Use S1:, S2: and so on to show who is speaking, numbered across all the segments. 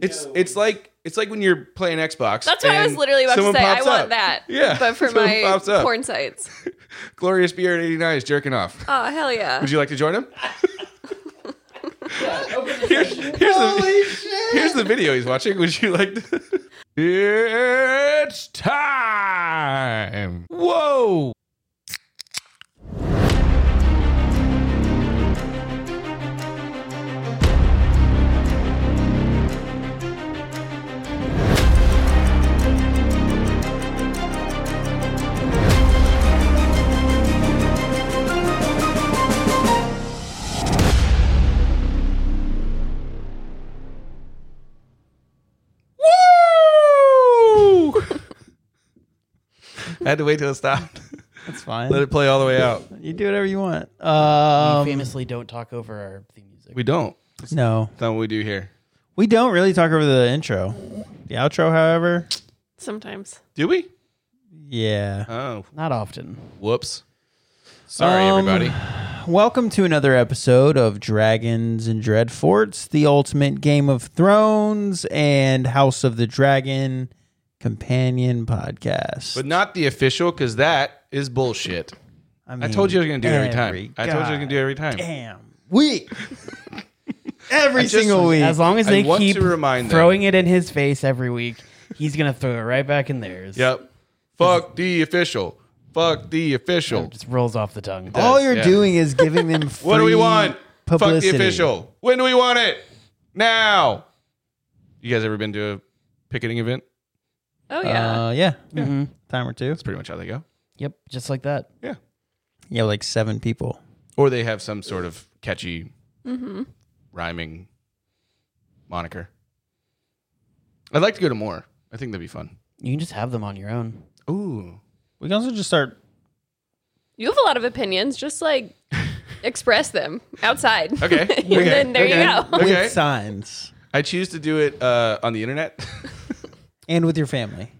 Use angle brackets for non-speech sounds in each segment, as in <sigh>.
S1: It's it's like it's like when you're playing Xbox.
S2: That's what I was
S1: and
S2: literally about to
S1: someone
S2: say. I
S1: pops
S2: want
S1: up.
S2: that.
S1: Yeah,
S2: But for
S1: someone
S2: my
S1: pops up.
S2: porn sites.
S1: Glorious Beard eighty nine is jerking off. <laughs>
S2: Oh, hell yeah.
S1: Would you like to
S3: <laughs>
S1: join him?
S3: Open the
S1: Here's,
S3: session.
S1: here's the
S3: Holy
S1: <laughs>
S3: shit!
S1: here's the video he's watching. Would you like to? <laughs> it's time. Whoa. Woo! I had to wait till it stopped. <laughs>
S3: That's fine.
S1: Let it play all the way out.
S3: You do whatever you want. Um,
S4: we famously don't talk over our theme music.
S1: We don't. That's
S3: no,
S1: not what we do here.
S3: we don't really talk over the intro. The outro, however,
S2: Sometimes.
S1: Do we?
S3: yeah.
S1: Oh,
S4: Not often.
S1: whoops. Sorry,
S3: Um,
S1: everybody.
S3: Welcome to another episode of Dragons and Dread Forts, the ultimate Game of Thrones and House of the Dragon companion podcast.
S1: But not the official, because that is bullshit. I
S3: mean,
S1: told you I was going to do it every time.
S3: every
S1: I told you I was going to do it every
S3: god
S1: time.
S3: Damn week, <laughs> every
S1: just-
S3: single week.
S4: As long as
S1: I
S4: they
S1: want
S4: keep
S1: to remind them.
S4: throwing it in his face every week, he's gonna throw it right back in theirs.
S1: Yep. Fuck the official. Fuck the official.
S4: Just rolls off the tongue.
S3: All you're
S1: yeah.
S3: doing is giving them.
S1: <laughs>
S3: Free
S1: What do we want?
S3: Publicity.
S1: Fuck the official. When do we want it? Now. You guys ever been to a picketing event?
S2: Oh, yeah.
S3: Uh, yeah.
S4: Mm-hmm.
S3: Mhm. Time or two.
S1: That's pretty much how they go.
S4: Yep, just like that.
S1: Yeah.
S3: Yeah, like seven people.
S1: Or they have some sort of catchy rhyming moniker. I'd like to go to more. I think that'd be fun.
S4: You can just have them on your own.
S1: Ooh.
S3: We can also just start.
S2: you have a lot of opinions.
S1: <laughs>
S2: Just like express them outside.
S1: Okay.
S2: <laughs> and
S1: Okay.
S2: then there
S1: Okay.
S2: you go.
S1: Okay.
S3: with signs
S1: I choose to do it uh, on the internet. <laughs>
S3: and with your family.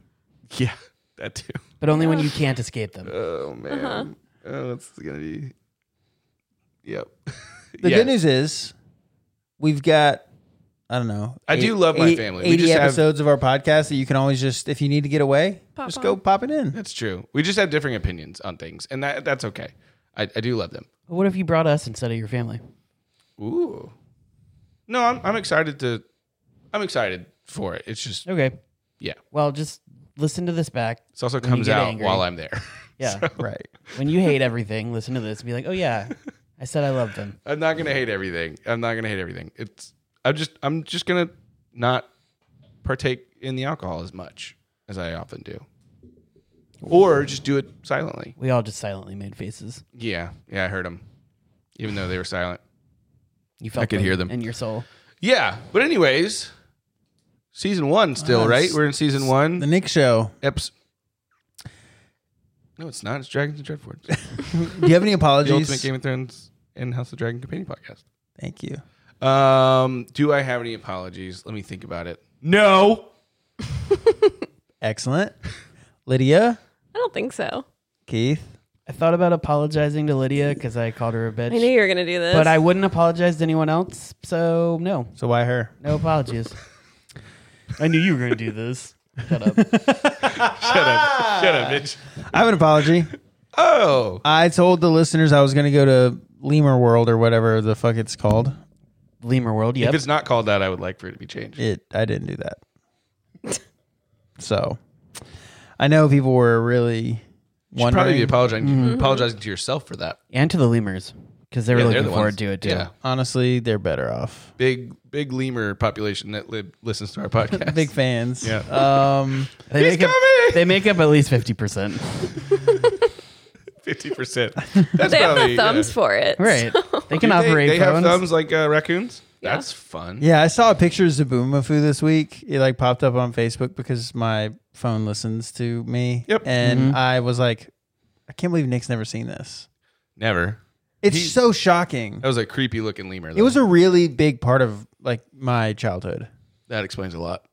S1: yeah. That too.
S4: But only when you can't escape them.
S1: Oh man. Oh, that's gonna be. Yep. <laughs>
S3: The good news is, we've got. I don't know.
S1: I do love my family. We
S3: Eighty
S1: just have-
S3: episodes of our podcast that you can always just, if you need to get away,
S2: Pop
S3: just
S2: on.
S3: go pop it in.
S1: That's true. We just have differing opinions on things, and that that's okay. I, I do love them.
S4: But what if you brought us instead of your family?
S1: Ooh. No, I'm I'm excited to. I'm excited for it. It's just
S4: Okay.
S1: yeah.
S4: Well, just listen to this back.
S1: This also
S4: you
S1: comes
S4: get
S1: out
S4: angry.
S1: while I'm there. <laughs>
S4: Yeah.
S3: Right.
S4: When you hate everything, listen to this and be like, oh, yeah, I said I love them.
S1: I'm not gonna hate everything. I'm not gonna hate everything. It's I'm just I'm just gonna not partake in the alcohol as much as I often do, or just do it silently.
S4: We all just silently made faces.
S1: Yeah, yeah, I heard them, even though they were silent.
S4: You felt
S1: I could hear them.
S4: in your soul.
S1: Yeah, but anyways, season one still right. We're in season one.
S3: The Nick Show.
S1: Eps- no, it's not. It's Dragons and
S4: <laughs>
S1: Dreadfords. <laughs>
S3: Do you have
S1: the Ultimate
S3: any apologies?
S1: Game of Thrones and House of Dragon companion podcast.
S3: Thank you.
S1: Um, do I have any apologies? Let me think about it. No.
S3: Excellent. <laughs> Lydia,
S2: I don't think so.
S3: Keith.
S4: I thought about apologizing to Lydia because I called her a bitch.
S2: I knew you were gonna do this.
S4: but I wouldn't apologize to anyone else. So no,
S3: So why her?
S4: no apologies.
S1: <laughs>
S4: I knew you were going to do this. Shut up.
S1: <laughs> Shut up, bitch.
S3: I have
S1: <laughs>
S3: an apology.
S1: Oh,
S3: I told the listeners I was going to go to Lemur World or whatever the fuck it's called.
S4: Lemur World. Yep.
S1: if it's not called that, I would like for it to be changed.
S3: It I didn't do that. so I know people were really
S1: You should probably be
S3: wondering.
S1: apologizing,
S4: Mm-hmm.
S1: apologizing to yourself for that.
S4: and to the lemurs because they were
S1: Yeah, they're
S4: looking
S1: the
S4: forward
S1: ones.
S4: to it too.
S1: Yeah,
S3: Honestly, they're better off.
S1: big big lemur population that lib- listens
S4: <laughs>
S1: to our podcast.
S3: Big fans.
S1: Yeah.
S3: Um
S4: They
S1: He's
S4: make up,
S1: coming!
S4: They make up at least
S1: <laughs>
S4: fifty percent.
S1: fifty percent. <laughs> That's
S2: they have
S1: probably,
S2: the
S1: yeah.
S2: thumbs for it.
S4: Right. They can
S1: Do they-
S4: operate
S1: They, have
S4: phones.
S1: thumbs like uh, raccoons.
S2: Yeah.
S1: That's fun.
S3: yeah, I saw a picture of Zabumafu this week. It like popped up on Facebook because my phone listens to me.
S1: Yep.
S3: And I was like, I can't believe Nick's never seen this.
S1: Never.
S3: It's
S1: He-
S3: so shocking.
S1: That was a creepy looking lemur.
S3: It was a really big part of like my childhood.
S1: that explains a <laughs> lot.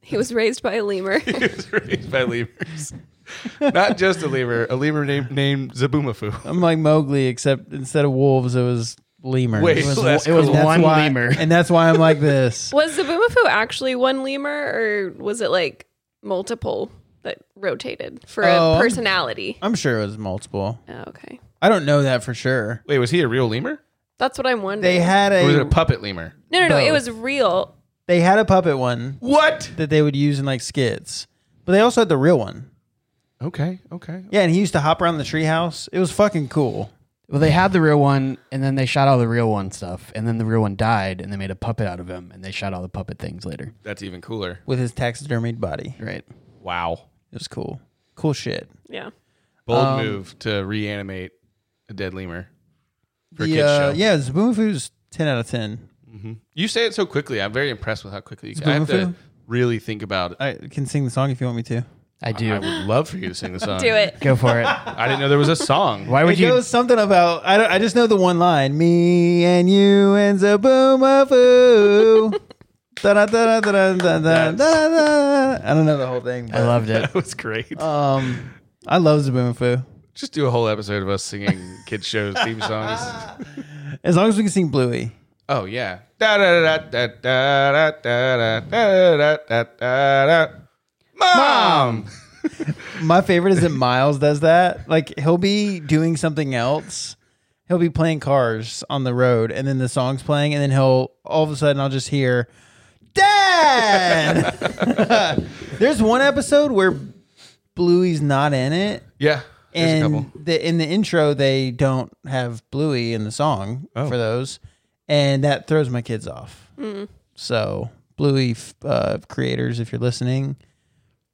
S2: He was raised by a lemur.
S1: <laughs> He
S2: <laughs>
S1: was raised by lemurs. <laughs> Not just a lemur, a lemur named named Zabumafu.
S3: I'm like Mowgli, except instead of wolves, it was lemurs.
S1: Wait,
S4: It was,
S1: Less
S4: it was
S1: cool.
S3: And that's
S4: one
S3: why-
S1: <laughs>
S4: lemur.
S3: and that's why I'm
S2: <laughs>
S3: like this.
S2: Was the Boomafu actually one lemur, or was it like multiple that rotated for
S3: Oh,
S2: a
S1: um,
S3: I'm-
S2: personality?
S3: I'm sure it was multiple.
S2: Oh, okay,
S3: I don't know that for sure.
S1: Wait, was he a real lemur?
S2: that's what I'm wondering.
S3: They had
S1: Or was it a
S3: a
S1: puppet lemur?
S2: no, no, no. It
S3: both.
S2: was real.
S3: they had a puppet one
S1: What?
S3: that they would use in like skits, but they also had the real one.
S1: Okay, okay.
S3: Yeah, and he used to hop around the treehouse. It was fucking cool.
S4: Well, they had the real one, and then they shot all the real one stuff, and then the real one died, and they made a puppet out of him, and they shot all the puppet things later.
S1: That's even cooler.
S3: with his taxidermied body.
S4: Right.
S1: Wow.
S3: It was cool. Cool shit.
S2: Yeah,
S1: Bold
S3: Um,
S1: move to reanimate a dead lemur for a
S3: The,
S1: kids show.
S3: uh, Yeah, Zaboomafoo's 10 out of 10.
S1: You say it so quickly. I'm very impressed with how quickly you can. I have to
S3: Spoonful?
S1: really think about it.
S3: I can sing the song if you want me to.
S4: I do.
S1: I would love for you to sing the song.
S2: do it.
S1: <laughs>
S4: Go for it.
S1: I didn't know there was a
S3: <laughs>
S1: song. <laughs>
S4: Why would
S3: It
S4: you?
S3: goes something about, I, don't, I just know the one line Me and you and Zaboomafoo. Da-da-da-da-da-da-da-da-da. I don't know the whole thing.
S4: I loved
S1: <laughs>
S4: it.
S1: That was great.
S3: Um, I love Zaboomafoo.
S1: Just do a whole episode of us singing kids shows theme songs.
S3: <laughs> As long as we can sing Bluey.
S1: Oh yeah. Da da da da da da da da da da da da da. Mom.
S3: My favorite is that Miles does that. Like he'll be doing something else. He'll be playing cars on the road, and then the song's playing, and then he'll all of a sudden I'll just hear, "Dad." <laughs> There's one episode where Bluey's not in it,
S1: Yeah. There's a
S3: and
S1: couple.
S3: the, in the intro they don't have Bluey in the song
S1: Oh.
S3: for those, and that throws my kids off. So Bluey f- uh, creators, if you're listening,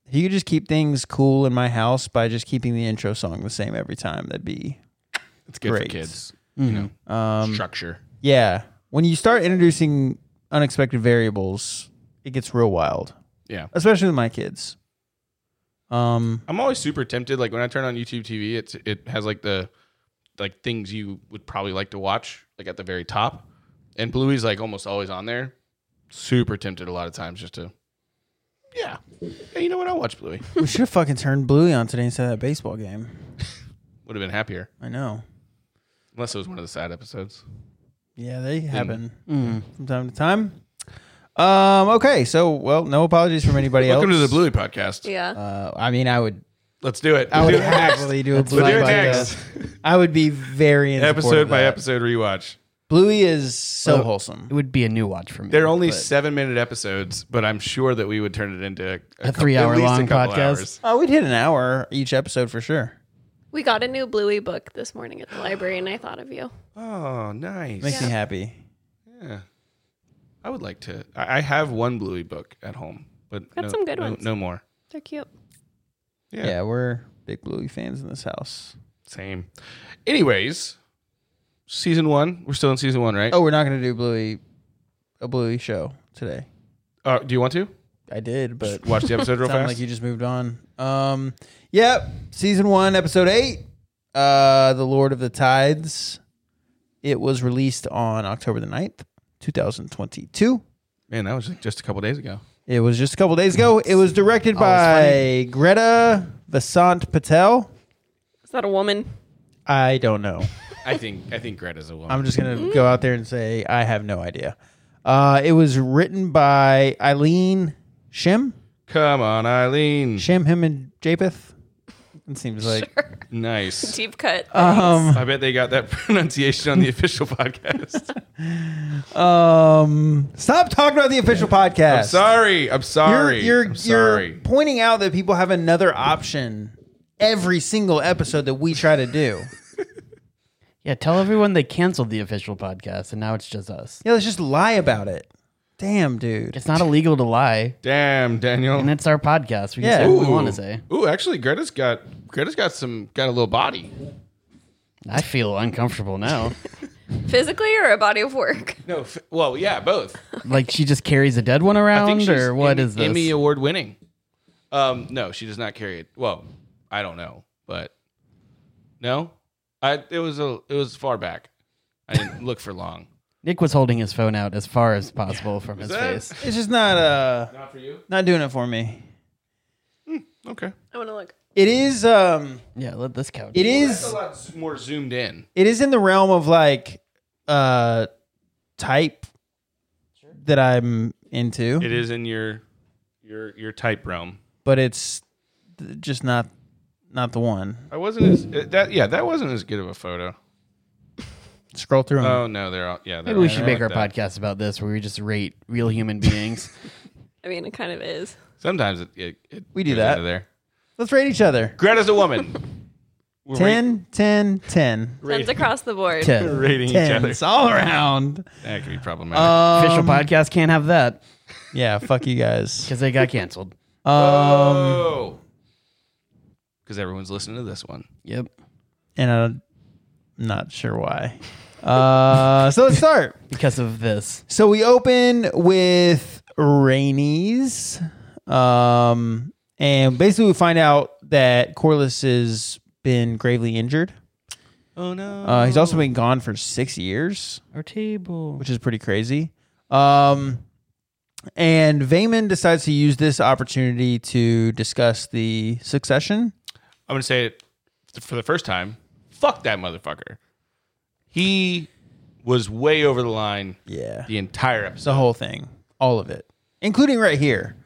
S3: if you could just keep things cool in my house by just keeping the intro song the same every time, that'd be
S1: It's good
S3: great.
S1: for kids. You
S3: Mm-hmm. Um,
S1: know, structure.
S3: yeah. When you start introducing unexpected variables, it gets real wild,
S1: Yeah.
S3: especially with my kids. Um,
S1: I'm always super tempted. Like when I turn on YouTube TV, it's it has like the like things you would probably like to watch, like at the very top. And Bluey's like almost always on there. Super tempted a lot of times just to Yeah. Yeah, you know what? I'll watch <laughs> Bluey.
S3: we should have fucking turned Bluey on today instead of that baseball game.
S1: Would have been happier.
S3: I know.
S1: Unless it was one of the sad episodes.
S3: Yeah, they happen
S4: Mm.
S3: from time to time. Um, okay, so well, no apologies from anybody else.
S1: Welcome to the Bluey podcast.
S2: Yeah,
S3: Uh, I mean, I would,
S1: Let's do it.
S3: I would
S1: We'll do it next.
S3: <laughs> happily do a
S1: We'll
S3: Bluey
S1: do it
S3: podcast.
S1: next.
S3: I would be very in support
S1: <laughs> episode
S3: of
S1: by
S3: that.
S1: episode rewatch.
S3: Bluey is so
S4: Well,
S3: wholesome.
S4: It would be a new watch for me.
S1: They're only seven minute episodes, but I'm sure that we would turn it into a,
S4: A three-hour long podcast.
S3: Oh, we'd hit an hour each episode for sure.
S2: we got a new Bluey book this morning at the library, and I thought of you.
S1: Oh, nice.
S3: Makes me happy.
S1: Yeah. I would like to. I, I have one Bluey book at home, but
S2: Got
S1: no,
S2: some good
S1: no-
S2: ones.
S1: No more.
S2: They're cute.
S1: Yeah.
S3: Yeah. we're big Bluey fans in this house.
S1: Same. Anyways, season one. We're still in season one, right?
S3: Oh, we're not gonna do Bluey, a Bluey show today.
S1: Uh, do you want to
S3: I did, but
S1: watch the episode real
S3: Sound
S1: fast?
S3: Uh, like you just moved on. Um, yep, season one, episode eight, uh, the Lord of the Tides. It was released on October the 9th, two thousand twenty-two.
S1: Man, that was like just a couple days ago.
S3: It was just a couple days ago. It was directed
S1: Oh,
S3: by
S4: Always
S3: Greta Vasant Patel.
S2: Is that a woman?
S3: I don't know.
S1: I think I think Greta's a woman.
S3: I'm just gonna go out there and say I have no idea. Uh, it was written by Eileen Shim,
S1: Come on, Eileen.
S3: Shim him and Japeth. It seems <laughs> like
S1: Nice.
S2: <laughs> Deep cut.
S3: um,
S1: I bet they got that <laughs> pronunciation on the official podcast.
S3: Um, stop talking about the official podcast.
S1: I'm sorry. I'm sorry.
S3: You're
S1: I'm
S3: you're,
S1: sorry.
S3: you're pointing out that people have another option every single episode that we try to do.
S4: Yeah, tell everyone they canceled the official podcast, and now it's just us.
S3: yeah, let's just lie about it. Damn, dude.
S4: It's not illegal to lie,
S1: Damn, Daniel.
S4: and it's our podcast. We can
S3: Yeah.
S4: say what we
S1: Ooh.
S4: want to say.
S1: Ooh, actually, Greta's got Greta's got some got a little body.
S4: I feel uncomfortable now.
S2: Physically or a body of work? <laughs>
S1: No, f- well, yeah, both.
S4: like she just carries a dead one around, or what
S1: Emmy,
S4: is this?
S1: Emmy award winning. Um, no, she does not carry it. Well, I don't know, but no, I it was a it was far back. I didn't look for long.
S4: <laughs> Nick was holding his phone out as far as possible from his
S1: that-
S4: face.
S3: It's just not uh
S1: Not for you.
S3: not doing it for me.
S1: Okay,
S2: I want to look.
S3: It is um
S4: Yeah, let this count.
S3: it
S1: it's a
S3: is
S1: lot more zoomed in.
S3: it is in the realm of like uh type that I'm into,
S1: It is in your your your type realm.
S3: but it's th- just not not the one.
S1: I wasn't as uh, that. Yeah, that wasn't as good of a photo.
S3: Scroll through 'em.
S1: Oh no, they're all. Yeah, they're
S4: Maybe we
S1: all-
S4: should
S1: I
S4: make
S1: like
S4: our
S1: that.
S4: podcast about this, where we just rate real human beings.
S2: I mean, it kind of is.
S1: Sometimes it, it, it
S3: We do
S1: goes
S3: that.
S1: into There.
S3: Let's rate each other.
S1: Greta's a
S4: <laughs>
S1: woman. We're ra-
S3: 10, 10, 10.
S2: Sounds across the board.
S3: 10.
S1: rating each other.
S3: Tens all around. Um,
S1: That could be problematic.
S4: Official podcast can't have that
S3: Yeah, fuck you
S1: <laughs>
S3: guys.
S4: because they got canceled.
S3: Um,
S1: because Oh. everyone's listening to this one.
S4: Yep.
S3: and I'm not sure why. Uh, so let's start.
S4: Because of this.
S3: So we open with Rainey's. Um, and basically we find out that Corliss has been gravely injured.
S1: Oh no!
S3: Uh, he's also been gone for six years,
S4: Our table.
S3: which is pretty crazy. Um, and Vayman decides to use this opportunity to discuss the succession.
S1: I'm gonna say it for the first time. Fuck that motherfucker. He was way over the line
S3: Yeah.
S1: the entire episode.
S3: the whole thing, all of it, including right here.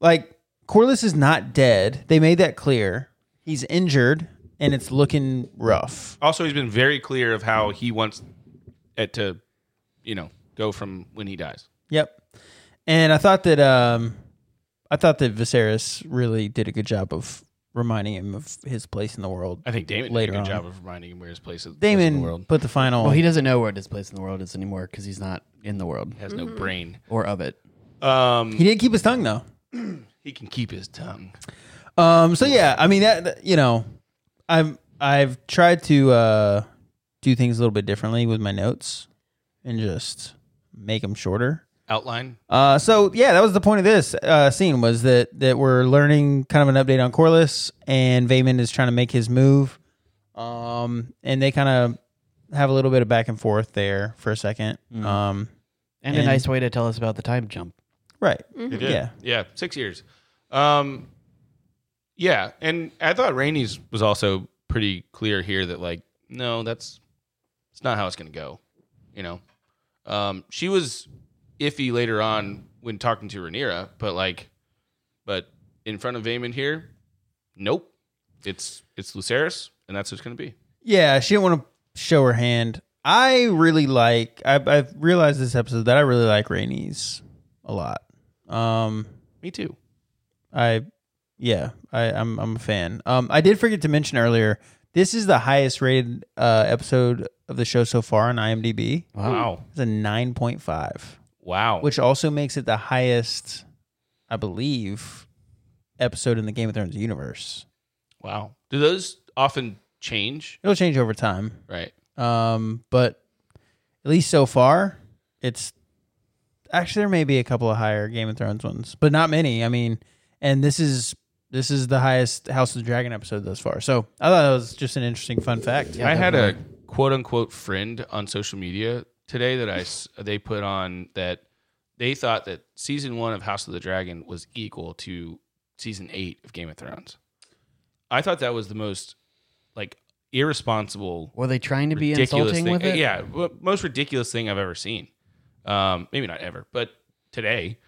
S3: Like Corliss is not dead. They made that clear. He's injured and it's looking rough.
S1: Also, he's been very clear of how he wants it to, you know, go from when he dies.
S3: Yep. And I thought that um I thought that Viserys really did a good job of reminding him of his place in the world.
S1: I think Damon
S3: Later
S1: did a
S3: on.
S1: good job of reminding him where his place is. place in the
S3: Damon
S1: world
S3: put the final
S4: Well, he doesn't know where his place in the world is anymore because he's not in the world
S1: has no brain.
S4: or of it.
S1: Um,
S3: he did keep his tongue though.
S1: he can keep his tongue.
S3: Um, so yeah, I mean that that- you know, I'm I've tried to uh, do things a little bit differently with my notes and just make them shorter.
S1: Outline.
S3: Uh, so yeah, that was the point of this uh, scene was that that we're learning kind of an update on Corliss and Vayman is trying to make his move, um, and they kind of have a little bit of back and forth there for a second. Um,
S4: And,
S3: And-
S4: a nice way to tell us about the time jump.
S3: right?
S1: It
S3: did. Yeah.
S1: Yeah. Six years. Um, yeah. And I thought Rainey's was also pretty clear here that, like, no, that's it's not how it's going to go. You know, um, she was iffy later on when talking to Rhaenyra, but like, but in front of Vaemon here, nope. It's it's Lucerys, and that's what it's going to be.
S3: Yeah, she didn't want to show her hand. I really like. I, I've realized this episode that I really like Rainey's a lot. Um,
S1: Me too.
S3: I, yeah, I, I'm I'm a fan. Um, I did forget to mention earlier. This is the highest rated uh, episode of the show so far on IMDb.
S1: Wow.
S3: It's a nine point five,
S1: Wow.
S3: which also makes it the highest, I believe, episode in the Game of Thrones universe.
S1: wow. Do those often change?
S3: It'll change over time.
S1: Right.
S3: Um, but at least so far, it's actually there may be a couple of higher Game of Thrones ones, but not many. I mean, and this is this is the highest House of the Dragon episode thus far. So I thought that was just an interesting fun fact.
S1: I had a quote unquote friend on social media today that I s- they put on that they thought that season one of House of the Dragon was equal to season eight of Game of Thrones. I thought that was the most like irresponsible,
S4: Were they trying to be
S1: ridiculous
S4: insulting
S1: thing.
S4: with it?
S1: Yeah, w- most ridiculous thing I've ever seen. Um, maybe not ever, but today,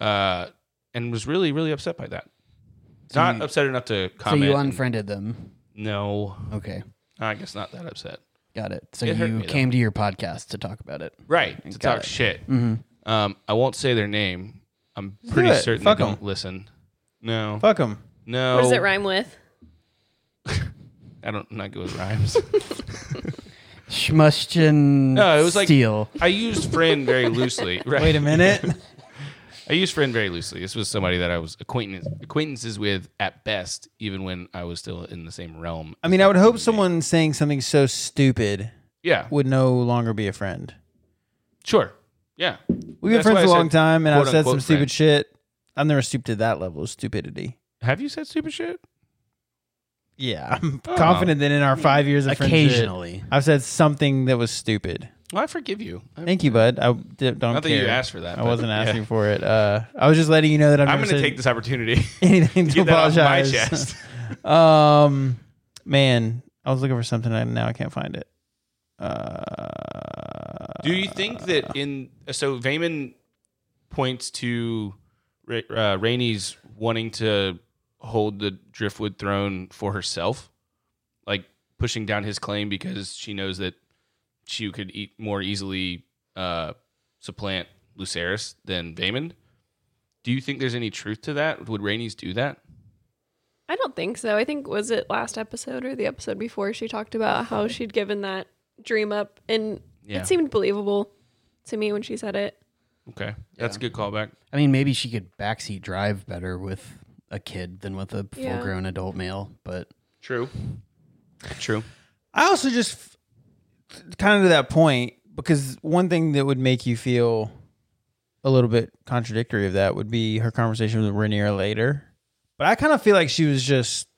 S1: uh, and was really really upset by that. not upset enough to
S4: So
S1: comment.
S4: you
S1: and-
S4: unfriended them.
S1: no,
S4: Okay.
S1: I guess not that upset.
S4: Got it. So
S1: It hurt
S4: you
S1: me, though.
S4: came to your podcast to talk about it. Mm-hmm.
S1: Right. To
S4: got
S1: talk
S4: it.
S1: shit. Um, I won't say their name. I'm pretty
S3: it.
S1: certain
S3: Fuck
S1: they
S3: 'em.
S1: don't listen. No.
S3: Fuck them.
S1: No.
S2: What does it rhyme with?
S1: I don't I'm not good with
S3: <laughs>
S1: rhymes.
S4: Schmushton
S1: no, it was like
S4: Steel.
S1: I used friend very loosely. Right.
S3: Wait a <laughs> minute.
S1: I used friend very loosely. This was somebody that I was acquaintance acquaintances with at best, even when I was still in the same realm.
S3: I mean, I would hope someone saying something so stupid
S1: Yeah.
S3: would no longer be a friend.
S1: Sure. Yeah.
S3: We've been
S1: That's why
S3: friends a
S1: I
S3: long
S1: said
S3: time, and I've said some
S1: quote-unquote
S3: stupid
S1: friend.
S3: shit. I've never stooped to that level of stupidity.
S1: Have you said stupid shit?
S3: Yeah, I'm
S1: Oh.
S3: confident that in our five years of friendship,
S4: Occasionally.
S3: I've said something that was stupid.
S1: Well, I forgive you. I-
S3: Thank you, bud. I d- don't
S1: Not that
S3: care.
S1: you asked for that.
S3: I
S1: but-
S3: wasn't
S1: yeah.
S3: asking for it. Uh, I was just letting you know that I've
S1: I'm
S3: never
S1: gonna
S3: said
S1: take this opportunity. to
S3: <laughs> anything to
S1: Get that off my
S3: apologize.
S1: chest. <laughs>
S3: <laughs> um, man, I was looking for something and now I can't find it. Uh,
S1: Do you think that in so Vayman points to Ra- uh, Rainey's wanting to hold the driftwood throne for herself, like pushing down his claim because she knows that she could eat more easily uh, supplant Lucerys than Vayman. Do you think there's any truth to that? Would Rainey's do that?
S2: I don't think so. I think was it last episode or the episode before she talked about how she'd given that dream up and
S1: Yeah.
S2: it seemed believable to me when she said it.
S1: Okay, that's a good callback.
S4: I mean, maybe she could backseat drive better with a kid than with a
S2: Yeah.
S4: full-grown adult male. But
S1: True. True.
S3: I also just kind of to that point because one thing that would make you feel a little bit contradictory of that would be her conversation with Rainier later. But I kind of feel like she was just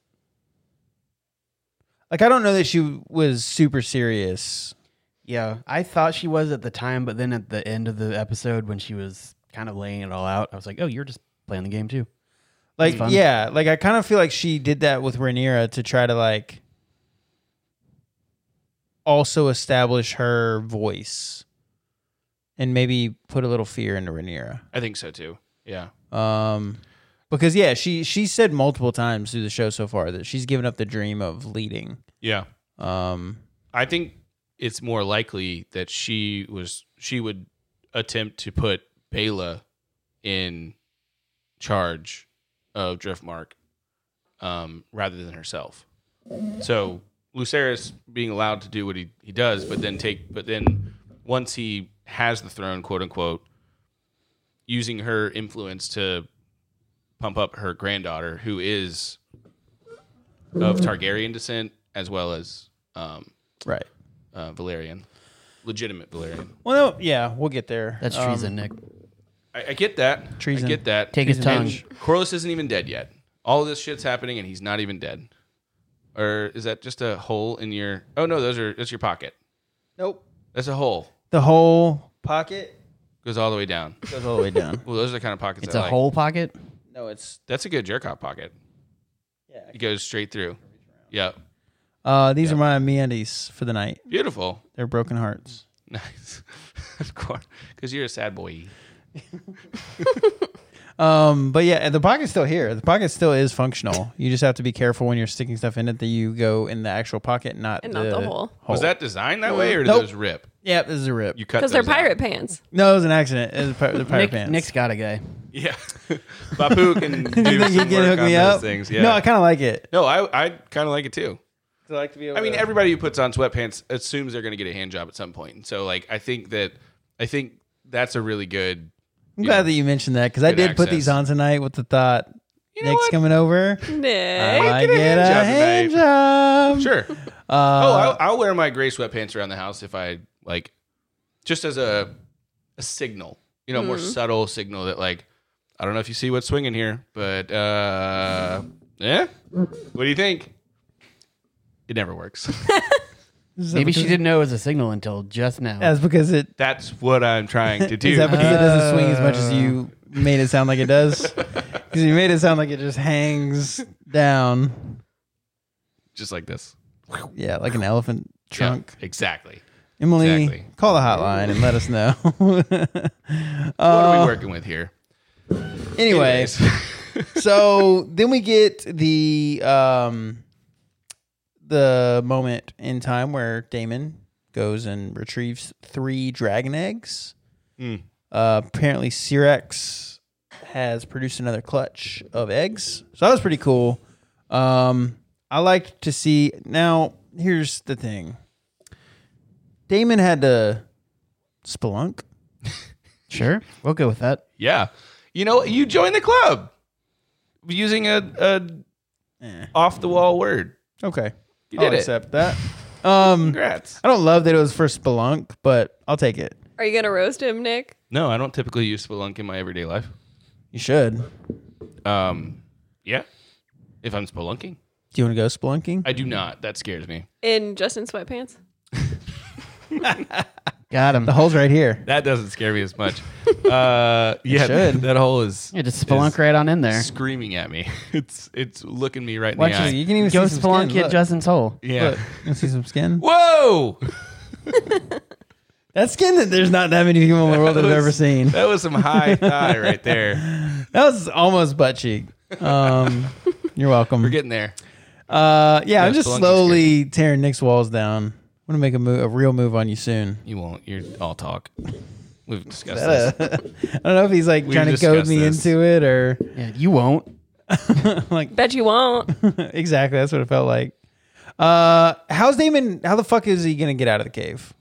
S3: like I don't know that she was super serious.
S4: yeah, I thought she was at the time, but then at the end of the episode when she was kind of laying it all out, I was like, "Oh, you're just playing the game too."
S3: Like
S4: That's fun.
S3: yeah, like I kind of feel like she did that with Rhaenyra to try to like also establish her voice and maybe put a little fear into Rhaenyra.
S1: I think so too. Yeah.
S3: Um, because yeah, she she said multiple times through the show so far that she's given up the dream of leading.
S1: Yeah.
S3: Um,
S1: I think it's more likely that she was she would attempt to put Bela in charge of Driftmark um, rather than herself. So Lucerys being allowed to do what he, he does, but then take but then once he has the throne, quote unquote, using her influence to pump up her granddaughter, who is of Targaryen descent as well as um,
S3: right.
S1: uh, Valerian, legitimate Valerian.
S3: Well, no, yeah, we'll get there.
S4: That's
S3: Um,
S4: treason, Nick.
S1: I, I get that.
S3: Treason.
S1: I get that.
S4: Take his tongue.
S1: And Corlys isn't even dead yet. All of this shit's happening, and he's not even dead. Or is that just a hole in your? Oh no, those are that's your pocket.
S3: Nope.
S1: That's a hole.
S3: The whole pocket
S1: Goes all the way down.
S3: goes all the <laughs> way down.
S1: Well, those are the kind of pockets.
S4: It's
S1: I
S4: a
S1: like.
S4: whole pocket.
S3: no, it's
S1: That's a good jerk off pocket.
S3: yeah.
S1: It goes straight through. Yeah,
S3: Uh, these are my meandies for the night.
S1: beautiful. <laughs>
S3: They're broken hearts.
S1: Nice. <laughs> of course, because you're a sad boy.
S3: Um, but yeah, the pocket's still here. The pocket still is functional. You just have to be careful when you're sticking stuff in it that you go in the actual pocket, not
S2: And not the hole.
S1: Was that designed that way, or did
S3: Nope.
S1: those rip?
S3: Yep, this is a rip.
S1: You cut
S2: Because they're
S1: those out.
S2: pirate
S3: <laughs>
S2: pants.
S3: no, it was an accident. It was pi-
S2: <laughs>
S3: the pirate
S4: Nick,
S3: pants.
S4: Nick's got a guy.
S1: Yeah, <laughs> Bapu can
S3: <laughs>
S1: do
S3: you
S1: some
S3: can
S1: work
S3: hook
S1: on
S3: me
S1: those
S3: up.
S1: things. Yeah.
S3: No, I kind of like it.
S1: No, I I kind of like it too.
S3: I like to be.
S1: I mean, everybody who puts on sweatpants assumes they're going to get a hand job at some point. And so, like, I think that I think that's a really good.
S3: I'm
S1: you
S3: glad
S1: know,
S3: that you mentioned that because I
S1: good
S3: did put these on
S1: access.
S3: tonight with the thought
S1: know
S3: Nick's
S1: what?
S3: coming over. I
S2: Nick.
S3: might
S1: get a
S3: get a
S1: hand
S3: hand job.
S1: Sure. <laughs> oh, I'll, I'll wear my gray sweatpants around the house if I like, just as a a signal, you know,
S3: Mm-hmm.
S1: more subtle signal that like, I don't know if you see what's swinging here, but uh, yeah. What do you think? It never works. <laughs>
S4: Maybe she didn't know it was a signal until just now.
S3: That's because it
S1: that's what I'm trying to do.
S3: <laughs> is that because it doesn't swing as much as you made it sound like it does.
S1: <laughs>
S3: Because you made it sound like it just hangs down.
S1: just like this
S3: Yeah, like an elephant
S1: Yeah,
S3: trunk.
S1: exactly.
S3: Emily,
S1: exactly.
S3: call the hotline and let us know. <laughs>
S1: What are
S3: Uh,
S1: we working with here?
S3: anyway, so then we get the um the moment in time where Damon goes and retrieves three dragon eggs.
S1: Mm.
S3: Uh, apparently, Cyrex has produced another clutch of eggs, so that was pretty cool. Um, I liked to see. Now, here's the thing: Damon had to spelunk.
S4: <laughs> sure, we'll go with that.
S1: <laughs> Yeah. You know, you join the club using a, a
S3: Eh.
S1: off the wall word.
S3: Okay,
S1: You
S3: I'll
S1: did it.
S3: accept that. Um,
S1: Congrats.
S3: I don't love that it was for Spelunk, but I'll take it.
S2: Are you gonna roast him, Nick?
S1: No, I don't typically use Spelunk in my everyday life.
S3: You should. Do
S1: Um, yeah. If I'm spelunking,
S3: you want to go spelunking?
S1: I do not. That scares me.
S2: In Justin sweatpants?
S4: Got him.
S3: The hole's right here.
S1: That doesn't scare me as
S3: <laughs>
S1: much. uh, yeah,
S3: should.
S1: that hole is
S4: yeah, just spelunk right on in there.
S1: screaming at me. <laughs> It's it's looking me right in
S3: Watch
S1: the eye.
S3: this. You can even
S4: Go
S3: see some
S4: spelunk
S3: skin.
S4: at
S3: Look,
S4: Justin's hole.
S1: yeah.
S3: look. You can see some skin.
S1: Whoa!
S3: That skin that there's not that many people in the world that have
S1: was- <laughs>
S3: ever seen.
S1: That was some high
S3: <laughs>
S1: thigh right there.
S3: That was almost butt cheek.
S1: <laughs>
S3: Um, you're welcome.
S1: We're getting there.
S3: uh, yeah, I'm
S1: Spelunky's
S3: just
S1: good.
S3: slowly tearing Nick's walls down. I'm gonna make a move, a real move on you soon.
S1: You won't. You're all talk. We've discussed
S3: Uh,
S1: this.
S3: I don't know if he's like
S1: We've
S3: trying to goad
S1: discussed
S3: me
S1: this.
S3: into it or <laughs>
S4: Yeah, you won't.
S3: like
S2: Bet you
S3: <laughs>
S2: won't.
S3: exactly. That's what it felt like. Uh, how's Damon? How the fuck is he gonna get out of the cave?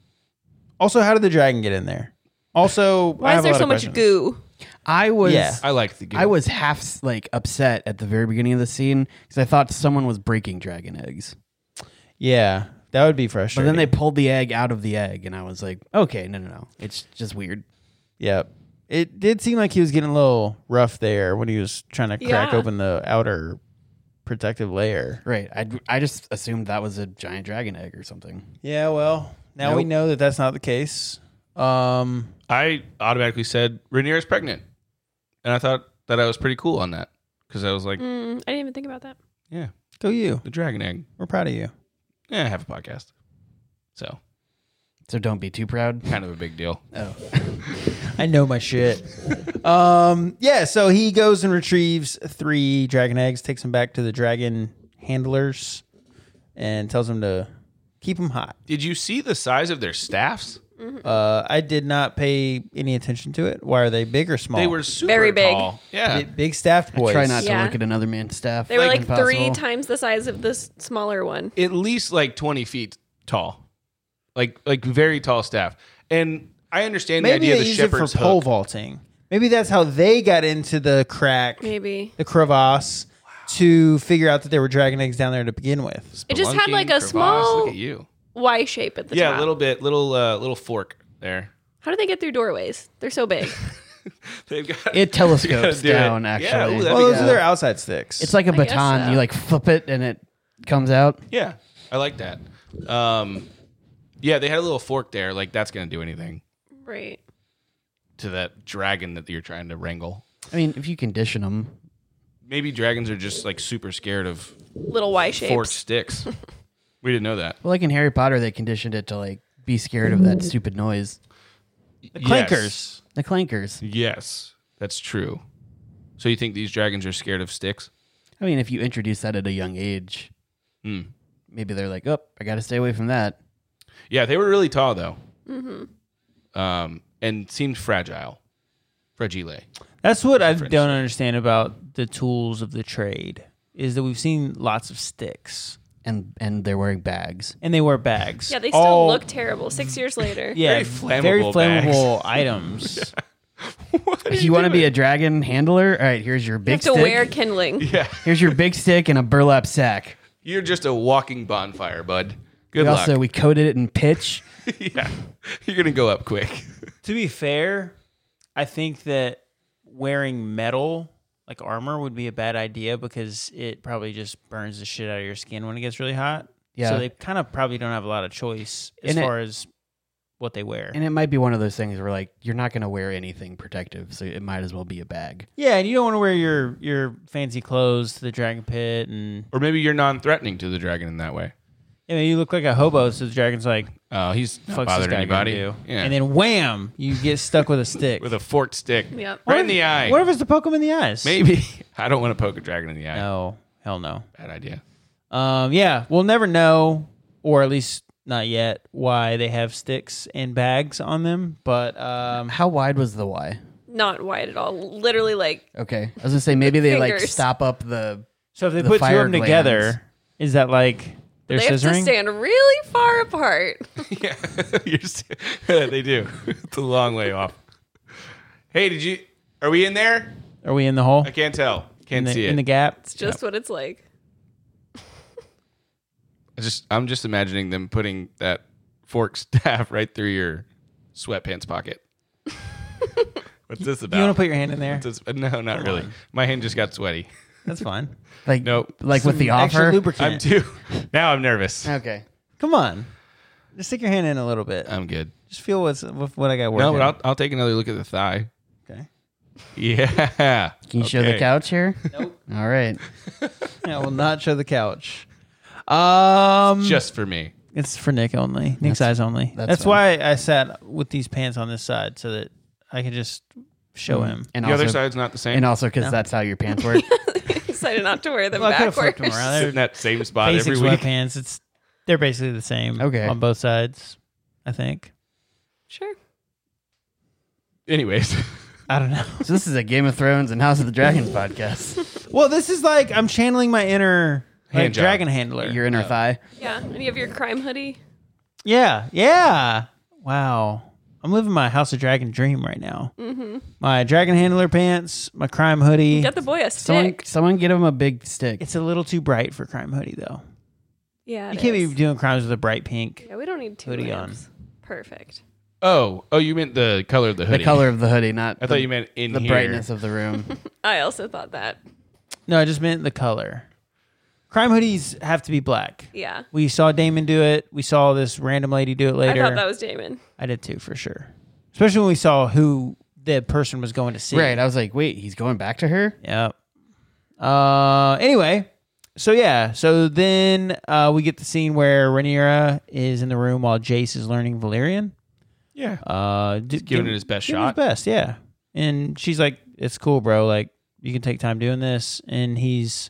S3: Also, how did the dragon get in there? Also, I
S2: Why is
S3: have a
S2: there
S3: lot
S2: so
S3: of
S2: much
S3: questions.
S2: goo?
S4: I was
S3: Yeah.
S1: I like the game.
S4: I was half like upset at the very beginning of the scene because I thought someone was breaking dragon eggs,
S3: Yeah, that would be
S4: but
S3: frustrating.
S4: then they pulled the egg out of the egg, and I was like, okay, no, no, no, it's just weird.
S3: Yep. It did seem like he was getting a little rough there when he was trying to crack
S2: Yeah.
S3: open the outer protective layer.
S4: Right. I I just assumed that was a giant dragon egg or something.
S3: Yeah, well, now we
S4: Nope.
S3: know that that's not the case. Um,
S1: I automatically said Rainier is pregnant, and I thought that I was pretty cool on that because I was like,
S2: Mm, I didn't even think about that.
S1: yeah,
S3: go you.
S1: the dragon egg.
S3: We're proud of you.
S1: Yeah, I have a podcast, so
S4: So don't be too proud.
S1: kind of a big deal.
S4: Oh,
S3: I know my shit. um, yeah, so he goes and retrieves three dragon eggs, takes them back to the dragon handlers, and tells them to keep them hot.
S1: Did you see the size of their staffs?
S3: Uh, I did not pay any attention to it. Why are they big or small?
S1: They were super
S2: Very big.
S1: tall. Yeah,
S3: Bi- big staffed boys.
S4: try not
S2: Yeah.
S4: to look at another man's staff.
S2: They were like
S4: when
S2: three
S4: possible.
S2: times the size of this smaller one.
S1: at least like twenty feet tall, like like very tall staff. And I understand
S3: Maybe
S1: the idea
S3: they
S1: of the
S3: use it for
S1: shepherd's
S3: pole
S1: hook.
S3: vaulting. Maybe that's how they got into the crack,
S2: Maybe.
S3: the crevasse, to figure out that there were dragon eggs down there to begin with.
S2: It just had,
S1: Spelunking,
S2: like, a
S1: crevasse,
S2: small-
S1: Look at you.
S2: Y shape at the
S1: Yeah,
S2: top.
S1: a little bit, little uh, little fork there.
S2: How do they get through doorways? They're so
S3: <laughs>
S2: big.
S1: <laughs> <laughs> They've got
S4: It telescopes
S1: do it.
S4: down.
S1: Yeah,
S4: Actually,
S1: ooh, that'd
S3: Well,
S1: be
S3: Oh, those are
S1: cool.
S3: their outside sticks.
S4: it's like a
S2: guess
S4: baton.
S2: so.
S4: You like flip it and it comes out.
S1: Yeah, I like that. Um, yeah, they had a little fork there. Like that's gonna do anything
S2: right.
S1: to that dragon that you're trying to wrangle.
S4: I mean, if you condition them,
S1: Maybe dragons are just like super scared of
S2: Little Y shapes.
S1: forked
S2: <laughs>
S1: sticks. we didn't know that.
S4: well, like in Harry Potter, they conditioned it to like be scared of
S2: Mm.
S4: that stupid noise.
S1: The
S3: clankers.
S4: The clankers.
S1: Yes. Yes, that's true. So you think these dragons are scared of sticks?
S4: I mean, if you introduce that at a young age,
S1: Hmm.
S4: maybe they're like, "Oh, I got to stay away from that."
S1: Yeah, they were really tall though, mm-hmm. um, and seemed fragile,
S3: <laughs>
S1: fragile.
S3: That's what I don't understand about the tools of the trade is that we've seen lots of sticks
S4: And and they're wearing bags.
S3: and they wear bags.
S2: Yeah, they still
S3: All-
S2: look terrible six years later.
S3: <laughs> yeah,
S1: Very
S3: very
S1: flammable <laughs>
S3: flammable items.
S1: What
S4: If you want to be a dragon handler, all right, here's your
S2: You
S4: big
S2: have to
S4: stick.
S2: wear kindling.
S1: yeah,
S4: Here's your big stick and a burlap sack.
S1: you're just a walking bonfire, bud. Good
S4: We
S1: luck.
S4: also we coated it in pitch.
S1: <laughs> yeah, you're gonna go up quick.
S3: To be fair, I think that wearing metal like armor would be a bad idea because it probably just burns the shit out of your skin when it gets really hot.
S4: Yeah.
S3: So they kind of probably don't have a lot of choice as
S4: And it-
S3: far as what they wear.
S4: And it might be one of those things where like you're not going to wear anything protective, so it might as well be a bag.
S3: yeah, and you don't want to wear your your fancy clothes to the dragon pit, and
S1: Or maybe you're non-threatening to the dragon in that way.
S3: you, know, you look like a hobo, so the dragon's like,
S1: Oh, he's not
S3: "Fuck this
S1: bothered
S3: guy gonna
S1: anybody.
S3: do?"
S1: Yeah,
S3: And then wham, you get stuck with a
S1: <laughs>
S3: stick
S1: with a forked stick,
S2: Yep.
S1: right in the eye.
S3: What if it's to poke him in the eyes?
S1: maybe <laughs> I don't want to poke a dragon in the eye.
S3: No, hell no.
S1: Bad idea. <laughs>
S3: Um, yeah, we'll never know, or at least not yet, why they have sticks and bags on them. But um,
S4: How wide was the Y?
S2: Not wide at all. Literally like
S4: Okay, I was gonna say maybe they like
S2: Fingers.
S4: stop up the.
S3: so if they
S4: The
S3: put two of
S4: fire
S3: them together,
S4: glands.
S3: is that like they're
S2: they have to
S3: scissoring?
S2: stand really far
S3: <laughs>
S2: apart.
S1: Yeah, <laughs> You're s- they do. <laughs> It's a long way off. Hey, did you? Are we in there?
S3: Are we in the hole?
S1: I can't tell.
S3: in,
S1: Can't
S3: the,
S1: see it.
S3: in the gap?
S2: It's just what it's like. <laughs>
S1: I just I'm just imagining them putting that fork <laughs> staff right through your sweatpants pocket. <laughs> What's this about?
S3: You want to put your hand in there?
S1: What's this- no, not really. My hand just got sweaty.
S3: That's fine.
S4: Like
S1: Nope.
S4: like with the
S1: <laughs>
S3: Extra
S4: offer.
S1: I'm <laughs>
S3: lubricant.
S1: too. Now I'm nervous.
S4: Okay,
S3: Come on, just stick your hand in a little bit.
S1: I'm good.
S3: just feel what's what, what I got working.
S1: Uh. No, but I'll, I'll take another look at the thigh.
S3: okay.
S1: Yeah. <laughs>
S4: can you show the
S1: Okay.
S4: couch here? Nope. <laughs> All right.
S3: <laughs> I will not show the couch. Um,
S1: Just for me.
S3: It's for Nick only. Nick's eyes only. That's,
S4: that's
S3: why I sat with these pants on this side so that I could just show him.
S4: And
S1: The
S4: also,
S1: other side's not the same.
S4: and also because that's how your pants <laughs> work.
S2: Decided not to wear them
S3: Well, I could have
S2: backwards.
S3: flipped them around.
S1: It's <laughs>
S3: They're
S1: in that same spot
S3: basic
S1: every week.
S3: sweatpants. It's they're basically the same.
S4: Okay.
S3: on both sides, I think.
S2: <laughs> Sure.
S1: <laughs> Anyways, <laughs>
S3: I don't know.
S4: <laughs> so this is a Game of Thrones and House of the Dragons podcast.
S3: Well, this is like I'm channeling my inner like,
S1: Hand job.
S3: dragon handler.
S4: Your inner thigh.
S2: Yeah. And you have your crime hoodie.
S3: yeah, yeah. Wow, I'm living my House of Dragon dream right now. Mm-hmm. My dragon handler pants, my crime hoodie.
S2: Got the boy a
S4: Someone,
S2: stick.
S4: someone get him a big stick.
S3: It's a little too bright for crime hoodie though.
S2: Yeah.
S3: You
S2: it
S3: can't
S2: is.
S3: be doing crimes with a bright pink.
S2: Yeah, we don't need two
S3: hoodie on.
S2: lamps. Perfect.
S1: oh, oh, you meant the color of the
S4: the
S1: hoodie.
S4: color of the hoodie, not
S1: I
S4: the,
S1: thought you meant in
S4: the
S1: here.
S4: brightness of the <laughs> room.
S2: I also thought that.
S3: No, I just meant the color. Crime hoodies have to be black.
S2: Yeah.
S3: We saw Damon do it. We saw this random lady do it
S2: I
S3: later.
S2: thought that was Damon.
S3: I did too, for sure. Especially when we saw who the person was going to see.
S4: right. I was like, wait, he's going back to her?
S3: Yep. Uh, anyway, so yeah, so then uh, we get the scene where Rhaenyra is in the room while Jace is learning Valyrian.
S1: Yeah.
S3: Uh, d-
S1: Giving
S3: give-
S1: it his best
S3: give him
S1: shot.
S3: His best, yeah. And she's like, "It's cool, bro. Like, you can take time doing this." And he's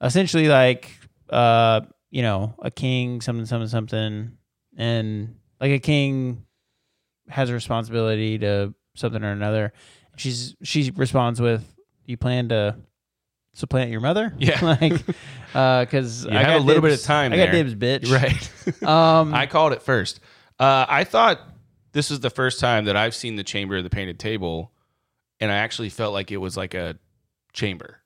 S3: essentially like, uh, you know, a king, something, something, something, and like a king has a responsibility to something or another. She's she responds with, "You plan to." Supplant your mother,
S1: Yeah.
S3: <laughs> like, uh, because
S1: You
S3: I
S1: have
S3: got
S1: a little bit
S3: dibs.
S1: of time
S3: I got
S1: there.
S3: dibs,
S1: <laughs> Right.
S3: bitch.
S1: <laughs>
S3: Um,
S1: I called it first. Uh, I thought this is the first time that I've seen the chamber of the painted table, and I actually felt like it was like a chamber.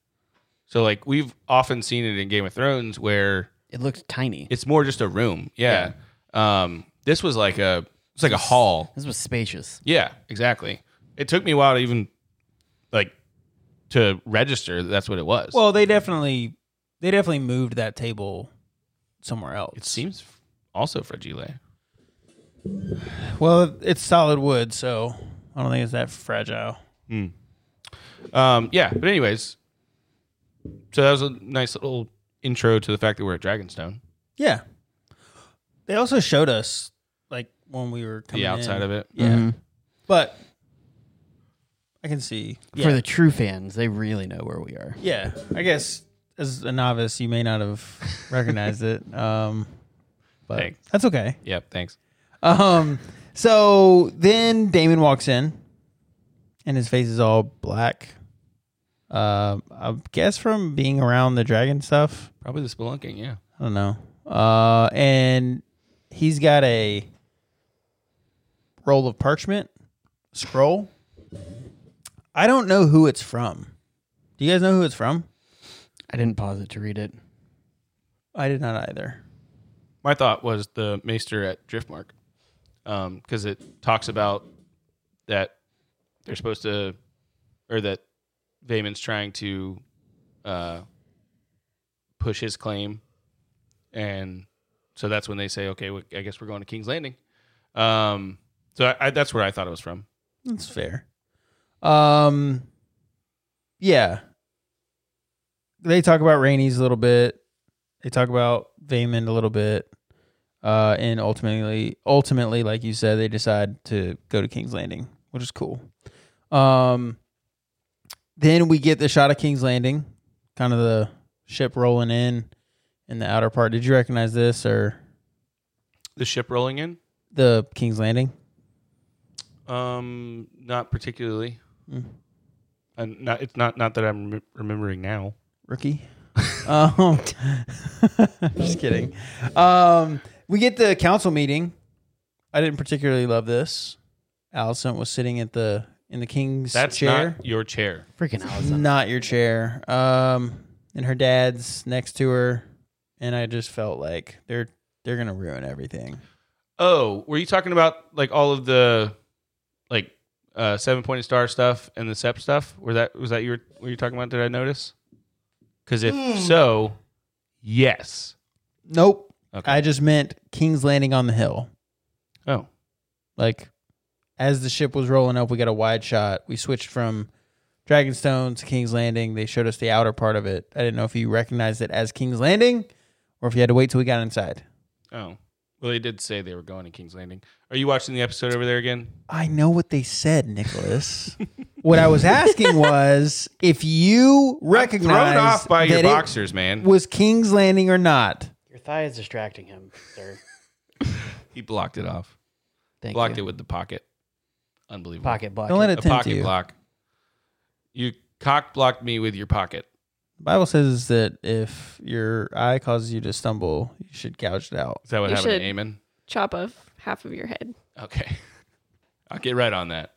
S1: So like we've often seen it in Game of Thrones where
S4: It looks tiny.
S1: it's more just a room. Yeah. Um, this was like a it's like a hall.
S4: This was spacious.
S1: Yeah, exactly. It took me a while to even like to register that that's what it was.
S3: Well, they definitely they definitely moved that table somewhere else.
S1: it seems also fragile.
S3: well, it's solid wood, so I don't think it's that fragile.
S1: Um, yeah, but anyways, so that was a nice little intro to the fact that we're at Dragonstone,
S3: Yeah. They also showed us like when we were coming
S1: the outside
S3: in.
S1: of it. Mm-hmm.
S3: Yeah. But I can see. Yeah.
S4: For the true fans, they really know where we are.
S3: yeah. I guess as a novice, you may not have
S1: <laughs>
S3: recognized it. Um but
S1: Thanks.
S3: that's okay.
S1: Yep, thanks.
S3: Um, so then Damon walks in, and his face is all black. Uh, I guess from being around the dragon stuff.
S1: Probably the spelunking, yeah.
S3: I don't know. Uh, and he's got a roll of parchment scroll. I don't know who it's from. Do you guys know who it's from?
S4: I didn't pause it to read it.
S3: I did not either.
S1: My thought was the Maester at Driftmark, because it talks about that they're supposed to, or that Vayman's trying to uh, push his claim, and so that's when they say, okay, well, I guess we're going to King's Landing. Um, so I, I, that's where I thought it was from.
S3: That's fair. Um, yeah. They talk about Rainey's a little bit. They talk about Vayman a little bit. Uh, and ultimately, ultimately, like you said, they decide to go to King's Landing, which is cool. Um, then we get the shot of King's Landing, kind of the ship rolling in in the outer part. Did you recognize this or
S1: The ship rolling in?
S3: the King's Landing?
S1: Um, not particularly.
S3: Mm.
S1: And not, it's not not that I'm rem- remembering now.
S3: rookie. um, <laughs> just kidding. Um, we get the council meeting. I didn't particularly love this. Allison was sitting at the in the king's
S1: That's
S3: chair.
S1: not your chair.
S4: Freaking
S3: Not,
S4: Allison.
S3: your chair. Um, and her dad's next to her, and I just felt like they're they're gonna ruin everything.
S1: Oh, were you talking about like all of the like uh seven pointed star stuff and the sep stuff? Were that was that you were, were you talking about? Did I notice? Because if
S3: Hmm.
S1: so, yes.
S3: Nope.
S1: Okay.
S3: I just meant King's Landing on the hill.
S1: oh,
S3: Like as the ship was rolling up, we got a wide shot. We switched from Dragonstone to King's Landing. They showed us the outer part of it. I didn't know if you recognized it as King's Landing or if you had to wait till we got inside.
S1: oh. Well, Well, they did say they were going to King's Landing. Are you watching the episode over there again?
S3: I know what they said, <laughs> Nicholas. what I was asking was if you recognize
S1: Thrown off by your
S3: that it
S1: boxers, man.
S3: was King's Landing or not.
S4: Your thigh is distracting him, sir.
S1: he blocked it off.
S4: <laughs> Thank
S1: blocked
S4: you.
S1: it with the pocket. Unbelievable.
S4: Pocket block.
S3: Don't let
S1: A
S3: it tempt
S1: pocket
S3: you.
S1: block. You cock blocked me with your pocket.
S3: The Bible says that if your eye causes you to stumble, you should gouge it out.
S1: Is that what
S2: You
S1: happened
S2: should.
S1: to Amon?
S2: Chop off half of your head.
S1: Okay. <laughs> I'll get right on that.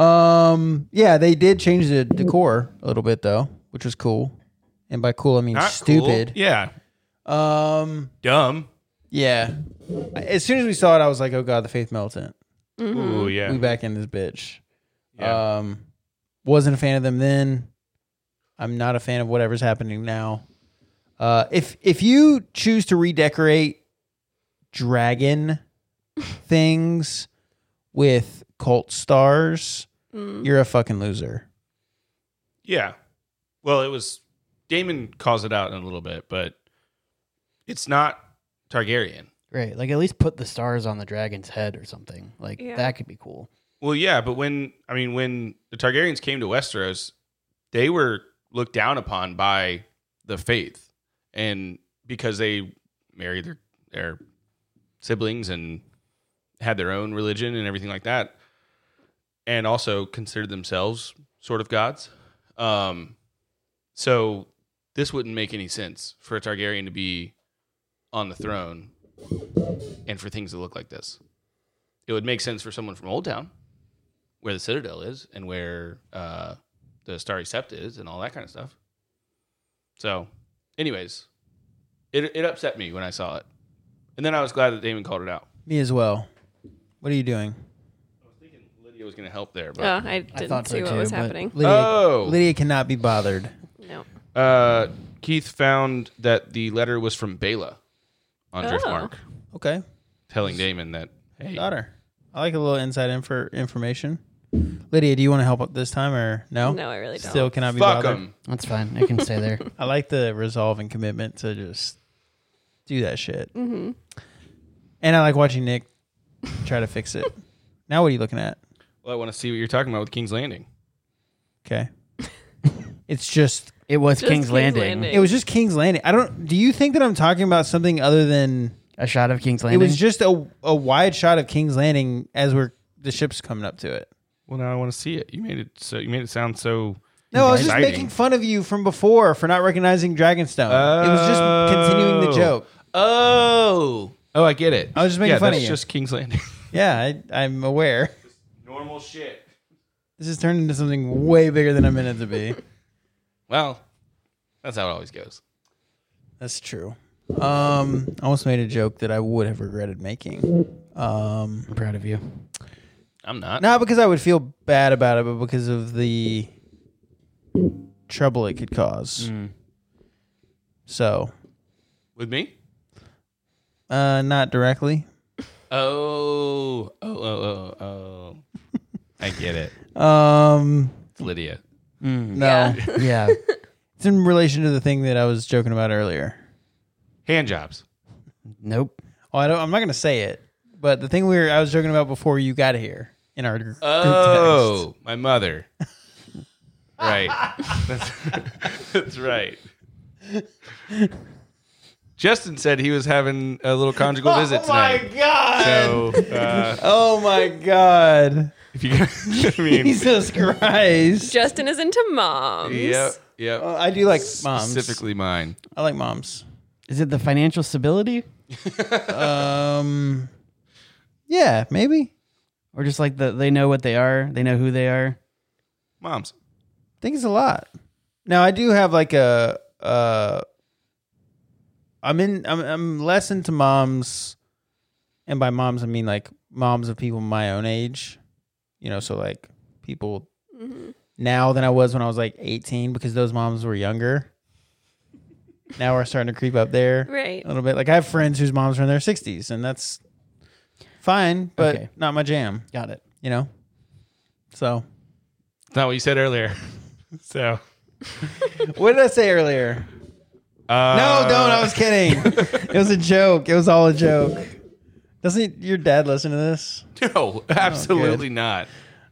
S3: Um, yeah, they did change the decor a little bit though, which was cool. And by cool, I mean
S1: Not cool.
S3: stupid.
S1: Yeah.
S3: Um,
S1: Dumb.
S3: yeah. As soon as we saw it, I was like, "Oh god, the faith militant.
S2: Mm-hmm.
S1: Ooh, yeah.
S3: We back in this bitch."
S1: Yeah.
S3: Um, wasn't a fan of them then. I'm not a fan of whatever's happening now. Uh, if if you choose to redecorate
S1: <laughs>
S3: dragon things with cult stars,
S2: Mm.
S3: you're a fucking loser.
S1: yeah. Well, it was Damon calls it out in a little bit, but it's not Targaryen.
S4: Right. Like at least put the stars on the dragon's head or something. Like
S2: Yeah.
S4: that could be cool.
S1: Well, yeah, but when I mean when the Targaryens came to Westeros, they were looked down upon by the faith, and because they married their their siblings and had their own religion and everything like that, and also considered themselves sort of gods. Um, so this wouldn't make any sense for a Targaryen to be on the throne and for things to look like this. It would make sense for someone from Old Town, where the Citadel is and where uh, the Starry Sept is and all that kind of stuff. So, anyways, it, it upset me when I saw it. And then I was glad that Damon called it out.
S3: Me as well. What are you doing?
S1: Lydia was going to help there, but
S2: Uh, I
S4: I
S2: didn't
S4: thought
S2: see
S4: so
S2: what
S4: too,
S2: was
S4: but
S2: happening.
S3: Lydia,
S1: Oh.
S3: Lydia cannot be bothered.
S2: No.
S1: Uh, Keith found that the letter was from Bela on
S2: Oh.
S1: Driftmark,
S3: Okay,
S1: telling Damon that hey,
S3: daughter. I like a little inside info information. Lydia, do you want to help up this time or no?
S2: No, I really don't.
S3: Still cannot be
S1: fuck
S3: bothered.
S1: him.
S4: That's fine. I can
S2: <laughs>
S4: stay there.
S3: I like the resolve and commitment to just do that shit. Mm-hmm. And I like watching Nick try to
S2: <laughs>
S3: fix it. now what are you looking at?
S1: Well, I want to see what you're talking about with King's Landing.
S2: <laughs>
S3: Okay. it's just
S4: It was
S2: Just
S4: King's,
S2: King's
S4: Landing.
S2: Landing.
S3: it was just King's Landing. I don't do you think that I'm talking about something other than
S4: A shot of King's
S3: it
S4: Landing.
S3: was just a, a wide shot of King's Landing as we're the ship's coming up to it.
S1: Well, now I want to see it. You made it so you made it sound so.
S3: No, I was just
S1: Exciting.
S3: making fun of you from before for not recognizing Dragonstone. It was just continuing the
S1: Oh.
S3: joke.
S1: Oh, oh, I get it.
S3: I was just making
S1: yeah,
S3: fun of
S1: that's
S3: you.
S1: just King's Landing. <laughs>
S3: Yeah, I, I'm aware.
S1: Normal shit.
S3: This has turned into something way bigger than I meant it to be.
S1: Well, that's how it always goes.
S3: That's true. Um, I almost made a joke that I would have regretted making. Um,
S4: I'm proud
S2: <laughs>
S4: of you.
S1: I'm not.
S3: not because I would feel bad about it, but because of the trouble it could cause.
S1: Mm.
S3: So,
S1: With me?
S3: uh, not directly.
S1: Oh, oh, oh, oh, oh. I get it.
S3: Um,
S1: It's Lydia. Mm-hmm.
S3: no,
S4: <laughs> Yeah.
S3: it's in relation to the thing that I was joking about earlier.
S1: Hand jobs.
S4: nope.
S3: Oh, I don't, I'm not gonna say it, but the thing we were I was joking about before you got here in our group
S1: Uh,
S3: text.
S1: Oh, my mother. right. That's, that's right. Justin said he was having a little <laughs> conjugal visit tonight.
S3: god!
S1: So, uh,
S3: Oh my god! <laughs>
S1: if you guys, I
S4: <laughs>
S1: mean,
S3: Jesus Christ!
S2: Justin is into moms.
S1: yep, yep.
S3: Uh, I do like moms.
S1: Specifically mine.
S3: I like moms.
S4: Is it the financial stability
S3: Um, yeah, maybe.
S4: or just like the they know what they are, they know who they are?
S1: Moms.
S3: I think it's a lot. Now I do have like a uh, I'm in. I'm, I'm less into moms, and by moms I mean like moms of people my own age. You know, so like people now than I was when I was like 18 because those moms were younger. now we're starting to creep up there.
S2: Right.
S3: a little bit. Like I have friends whose moms are in their 60s, and that's fine, but
S4: Okay.
S3: not my jam.
S4: Got it.
S3: You know, so
S1: It's not what you said earlier. <laughs> So.
S3: what did I say earlier?
S1: Uh,
S3: No, don't. I was kidding. it was a joke. It was all a joke. Doesn't your dad listen to this?
S1: <laughs> No,
S4: Oh,
S1: absolutely not.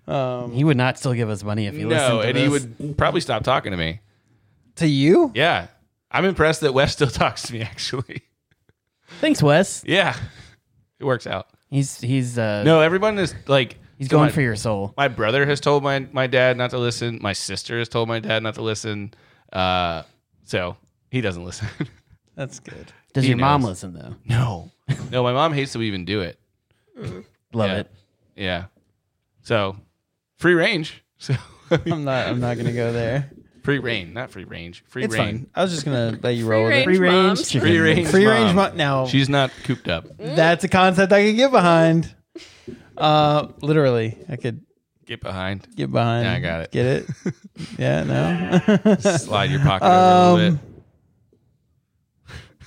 S3: Um,
S4: He would not still give us money if he listened
S1: No,
S4: to
S1: and he would probably stop talking to me.
S3: to you?
S1: Yeah. I'm impressed that Wes still <laughs> talks to me, actually.
S4: Thanks, Wes.
S1: Yeah. It works out.
S4: He's he's uh
S1: No, everyone is like,
S4: he's
S1: so
S4: going
S1: my-
S4: for your soul.
S1: My brother has told my, my dad not to listen. My sister has told my dad not to listen. Uh, so he doesn't listen. <laughs>
S3: That's good.
S4: Does
S1: he
S4: your mom
S1: knows.
S4: listen though?
S1: No. no, my mom hates that we even do it.
S4: Love
S1: Yeah.
S4: it.
S1: Yeah. So free range. <laughs> So
S3: <laughs> I'm not. I'm not gonna go there.
S1: free reign, not free range. Free
S3: It's
S1: reign.
S3: fine. I was just gonna let you
S2: Free
S3: roll with it.
S2: range.
S4: Free range
S2: moms.
S4: chicken.
S1: Free range.
S3: Free range
S1: mom.
S3: mo- now-
S1: She's not cooped up.
S3: That's a concept I could get behind. Uh, literally, I could
S1: Get behind.
S3: get behind.
S1: Yeah, I got it.
S3: Get it? yeah. No. <laughs> Let
S1: Slide your pocket over a little
S3: Um,
S1: bit.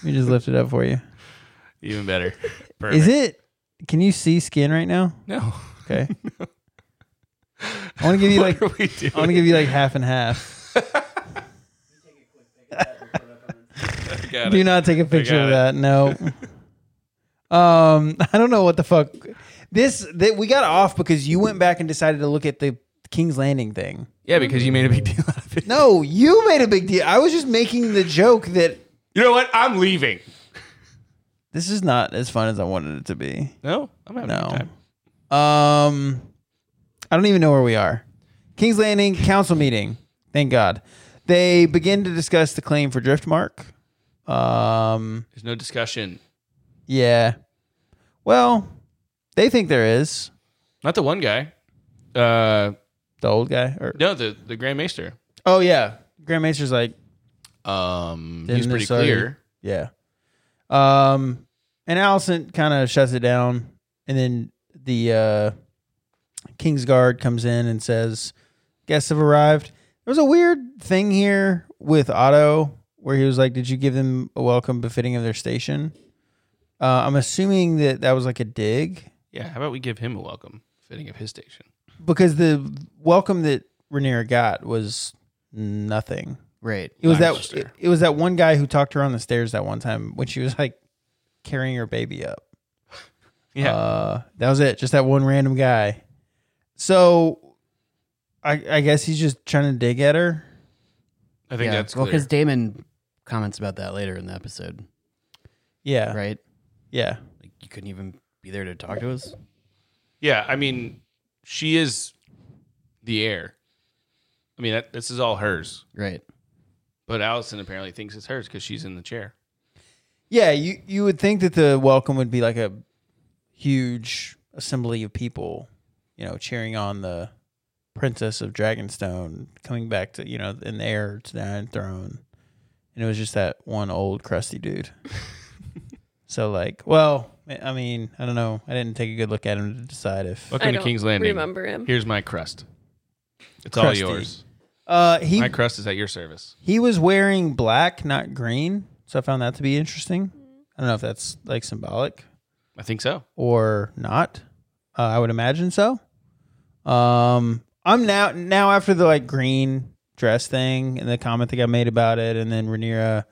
S3: me just lift it up for you.
S1: Even better. Perfect.
S3: Is it? Can you see skin right now?
S1: No. <laughs>
S3: Okay. I want to give you like.
S1: What are we doing?
S3: I want to give you like half and half.
S1: I got
S3: Do
S1: it.
S3: not take a picture of
S1: got
S3: that. No. um, <laughs> I don't know what the fuck. This that we got off because you went back and decided to look at the King's Landing thing.
S1: Yeah, because you made a big deal out of it.
S3: No, you made a big deal. I was just making the joke that
S1: You know what? I'm leaving.
S3: this is not as fun as I wanted it to be.
S1: No, I'm having a
S3: No.
S1: good time.
S3: Um, I don't even know where we are. King's Landing council meeting. Thank God. They begin to discuss the claim for Driftmark. Um,
S1: There's no discussion.
S3: yeah. Well, they think there is
S1: Not the one guy. Uh,
S3: the old guy. Or
S1: no, the the Grand Maester.
S3: oh yeah, Grand Master's like
S1: Um,
S3: Didn't
S1: he's pretty
S3: this already-
S1: clear.
S3: Yeah. Um, and Allison kind of shuts it down, and then the uh, King's Guard comes in and says, "Guests have arrived." There was a weird thing here with Otto, where he was like, "Did you give them a welcome befitting of their station?" Uh, I'm assuming that that was like a dig
S1: Yeah, how about we give him a welcome fitting of his station?
S3: because the welcome that Rhaenyra got was nothing.
S4: Right.
S3: It was that
S1: Lancaster.
S3: it, it was that one guy who talked to her on the stairs that one time when she was like carrying her baby up.
S1: Yeah.
S3: Uh, that was it. Just that one random guy. So I I guess he's just trying to dig at her.
S1: I think
S4: yeah.
S1: that's
S4: well
S1: clear.
S4: because Damon comments about that later in the episode,
S3: Yeah.
S4: right?
S3: Yeah.
S4: Like you couldn't even be there to talk to us.
S1: yeah, I mean, she is the heir. I mean, that, this is all hers.
S4: Right.
S1: But Allison apparently thinks it's hers because she's in the chair.
S3: Yeah, you you would think that the welcome would be like a huge assembly of people, you know, cheering on the princess of Dragonstone coming back to, you know, in the heir to the Iron Throne. And it was just that one old crusty dude. so like, well, I- I mean, I don't know. I didn't take a good look at him to decide if
S1: Welcome
S2: I
S1: to
S2: don't
S1: King's Landing.
S2: remember him.
S1: Here's my crust. It's all
S3: Crusty.
S1: yours.
S3: uh he
S1: My crust is at your service.
S3: He was wearing black, not green. So I found that to be interesting. I don't know if that's like symbolic
S1: I think so.
S3: or not. Uh, I would imagine so. Um, I'm now now after the like green dress thing and the comment that I made about it, and then Rhaenyra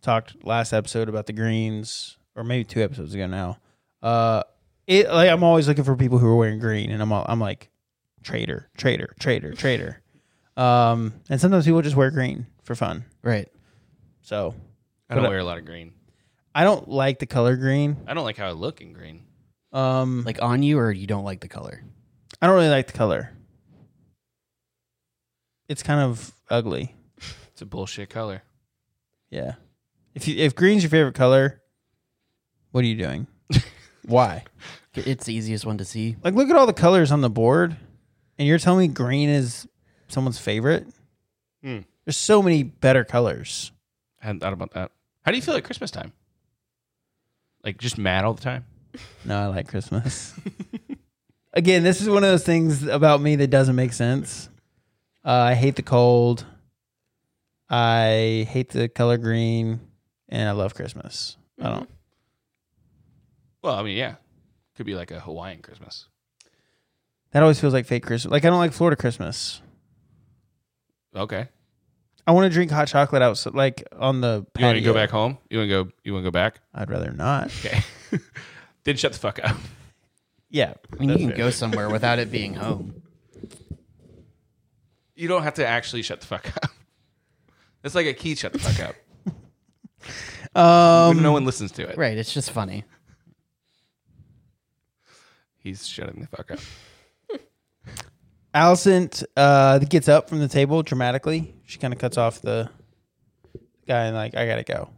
S3: talked last episode about the greens, or maybe two episodes ago now. Uh, it like I'm always looking for people who are wearing green, and I'm all, I'm like traitor, traitor, traitor, traitor. Um, and sometimes people just wear green for fun.
S4: Right.
S3: So
S1: I don't
S3: But I-
S1: wear a lot of green.
S3: I don't like the color green.
S1: I don't like how I look in green.
S3: Um,
S4: Like on you or you don't like the color.
S3: I don't really like the color. It's kind of ugly.
S1: It's a bullshit color.
S3: Yeah. If you if green's your favorite color, what are you doing? Why?
S4: It's the easiest one to see.
S3: Like look at all the colors on the board and you're telling me green is someone's favorite?
S1: Hmm.
S3: There's so many better colors.
S1: I hadn't thought about that. How do you feel at Christmas time? Like just mad all the time?
S3: No, I like Christmas. Again, this is one of those things about me that doesn't make sense. Uh, I hate the cold. I hate the color green, and I love Christmas. I don't.
S1: Well, I mean, yeah. Could be like a Hawaiian Christmas.
S3: That always feels like fake Christmas. Like I don't like Florida Christmas.
S1: Okay.
S3: I want to drink hot chocolate out, like on the.
S1: You want
S3: Patio.
S1: to go back home? You want to go? You want to go back?
S3: I'd rather not.
S1: Okay. <laughs> Then shut the fuck up.
S3: Yeah.
S4: I mean, you can go somewhere without it
S3: <laughs>
S4: being home.
S1: You don't have to actually shut the fuck up. It's like a key shut the fuck up.
S3: Um,
S1: But no one listens to it.
S4: Right. It's just funny.
S1: He's shutting the fuck up.
S3: Allison uh, gets up from the table dramatically. She kind of cuts off the guy and like, I gotta go.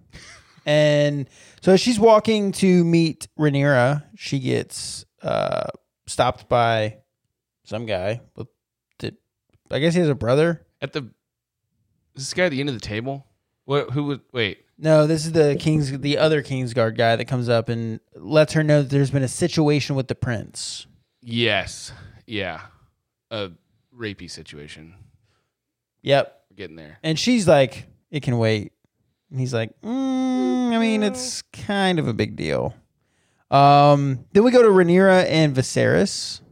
S3: and so she's walking to meet Rhaenyra. She gets uh, stopped by some guy. With did, I guess he has a brother.
S1: At the is this guy at the end of the table? What? Who would wait?
S3: No, this is the king's the other Kingsguard guy that comes up and lets her know that there's been a situation with the prince.
S1: Yes. Yeah. A rapey situation.
S3: Yep,
S1: We're getting there.
S3: And she's like, it can wait. And he's like, mm, I mean, it's kind of a big deal. Um, then we go to Rhaenyra and Viserys.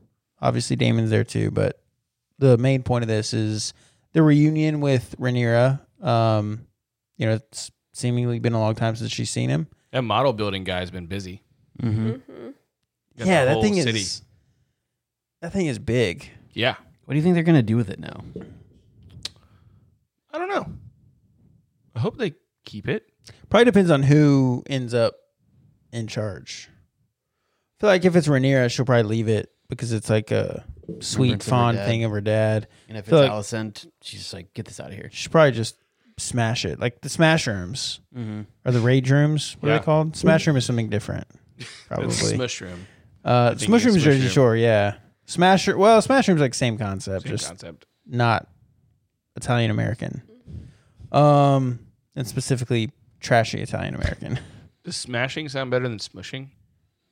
S3: Obviously, Damon's there too, but the main point of this is the reunion with Rhaenyra. Um, you know, it's seemingly been a long time since she's seen him.
S1: That model building guy's been busy.
S4: Mm-hmm.
S1: Got
S3: yeah,
S1: the
S3: that
S1: whole
S3: thing
S1: city.
S3: is that thing is big.
S1: Yeah.
S4: What do you think they're gonna do with it now?
S1: I don't know. I hope they keep it.
S3: Probably depends on who ends up in charge. I feel like if it's Rhaenyra, she'll probably leave it because it's like a sweet,
S4: Remembrance of her
S3: fond
S4: dad.
S3: thing of her dad.
S4: And if it's
S3: Feel like-
S4: Alicent, she's just like, get this out of here.
S3: She should probably just smash it. Like the smash rooms
S4: Mm-hmm.
S3: or the rage rooms. What are
S1: Yeah.
S3: they called? Smash room is something
S1: <laughs>
S3: different.
S1: It's a
S3: Probably.
S1: smush room.
S3: Uh,
S1: think
S3: smush
S1: it's
S3: room is
S1: smush
S3: Jersey
S1: room.
S3: Shore, yeah. Smash room, well, smash room's like same concept,
S1: Same
S3: just
S1: concept.
S3: not Italian American. Um, and specifically trashy Italian <laughs> American.
S1: Does smashing sound better than smushing?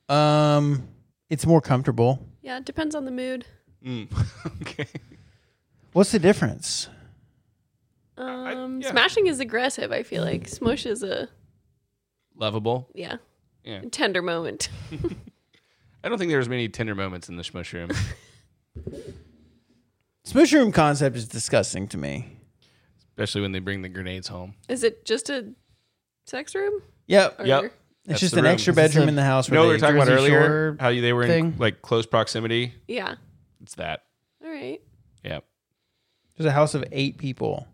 S3: Um, it's more comfortable.
S2: Yeah, it depends on the mood.
S1: Mm. <laughs> okay.
S3: What's the difference?
S1: I-
S2: Um,
S1: yeah.
S2: Smashing is aggressive. I feel like smush is a
S1: Lovable.
S2: yeah,
S1: Yeah.
S2: tender moment.
S1: I don't think there's many tender moments in the smush room.
S3: Smush room concept is disgusting to me.
S1: <laughs> especially when they bring the grenades home.
S2: Is it just a sex room?
S3: Yep.
S2: Or-
S1: Yep.
S3: It's
S1: That's
S3: just
S1: the
S3: an
S1: room.
S3: extra
S4: Is this
S3: bedroom
S4: a-
S3: in the house.
S1: You know what
S3: Where
S1: we were
S3: they,
S1: talking about
S4: Jersey
S1: earlier?
S4: Shore
S1: How you- they were in
S4: thing?
S1: like close proximity.
S2: Yeah.
S1: It's that.
S2: All right.
S1: Yeah.
S3: there's a house of eight people,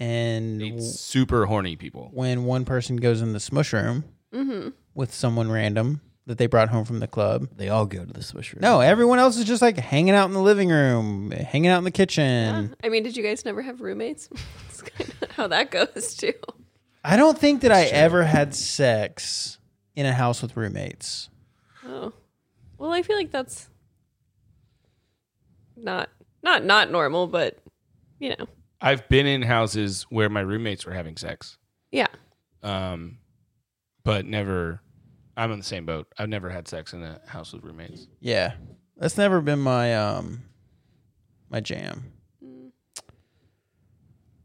S3: and
S1: Eight
S3: w-
S1: super horny people.
S3: when one person goes in the smush room
S2: Mm-hmm.
S3: with someone random that they brought home from the club,
S4: They all go to the swish room.
S3: no, everyone else is just like hanging out in the living room, hanging out in the kitchen.
S2: I mean, did you guys never have roommates? <laughs> That's kind of how that goes too.
S3: I don't think that I ever had sex in a house with roommates.
S2: Oh. Well, I feel like that's not not not normal, but you know,
S1: I've been in houses where my roommates were having sex.
S2: yeah.
S1: Um but never I'm on the same boat. I've never had sex in a house with roommates.
S3: Yeah. That's never been my um my jam.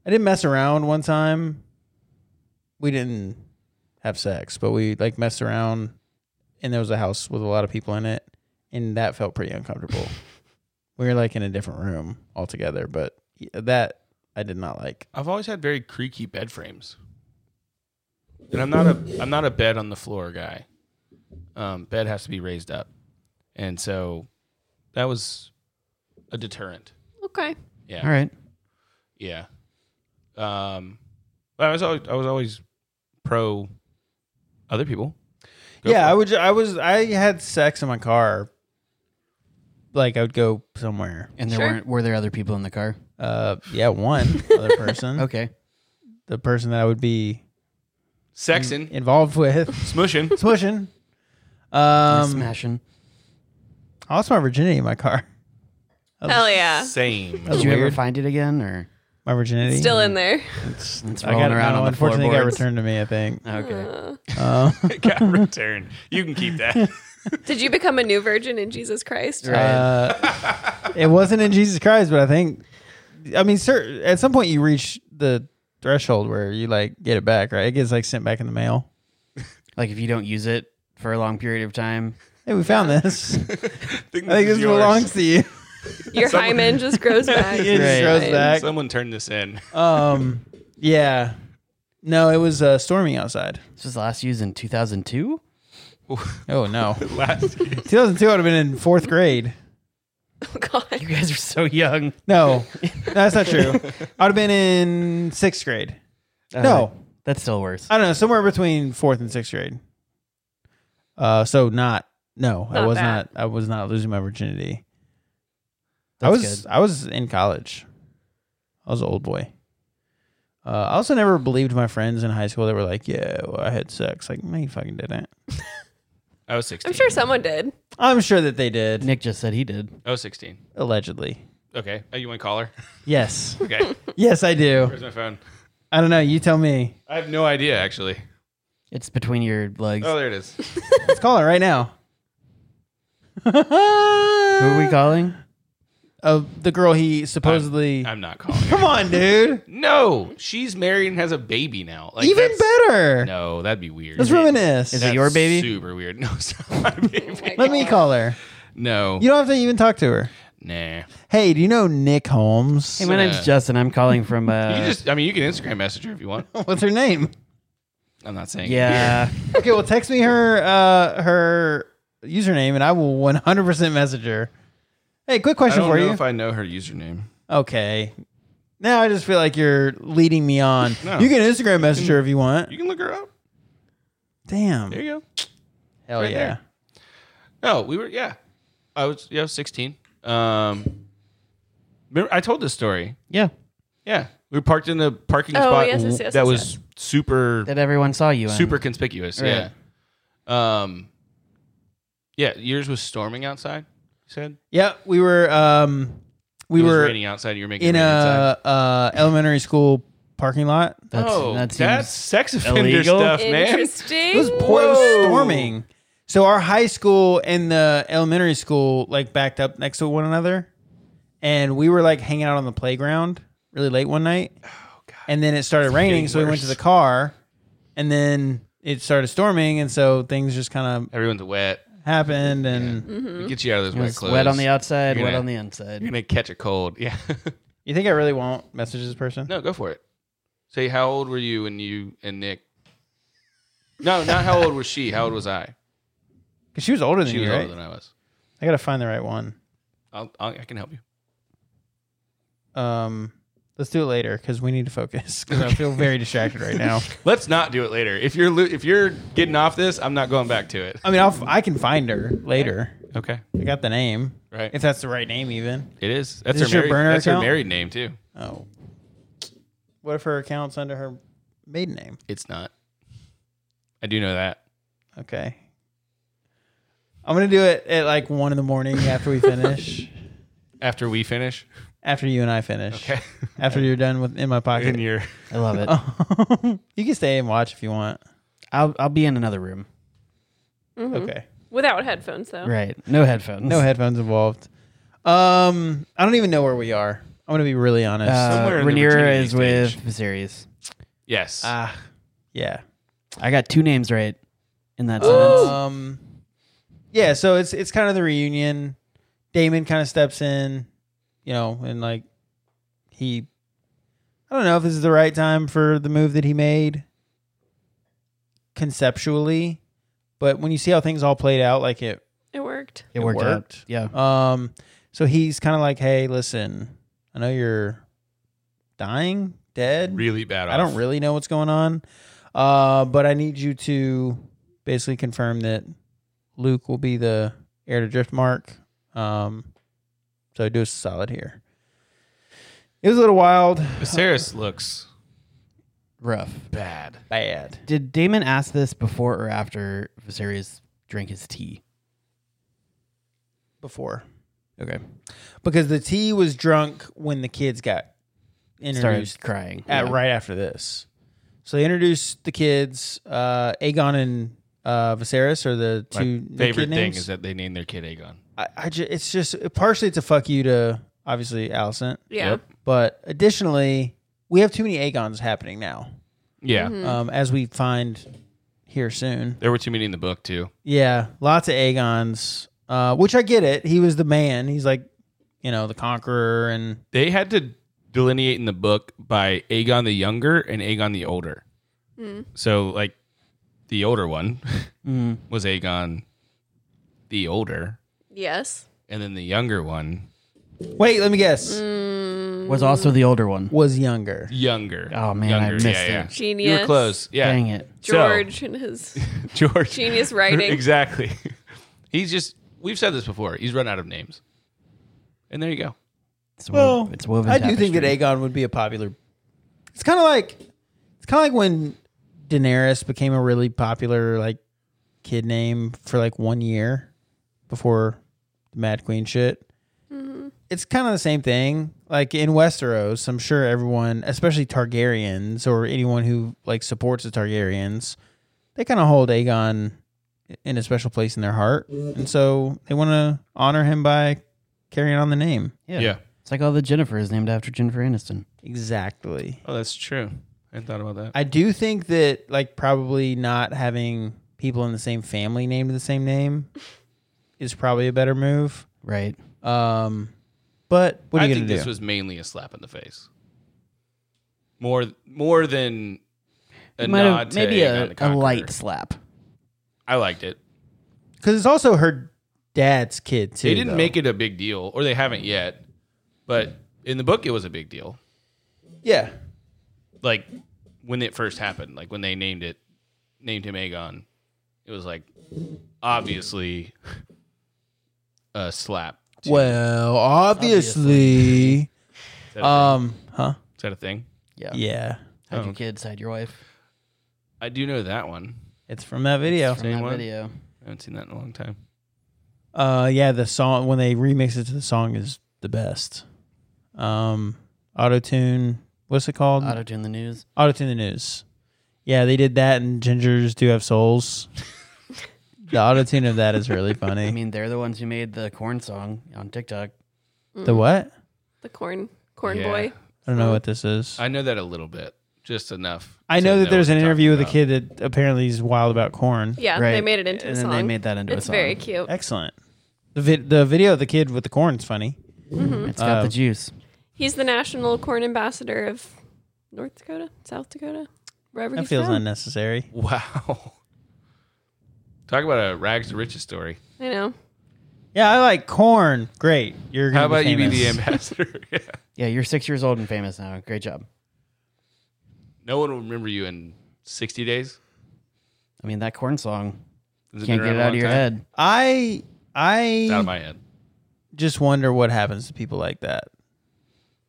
S3: I did mess around one time. We didn't have sex, but we like messed around and there was a house with a lot of people in it and that felt pretty
S1: <laughs>
S3: uncomfortable. we were like in a different room altogether, but y- that I did not like.
S1: I've always had very creaky bed frames. And I'm not a I'm not a bed on the floor guy. Um, bed has to be raised up. And so that was a deterrent.
S2: Okay.
S1: Yeah.
S4: All right.
S1: Yeah. Um, I was always, I was always pro other people. Go
S3: yeah,
S1: for
S3: I
S1: it.
S3: would ju- I was I had sex in my car. Like I would go somewhere.
S4: And there
S2: Sure.
S4: weren't were there other people in the car?
S3: Uh yeah, <laughs> one other person.
S4: Okay.
S3: the person that I would be
S1: sexing,
S3: involved with.
S1: smushing.
S3: <laughs> Smushing. Um,
S4: Smashing.
S3: I lost my virginity in my car. That was-
S2: Hell yeah.
S1: Same. <laughs>
S4: <laughs>
S3: that was
S4: Did you ever
S3: weird.
S4: find it again, or
S3: my virginity?
S2: Still in there. <laughs>
S4: it's
S3: I
S4: rolling
S3: got
S4: around
S3: no,
S4: on the
S3: unfortunately it got
S4: floorboards?
S3: returned to me. I think.
S4: Okay.
S2: Uh,
S3: Uh,
S1: Got returned. You can keep that.
S2: did you become a new virgin in Jesus Christ?
S3: uh, it wasn't in Jesus Christ, but I think. I mean, sir, at some point you reach the threshold where you like get it back, right? It gets like sent back in the mail.
S4: Like if you don't use it for a long period of time,
S3: Hey, we found
S4: <laughs>
S3: this. I
S1: think
S3: think
S1: is
S3: this belongs to you.
S2: Your hymen just grows back.
S3: It just
S4: Right.
S3: grows back.
S1: Someone turned this in.
S3: Um, yeah. No, it was uh, stormy outside.
S4: this was last used in 2002.
S3: Oh
S4: <laughs>
S3: no,
S5: Last
S3: 2002 would have been in fourth grade.
S2: <laughs> Oh God.
S4: <laughs> You guys are so young.
S3: No, that's not true. I'd have been in sixth grade. No.
S4: that's still worse.
S3: I don't know, somewhere between fourth and sixth grade. Uh, so not no, I
S2: Not
S3: was
S2: bad.
S3: not. I was not losing my virginity. I
S4: That's
S3: was. I was in college. I was an old boy. Uh, I also never believed my friends in high school that were like, "Yeah, well, I had sex." Like, no, you fucking didn't.
S1: I was 16.
S2: I'm sure someone did.
S3: I'm sure that they did,
S4: Nick just said he did.
S1: I was 16.
S3: allegedly.
S1: Okay. Oh, you want to call her?
S3: Yes,
S1: Okay.
S3: <laughs> yes, I do.
S1: Where's my phone?
S3: I don't know. You tell me.
S1: I have no idea, actually.
S4: It's between your legs.
S1: Oh, there it is.
S3: Let's call her
S1: <laughs>
S3: right now.
S4: Who are we calling?
S3: Uh, the girl he supposedly.
S1: I'm not calling her.
S3: Come on, dude.
S1: No, she's married and has a baby now. <laughs> Like,
S3: Even
S1: that's-
S3: better.
S1: No, that'd be weird.
S3: Let's reminisce.
S4: Is it your baby?
S1: Super weird. <laughs> No, it's not my
S2: <laughs>
S1: baby.
S3: Let me call her.
S1: No.
S3: You don't have to even talk to her.
S1: Nah.
S3: Hey, do you know Nick Holmes?
S4: Hey, my name's Justin. I'm
S1: <laughs>
S4: calling from. Uh,
S1: You just, I mean, you can Instagram message her if you want.
S3: What's her name?
S1: I'm not saying.
S4: yeah.
S3: Okay, well, text me her uh, her username, and I will 100% message her. Hey, quick
S1: I
S3: question
S1: don't
S3: for
S1: know
S3: you.
S1: if I know her username.
S3: okay. Now I just feel like you're leading me on.
S1: No.
S3: You can Instagram message her if you want.
S1: You can look her up.
S3: Damn.
S1: There you go.
S3: Hell
S1: right
S3: yeah.
S1: there. No, we were yeah. I was yeah, I was sixteen. Um remember I told this story.
S4: Yeah.
S1: Yeah. We parked in the parking
S2: Oh,
S1: spot
S2: yes, yes, yes,
S1: that
S2: yes,
S1: was
S2: yes.
S1: super
S4: That everyone saw you in.
S1: super conspicuous.
S4: Right.
S1: Yeah. Um Yeah, yours was storming outside, you said?
S3: Yep, we were um, we
S1: it was
S3: were
S1: raining outside, you were making
S3: in
S1: it
S3: a
S1: rain inside.
S3: uh, elementary school parking lot.
S4: That's,
S1: oh,
S4: that seems-
S1: that's sex offender
S4: illegal.
S1: stuff, man.
S2: Interesting.
S3: It was, po- it was storming. So our high school and the elementary school like backed up next to one another, and we were like hanging out on the playground really late one night. Oh, God. And then it started raining, so we went
S1: worse.
S3: to the car, and then it started storming, and so things just kind
S1: Everyone's wet.
S3: of happened, and
S1: We get you out of those
S4: It
S1: wet
S4: was
S1: clothes.
S4: wet on the outside,
S1: You're
S4: wet
S1: gonna-
S4: on the inside.
S1: You're gonna catch a cold. Yeah. <laughs>
S3: you think I really won't message this person?
S1: No, go for it. Say how old were you and you and Nick? No, not how old was she. How old was I?
S3: because she was older than
S1: She
S3: you,
S1: was
S3: right?
S1: older than I was.
S3: I gotta find the right one.
S1: I'll, I'll, I can help you.
S3: Um, let's do it later because we need to focus. 'cause I feel very distracted right now.
S1: Let's not do it later. If you're lo- if you're getting off this, I'm not going back to it.
S3: I mean, I'll, I can find her later.
S1: Okay,
S3: I got the name,
S1: right.
S3: if that's the right name, even.
S1: it is. That's
S3: Is this
S1: her.
S3: your
S1: Married,
S3: burner
S1: that's her
S3: account?
S1: married name too.
S3: Oh, what if her account's under her maiden name?
S1: It's not. I do know that.
S3: Okay, I'm gonna do it at like one in the morning after we finish.
S1: After we
S3: <laughs>
S1: finish,
S3: after you and I finish.
S1: okay.
S3: <laughs> After you're done with in my pocket.
S1: And you're
S4: I love
S3: Oh.
S4: it.
S3: <laughs> you can stay and watch if you want.
S4: I'll I'll be in another room.
S3: Okay.
S2: Without headphones,
S1: Oh.
S2: though.
S4: Right. No headphones.
S3: No headphones involved. Um, I don't even know where we are. I'm gonna be really honest.
S4: Uh,
S1: Somewhere in the
S4: Rhaenyra
S1: virginity
S4: is
S1: stage.
S4: with Viserys.
S1: yes.
S3: ah, yeah.
S4: I got two names right in
S1: <gasps>
S4: that sentence.
S3: Um, yeah, so it's it's kind of the reunion. Damon kind of steps in, you know, and like he, I don't know if this is the right time for the move that he made conceptually, but when you see how things all played out, like it,
S2: It worked.
S4: It worked,
S3: worked.
S4: out. Yeah.
S3: um, so he's kind of like, hey, listen, I know you're dying, dead,
S1: really bad. Off.
S3: I don't really know what's going on, uh, but I need you to basically confirm that Luke will be the heir to Driftmark. Um, so do us a solid here. It was a little wild,
S1: Viserys looks
S4: Rough.
S1: bad.
S3: bad.
S4: Did Damon ask this before or after Viserys drank his tea?
S3: Before,
S4: Okay.
S3: because the tea was drunk when the kids got
S4: Started
S3: introduced
S4: crying.
S3: at
S4: Yeah.
S3: right after this. So they introduced the kids, uh, Aegon and uh, Viserys are the
S1: My
S3: two new
S1: favorite
S3: kid
S1: thing
S3: names.
S1: is that they named their kid Aegon.
S3: I, I ju- it's just partially it's a fuck you to obviously Allison,
S2: Yeah.
S1: Yep.
S3: but additionally we have too many Aegons happening now,
S1: Yeah,
S3: um, as we find here soon.
S1: there were too many in the book too.
S3: Yeah, lots of Aegons, uh, which I get it. He was the man. He's like, you know, the conqueror, and
S1: they had to delineate in Mm. the book by Aegon the younger and Aegon the older. So like the older one
S3: Mm.
S1: <laughs> was Aegon the older,
S2: Yes.
S1: and then the younger one
S3: Wait, let me guess.
S4: Was also the older one.
S3: Was younger.
S1: younger.
S4: Oh, man, I
S1: younger.
S4: missed
S1: yeah, yeah.
S4: it.
S2: Genius.
S1: You were close. Yeah,
S4: Dang it.
S1: So-
S2: George and his
S1: <laughs> George.
S2: genius
S1: <laughs>
S2: writing.
S1: exactly. He's just. We've said this before. He's run out of names. And there you go.
S4: It's wo- it's woven.
S3: I do think that
S4: tapestry.
S3: Aegon would be a popular. It's kind of like, it's kind of like when Daenerys became a really popular like kid name for like one year before the Mad Queen shit. It's kind of the same thing. Like in Westeros, I'm sure everyone, especially Targaryens or anyone who like supports the Targaryens, they kind of hold Aegon in a special place in their heart, and so they want to honor him by carrying on the name.
S1: Yeah.
S4: It's like all the Jennifer is named after Jennifer Aniston.
S3: Exactly.
S1: Oh, that's true. I hadn't thought about that.
S3: I do think that like probably not having people in the same family named the same name is probably a better move.
S4: Right.
S3: Um, but what are
S1: I
S3: you
S1: think
S3: gonna do?
S1: this was mainly a slap in the face. More, more than a
S4: Might have-
S1: nod. to
S4: maybe
S1: Aegon
S4: a,
S1: the
S4: a
S1: Conqueror.
S4: light slap.
S1: I liked it.
S3: Because it's also her dad's kid too.
S1: They didn't
S3: though.
S1: make it a big deal, or they haven't yet. But in the book, it was a big deal.
S3: Yeah,
S1: Like when it first happened, like when they named it, named him Aegon, it was like obviously <laughs> a slap.
S3: Well, obviously.
S1: Is that a,
S3: um, huh?
S1: thing? Is that a thing?
S4: Yeah.
S3: Yeah,
S4: Hide
S1: Oh.
S4: your kids, hide your wife.
S1: I do know that one.
S3: it's from that video.
S4: From that
S1: one?
S4: video.
S1: I haven't seen that in a long time.
S3: Uh, yeah, the song when they remix it to the song is the best. Um, auto tune. What's it called?
S4: Auto tune the news.
S3: Auto tune the news. Yeah, they did that, and gingers do have souls. the auto tune of that is really funny.
S4: I mean, they're the ones who made the corn song on TikTok.
S3: the what?
S2: The corn corn
S1: Yeah.
S2: boy.
S3: I don't know what this is. I,
S1: I know that a little bit, just enough.
S3: know
S1: to
S3: that there's
S1: what
S3: an
S1: you're
S3: interview with
S1: talking
S3: a kid that apparently is wild about corn.
S2: Yeah, they
S4: Right.
S2: made it into
S4: and
S2: a
S4: then
S2: song.
S4: they made that into
S2: it's
S4: a song.
S2: very cute.
S3: Excellent. The vid- the video of the kid with the corn's funny.
S4: It's got
S1: Uh,
S4: the juice.
S2: He's the national corn ambassador of North Dakota, South Dakota, wherever
S3: That
S2: he's
S3: feels
S2: from.
S3: unnecessary.
S1: about. <laughs> Wow. Talk about a rags to riches story.
S2: I know.
S3: Yeah, I like corn. Great. You're gonna
S1: How about
S3: be
S1: you be
S3: famous.
S1: the ambassador? <laughs> Yeah.
S4: Yeah, you're six years old and famous now. Great job.
S1: No one will remember you in 60 days.
S4: I mean, that corn song.
S1: Has been
S4: Can't
S1: around
S4: get it
S1: a
S4: out
S1: long
S4: of your
S1: time?
S4: head.
S3: I
S1: It's out of my
S3: I
S1: head.
S3: just wonder what happens to people like that.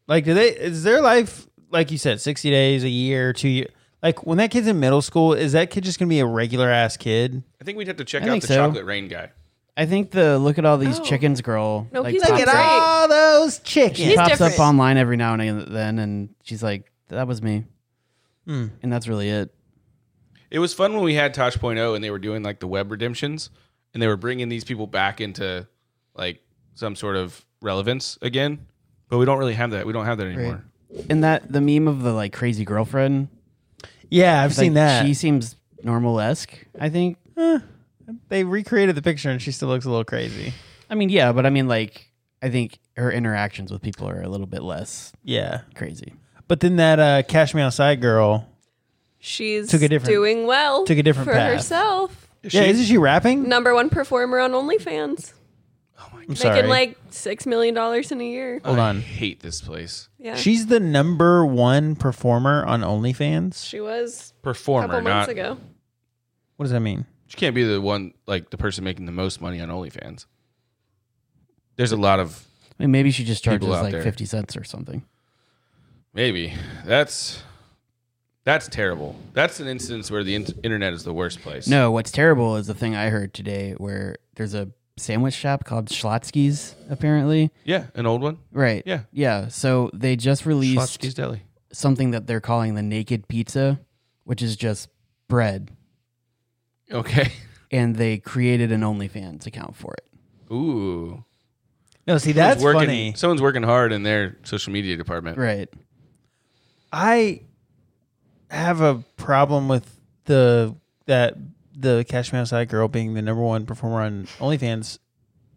S3: Like, do they is their life like you said, sixty days, a year, two years? Like when that kid's in middle school, is that kid just gonna be a regular ass kid?
S1: I think we'd have to check
S4: I
S1: out
S4: think
S1: the
S4: so.
S1: chocolate rain guy.
S4: I think the look at all these
S2: Oh.
S4: chickens girl.
S2: No,
S4: like,
S2: he's like
S4: pops
S2: an
S4: up-
S2: eye.
S3: all those
S4: She
S3: chickens.
S2: He's
S4: pops
S2: different.
S4: up online every now and then, and she's like, "That was me,"
S3: Hmm.
S4: and that's really it.
S1: It was fun when we had Tosh.0 and they were doing like the web redemptions and they were bringing these people back into like some sort of relevance again. But we don't really have that. We don't have that anymore.
S4: And that the meme of the like crazy girlfriend.
S3: Yeah, I've
S4: like,
S3: seen that.
S4: She seems normal esque. I think.
S3: they recreated the picture, and she still looks a little crazy.
S4: I mean, yeah, but I mean, like, I think her interactions with people are a little bit less
S3: Yeah,
S4: crazy.
S3: but then that uh, "Cash Me Outside" girl.
S2: She's
S3: Took a different-
S2: doing well.
S3: took a different
S2: for
S3: path.
S2: herself.
S3: yeah, isn't she rapping?
S2: Number one performer on OnlyFans,
S3: I'm sorry.
S2: making like six million dollars in a year.
S3: Hold
S1: I
S3: on.
S1: hate this place.
S2: Yeah,
S3: She's the number one performer on OnlyFans.
S2: she was a
S1: Performer,
S2: couple
S1: not.
S2: months ago.
S3: What does that mean?
S1: She can't be the one, like the person making the most money on OnlyFans. There's a lot of
S4: I mean, maybe she just charges
S1: People out
S4: like
S1: there.
S4: fifty cents or something.
S1: Maybe that's that's terrible. That's an instance where the in- internet is the worst place.
S4: No, what's terrible is the thing I heard today where there's a sandwich shop called Schlotsky's, apparently.
S1: yeah, an old one.
S4: Right.
S1: Yeah.
S4: Yeah. So they just released
S1: Schlotsky's Deli.
S4: something that they're calling the naked pizza, which is just bread.
S1: Okay. <laughs>
S4: And they created an OnlyFans account for it.
S1: Ooh,
S3: No, see,
S1: Someone's
S3: that's
S1: working,
S3: funny.
S1: Someone's working hard in their social media department.
S4: Right.
S3: I have a problem with the that the Cash Me Outside girl being the number one performer on OnlyFans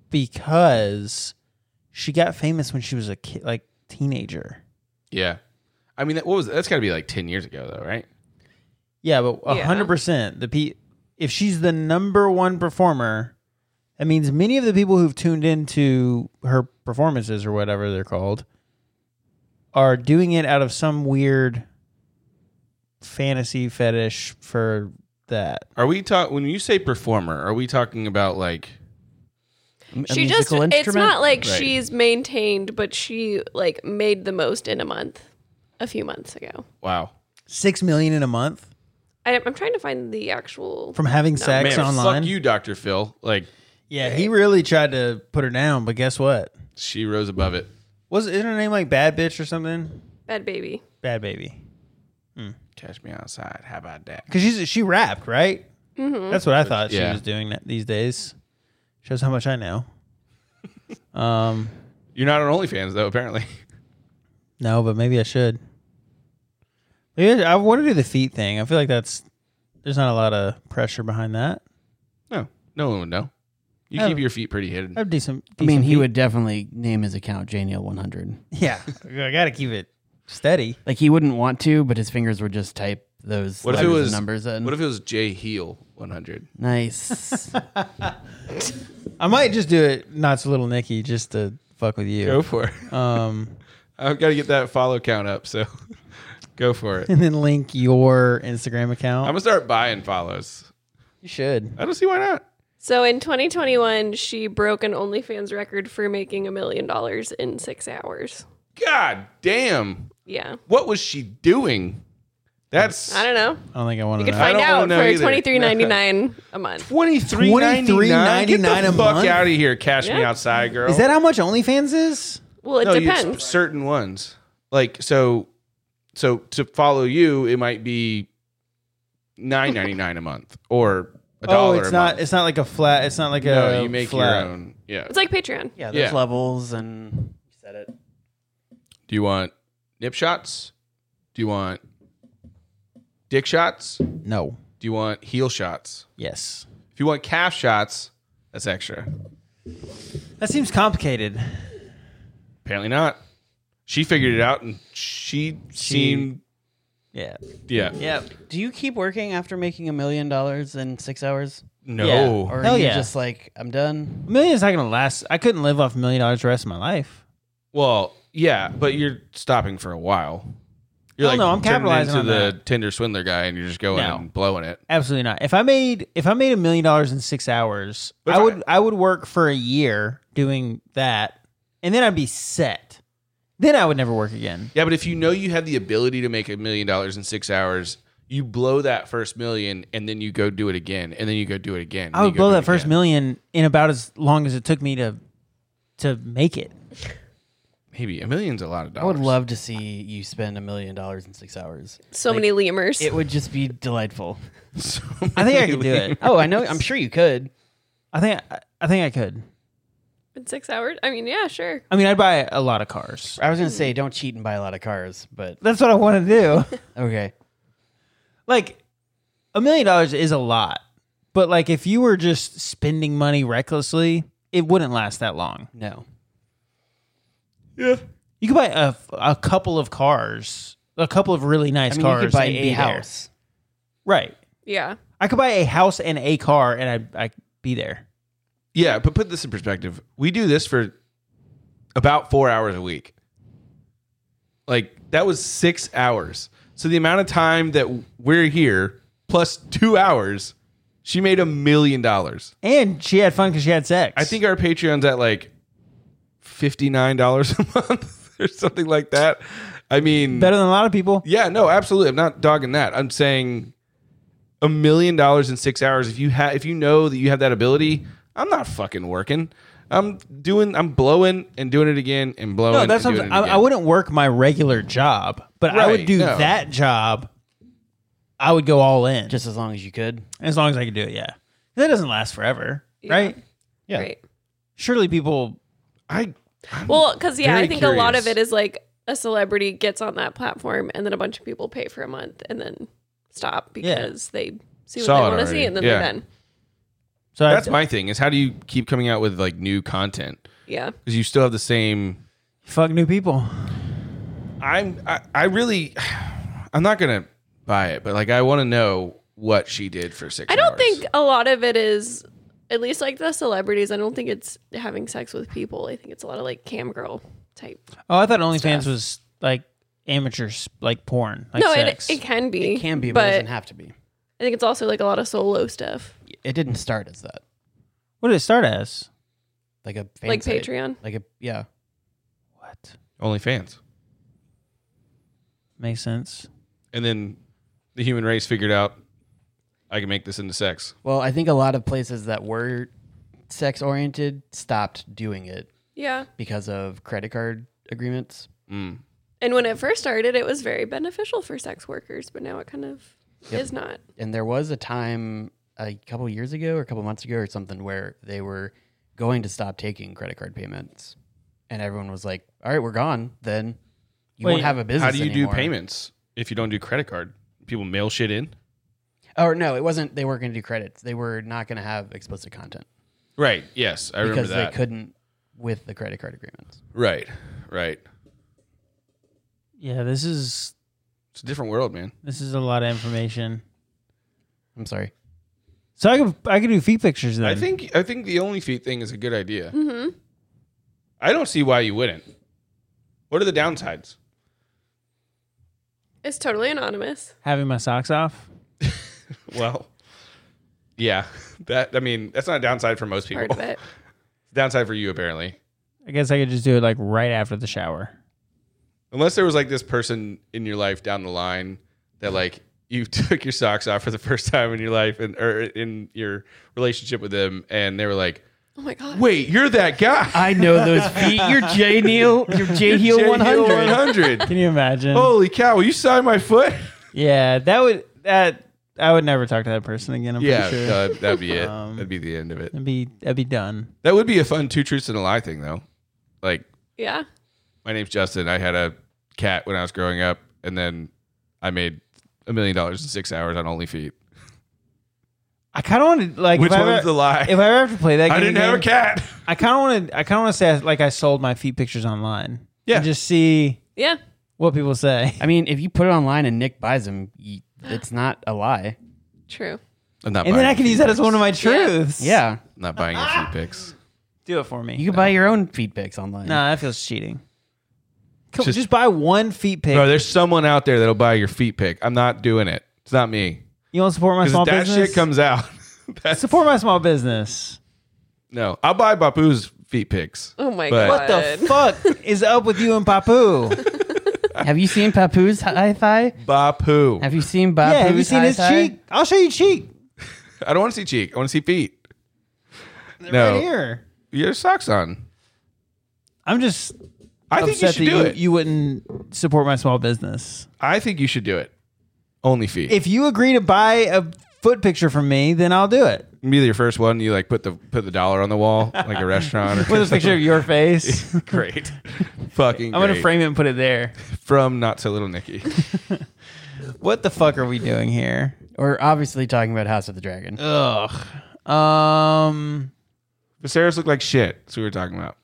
S3: because she got famous when she was a kid, like teenager.
S1: Yeah. I mean, that, what was that? has got to be like ten years ago, though, right?
S3: Yeah, but
S2: Yeah.
S3: hundred percent the pe- if she's the number one performer, that means many of the people who've tuned into her performances or whatever they're called are doing it out of some weird fantasy fetish for that.
S1: Are we talking when you say performer? Are we talking about like
S4: M- a
S2: she just
S4: musical
S2: it's
S4: instrument?
S2: not like
S1: Right.
S2: she's maintained, but she like made the most in a month a few months ago.
S1: wow?
S3: Six million in a month
S2: I, I'm trying to find the actual
S3: from having sex
S1: Man,
S3: online.
S1: fuck you, Doctor Phil. Like
S3: Yeah, he really tried to put her down, but guess what?
S1: she rose above it.
S3: Was isn't her name like Bad Bitch or something?
S2: bad baby.
S3: Bad Baby.
S1: Catch me outside. How about that?
S3: Because she's she rapped, right?
S4: Mm-hmm.
S3: That's what I thought she
S1: Yeah.
S3: was doing that- these days. Shows how much I know. <laughs> um,
S1: You're not on OnlyFans though, apparently. <laughs>
S3: no, but maybe I should. Maybe I, I want to do the feet thing. I feel like that's there's not a lot of pressure behind that.
S1: No, no one would know. You
S3: Oh.
S1: keep your feet pretty hidden.
S3: I have decent.
S4: I mean,
S3: decent
S4: he
S3: feet.
S4: would definitely name his account Janiel 100.
S3: Yeah, I gotta keep it steady.
S4: Like he wouldn't want to, but his fingers would just type those
S1: What if it
S4: letters
S1: was-
S4: and numbers in.
S1: What if it was J Heel 100?
S4: nice.
S3: I might just do it. Not so little Nicky, just to fuck with
S1: Go
S3: you.
S1: for it. <laughs>
S3: Um,
S1: I've got to get that follow count up, so <laughs> go for it. I'm
S3: <laughs> and then link your Instagram account.
S1: gonna start buying follows.
S3: you should.
S1: I don't see why not.
S2: So in 2021, she broke an OnlyFans record for making a million dollars in six hours.
S1: God damn,
S2: Yeah,
S1: what was she doing? That's
S2: I don't know.
S3: I don't think I want
S2: You
S3: to
S2: can
S3: know.
S1: I
S2: find
S1: don't wanna
S2: out
S1: know
S2: for
S1: either.
S2: twenty three ninety nine a month.
S1: twenty three ninety nine. Get the
S3: $23.99 a
S1: fuck
S3: month?
S1: out of here, cash me
S2: Yeah.
S1: outside, girl.
S3: Is that how much OnlyFans is?
S2: Well, it
S1: No, you-
S2: depends.
S1: certain ones. Like so, so to follow you, it might be nine ninety nine a month or a
S3: Oh,
S1: dollar.
S3: it's
S1: a
S3: not.
S1: Month.
S3: It's not like a flat. It's not like a.
S1: no, you make
S3: flat.
S1: your own. Yeah.
S2: It's like Patreon.
S4: yeah,
S1: there's
S4: there's
S1: Yeah.
S4: levels and you said it.
S1: Do you want nip shots? Do you want dick shots? Do
S3: No.
S1: you want heel shots?
S3: Yes.
S1: If you want calf shots, that's extra.
S3: That seems complicated.
S1: Apparently not. She figured it out, and she, seemed
S3: Yeah.
S1: yeah.
S3: Yep.
S4: Do you keep working after making a million dollars in six hours?
S1: No,
S4: Or
S3: Hell
S4: are you
S3: yeah.
S4: just like, I'm done?
S3: A million's not gonna last. I couldn't live off a million dollars the rest of my life.
S1: well, yeah, but you're stopping for a while. You're
S3: Hell no, I'm
S1: turning
S3: capitalizing
S1: into
S3: on
S1: the Tinder swindler guy, and you're just going
S3: No.
S1: out and blowing it.
S3: Absolutely not. If I made if I made a million dollars in six hours,
S1: But if
S3: I
S1: I-
S3: would I would work for a year doing that, and then I'd be set. Then I would never work again.
S1: Yeah, but if you know you have the ability to make a million dollars in six hours, you blow that first million, and then you go do it again, and then you go do it again. and
S3: I
S1: you
S3: would
S1: go
S3: blow
S1: do
S3: that
S1: it
S3: first
S1: again.
S3: million in about as long as it took me to to make it.
S1: Maybe a million's a lot of
S4: I
S1: dollars.
S4: would love to see you spend a million dollars in six hours.
S2: So many lemurs.
S4: It would just be delightful.
S1: <laughs> So
S3: I think I could
S1: many <laughs>
S3: do it.
S4: Oh, I know. I'm sure you could.
S3: I think I, I think I could.
S2: in six hours. I mean, yeah, sure.
S3: I mean, I'd buy a lot of cars.
S4: I was going to say, don't cheat and buy a lot of cars, but
S3: That's what I want to do. <laughs>
S4: okay.
S3: like, a million dollars is a lot, but like if you were just spending money recklessly, it wouldn't last that long.
S4: No.
S3: You could buy a, a couple of cars, a couple of really nice
S4: I mean, you
S3: cars.
S4: could buy
S3: and
S4: a
S3: be there.
S4: house.
S3: right?
S2: Yeah.
S3: I could buy a house and a car, and I'd, I'd be there.
S1: Yeah, but put this in perspective. We do this for about four hours a week. Like that was six hours. So the amount of time that we're here plus two hours, she made a million dollars.
S3: And she had fun because she had sex.
S1: I think our Patreon's at like fifty nine dollars a month <laughs> or something like that. I mean,
S3: better than a lot of people.
S1: yeah, no, absolutely. I'm not dogging that. I'm saying a million dollars in six hours. If you have, if you know that you have that ability, I'm not fucking working. I'm doing, I'm blowing and doing it again and blowing.
S3: No, that's
S1: and
S3: what
S1: doing
S3: I'm,
S1: it
S3: I,
S1: again.
S3: I wouldn't work my regular job, but I would
S1: Right,
S3: do
S1: no.
S3: that job. I would go all in, just
S4: Just as long as you could.
S3: as long as I could do it. Yeah, that doesn't last forever,
S2: Yeah.
S3: right?
S4: Yeah.
S2: Right.
S3: Surely people.
S1: I
S2: Well, because yeah,
S1: Very
S2: I think a lot of
S1: curious.
S2: it is like a celebrity gets on that platform, and then a bunch of people pay for a month, and then stop
S3: Yeah.
S2: because they see what
S1: Saw it
S2: they want to
S1: already.
S2: see, and then
S1: Yeah.
S2: they're done.
S3: So
S1: that's
S3: that's
S1: my thing is how do you keep coming out with like new content
S2: Yeah.
S1: because you still have the same.
S3: fuck new people.
S1: <sighs> I'm I, I really I'm not gonna buy it, but like I want to know what she did for six.
S2: I don't
S1: hours.
S2: think a lot of it is, at least like the celebrities. I don't think it's having sex with people. I think it's a lot of like cam girl type.
S3: Oh, I thought OnlyFans
S2: Stuff.
S3: was like amateurs, like porn, like
S2: no,
S3: sex.
S2: it it can be.
S4: It can be, but,
S2: but
S4: it doesn't have to be.
S2: I think it's also like a lot of solo stuff,
S4: It didn't start as that.
S3: what did it start as?
S4: Like a fan
S2: like
S4: site.
S2: Patreon.
S4: Like a yeah.
S3: What
S1: only fans.
S3: makes sense?
S1: And then the human race figured out I can make this into sex.
S4: Well, I think a lot of places that were sex oriented stopped doing it
S2: Yeah.
S4: because of credit card agreements.
S1: Mm.
S2: And when it first started, it was very beneficial for sex workers, but now it kind of is not.
S4: and there was a time a couple years ago or a couple months ago or something where they were going to stop taking credit card payments and everyone was like all right we're gone then you
S3: Wait,
S4: won't have a business
S1: How do you
S4: anymore."
S1: do payments if you don't do credit card? People mail shit in.
S4: or no it wasn't they weren't going to do credits they were not going to have explicit content
S1: Right. Yes, I remember
S4: because they
S1: that.
S4: couldn't with the credit card agreements
S1: right. Right.
S3: Yeah, this is
S1: It's a different world, man.
S3: this is a lot of information.
S4: i'm sorry
S3: So I could I could do feet pictures then.
S1: I think I think the only feet thing is a good idea.
S2: Mm-hmm.
S1: I don't see why you wouldn't. What are the downsides?
S2: It's totally anonymous.
S3: having my socks off.
S1: <laughs> Well, yeah, <laughs> that I mean that's not a downside for most people. <laughs>
S2: Part of it.
S1: Downside for you apparently,
S3: I guess I could just do it like right after the shower.
S1: unless there was like this person in your life down the line that like you <laughs> took your socks off for the first time in your life and or in your relationship with them, and they were like,
S2: Oh my god.
S1: "Wait, you're that guy."
S4: i know
S1: <laughs>
S4: those feet you're j neil you're j heel
S1: Jay Hill
S4: 100
S1: 100.
S3: <laughs> Can you imagine?
S1: Holy cow! Will you sign my foot?
S3: Yeah, that would that I would never talk to that person again.
S1: <laughs>
S3: I'm
S1: Yeah,
S3: pretty sure.
S1: uh, that'd be it.
S3: <laughs> Um,
S1: that'd be the end of it.
S3: I'd be I'd be done.
S1: That would be a fun two truths and a lie thing, though. Like,
S2: Yeah.
S1: my name's Justin. I had a cat when I was growing up, and then I made a million dollars in six hours on Only Feet.
S3: I kind of want to like
S1: Which
S3: if I
S1: one's
S3: ever,
S1: the lie?
S3: if I ever have to play that game,
S1: I didn't have a
S3: again,
S1: cat.
S3: I kind of want to. I kind of want to say like I sold my feet pictures online.
S1: Yeah.
S3: and just see
S2: Yeah.
S3: what people
S1: <laughs>
S3: say.
S4: i mean if you put it online and nick buys them y- it's not a lie
S2: True.
S1: I'm not.
S3: And then I can use that as one of my truths.
S4: yeah
S1: I'm not buying your feet
S3: <laughs>
S1: pics.
S3: do it for me. <laughs>
S4: you can buy your own feet pics online
S3: No, that feels cheating. Come, just,
S1: Just-
S3: buy one feet pic.
S1: Bro, there's someone out there that'll buy your feet pic. I'm not doing it. It's not me.
S3: you want to support my
S1: Because
S3: small
S1: if that
S3: business?
S1: shit comes out, <laughs> that's
S3: <laughs> support my small business.
S1: no. I'll buy Bapu's feet pics.
S2: Oh my
S1: But-
S2: god.
S3: What the fuck is up with you and Papu?
S4: Have you seen Papu's high thigh?
S1: Bapu.
S4: Have you seen Bapu's
S3: yeah, have you seen
S4: high
S3: his
S4: thigh?
S3: cheek? I'll show you cheek.
S1: I don't want to see cheek. I want to see feet. No,
S3: Right here.
S1: you have socks on.
S3: I'm just
S1: I think you
S3: upset
S1: should
S3: that
S1: do
S3: you,
S1: it.
S3: you wouldn't support my small business.
S1: I think you should do it. Only feet.
S3: If you agree to buy a foot picture from me, then I'll do it.
S1: be your first one. You like put the put the dollar on the wall, like a restaurant. <laughs> Or
S3: With a picture of your
S4: <laughs>
S3: face.
S1: something. great, <laughs> fucking.
S3: I'm going to
S1: great.
S3: frame it and put it there.
S1: from not so little Nicky.
S3: What the fuck are we doing here?
S4: We're obviously talking about House of the Dragon.
S3: Uh, Ugh. Um.
S1: <laughs> Viserys looked like shit. That's what we were talking about.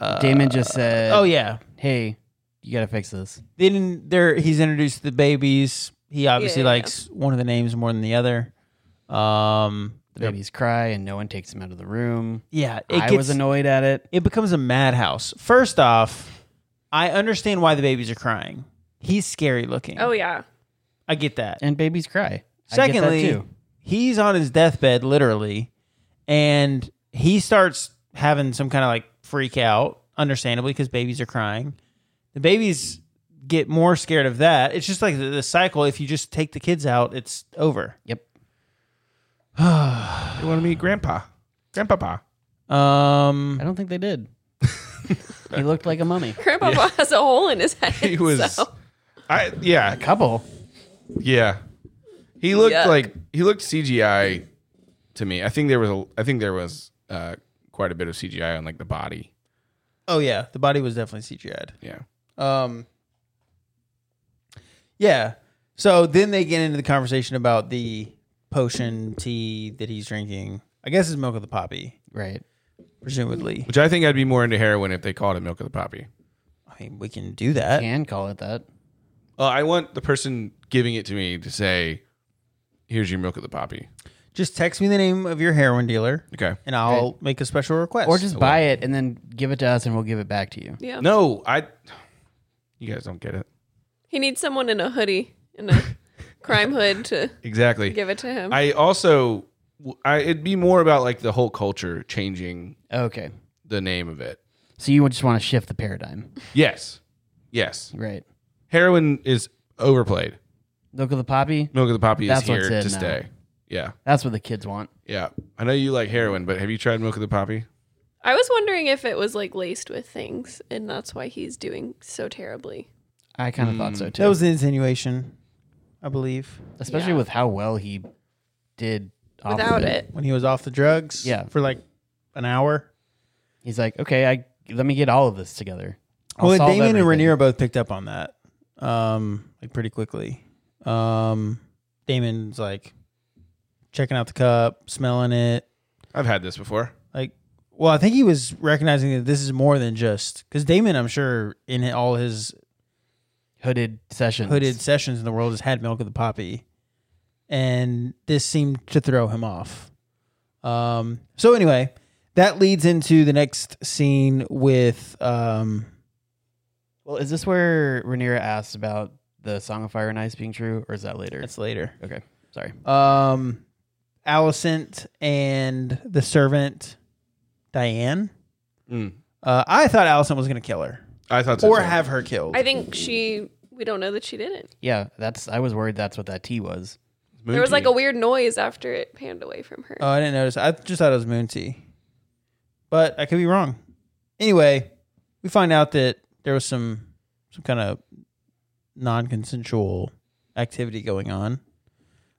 S3: uh,
S4: Damon just said,
S3: Oh, yeah.
S4: hey, you got to fix this."
S3: Then there, he's introduced the babies. He obviously
S2: Yeah, yeah, yeah.
S3: likes one of the names more than the other. Um.
S4: The babies cry, and no one takes them out of the room.
S3: Yeah. It
S4: I
S3: gets,
S4: was annoyed at it.
S3: it becomes a madhouse. First off, I understand why the babies are crying. He's scary looking.
S2: Oh yeah.
S3: I get that.
S4: And babies cry. I get that
S3: Secondly,
S4: too.
S3: he's on his deathbed literally, and he starts having some kind of like freak out, understandably, because babies are crying. The babies get more scared of that. It's just like the, the cycle. If you just take the kids out, it's over.
S4: Yep.
S1: You want to meet Grandpa, Grandpapa.
S3: Um,
S4: I don't think they did.
S3: <laughs>
S4: he looked like a mummy.
S2: Grandpa <laughs> has a hole in his head.
S1: He was.
S2: so-
S1: I yeah
S4: Couple.
S1: yeah. He looked
S2: Yuck.
S1: like he looked CGI to me. I think there was a I think there was uh, quite a bit of CGI on like the body.
S3: oh yeah, the body was definitely CGI'd.
S1: Yeah.
S3: Um, yeah. So then they get into the conversation about the potion tea that he's drinking. I guess it's milk of the poppy,
S4: Right.
S3: presumably.
S1: Which I think I'd be more into heroin if they called it milk of the poppy.
S3: I mean, we can do that.
S4: Can call it that.
S1: Uh, I want the person giving it to me to say, here's your milk of the poppy.
S3: Just text me the name of your heroin dealer,
S1: Okay.
S3: and I'll make a special request.
S4: Or just buy it and then give it to us and we'll give it back to you.
S2: Yeah.
S1: No, I. You guys don't get it
S2: He needs someone in a hoodie in
S1: <laughs>
S2: a crime hood to
S1: exactly.
S2: give it to him.
S1: I also, I it'd be more about like the whole culture changing
S4: Okay.
S1: the name of it.
S4: So you would just want to shift the paradigm.
S1: Yes, yes.
S4: Right.
S1: Heroin is overplayed.
S4: Look at the poppy.
S1: Milk of the poppy
S4: That's
S1: is here
S4: what's
S1: to
S4: in now.
S1: stay. Yeah,
S4: That's what the kids want.
S1: yeah. I know you like heroin, but have you tried milk of the poppy?
S2: I was wondering if it was like laced with things, and that's why he's doing so terribly.
S4: I kind of thought so too.
S3: That was the insinuation, I believe,
S4: Especially
S2: Yeah.
S4: with how well he did off of
S2: Without it.
S3: when he was off the drugs.
S4: Yeah.
S3: for like an hour.
S4: He's like, okay, I let me get all of this together. I'll
S3: well,
S4: solve
S3: Damien and
S4: everything."
S3: Rainier both picked up on that, um, like pretty quickly. Um, Damon's like checking out the cup, smelling it.
S1: I've had this before.
S3: Like, well, I think he was recognizing that this is more than just because Damon, I'm sure, in all his
S4: hooded sessions.
S3: hooded sessions in the world has had milk of the poppy, and this seemed to throw him off. Um, so anyway, that leads into the next scene with um,
S4: Well, is this where Rhaenyra asks about the Song of Fire and Ice being true, or is that later?
S3: that's later.
S4: okay, sorry.
S3: Um, Alicent and the servant Diane.
S1: Mm.
S3: Uh, I thought Alicent was going to kill her
S1: I thought so.
S3: or
S1: too.
S3: have her killed.
S2: I think she. We don't know that she didn't.
S4: Yeah, that's. I was worried that's what that tea was.
S1: Moon
S2: there was
S1: tea.
S2: like a weird noise after it panned away from her.
S3: Oh, I didn't notice. I just thought it was Moon Tea. But I could be wrong. Anyway, we find out that there was some some kind of non consensual activity going on.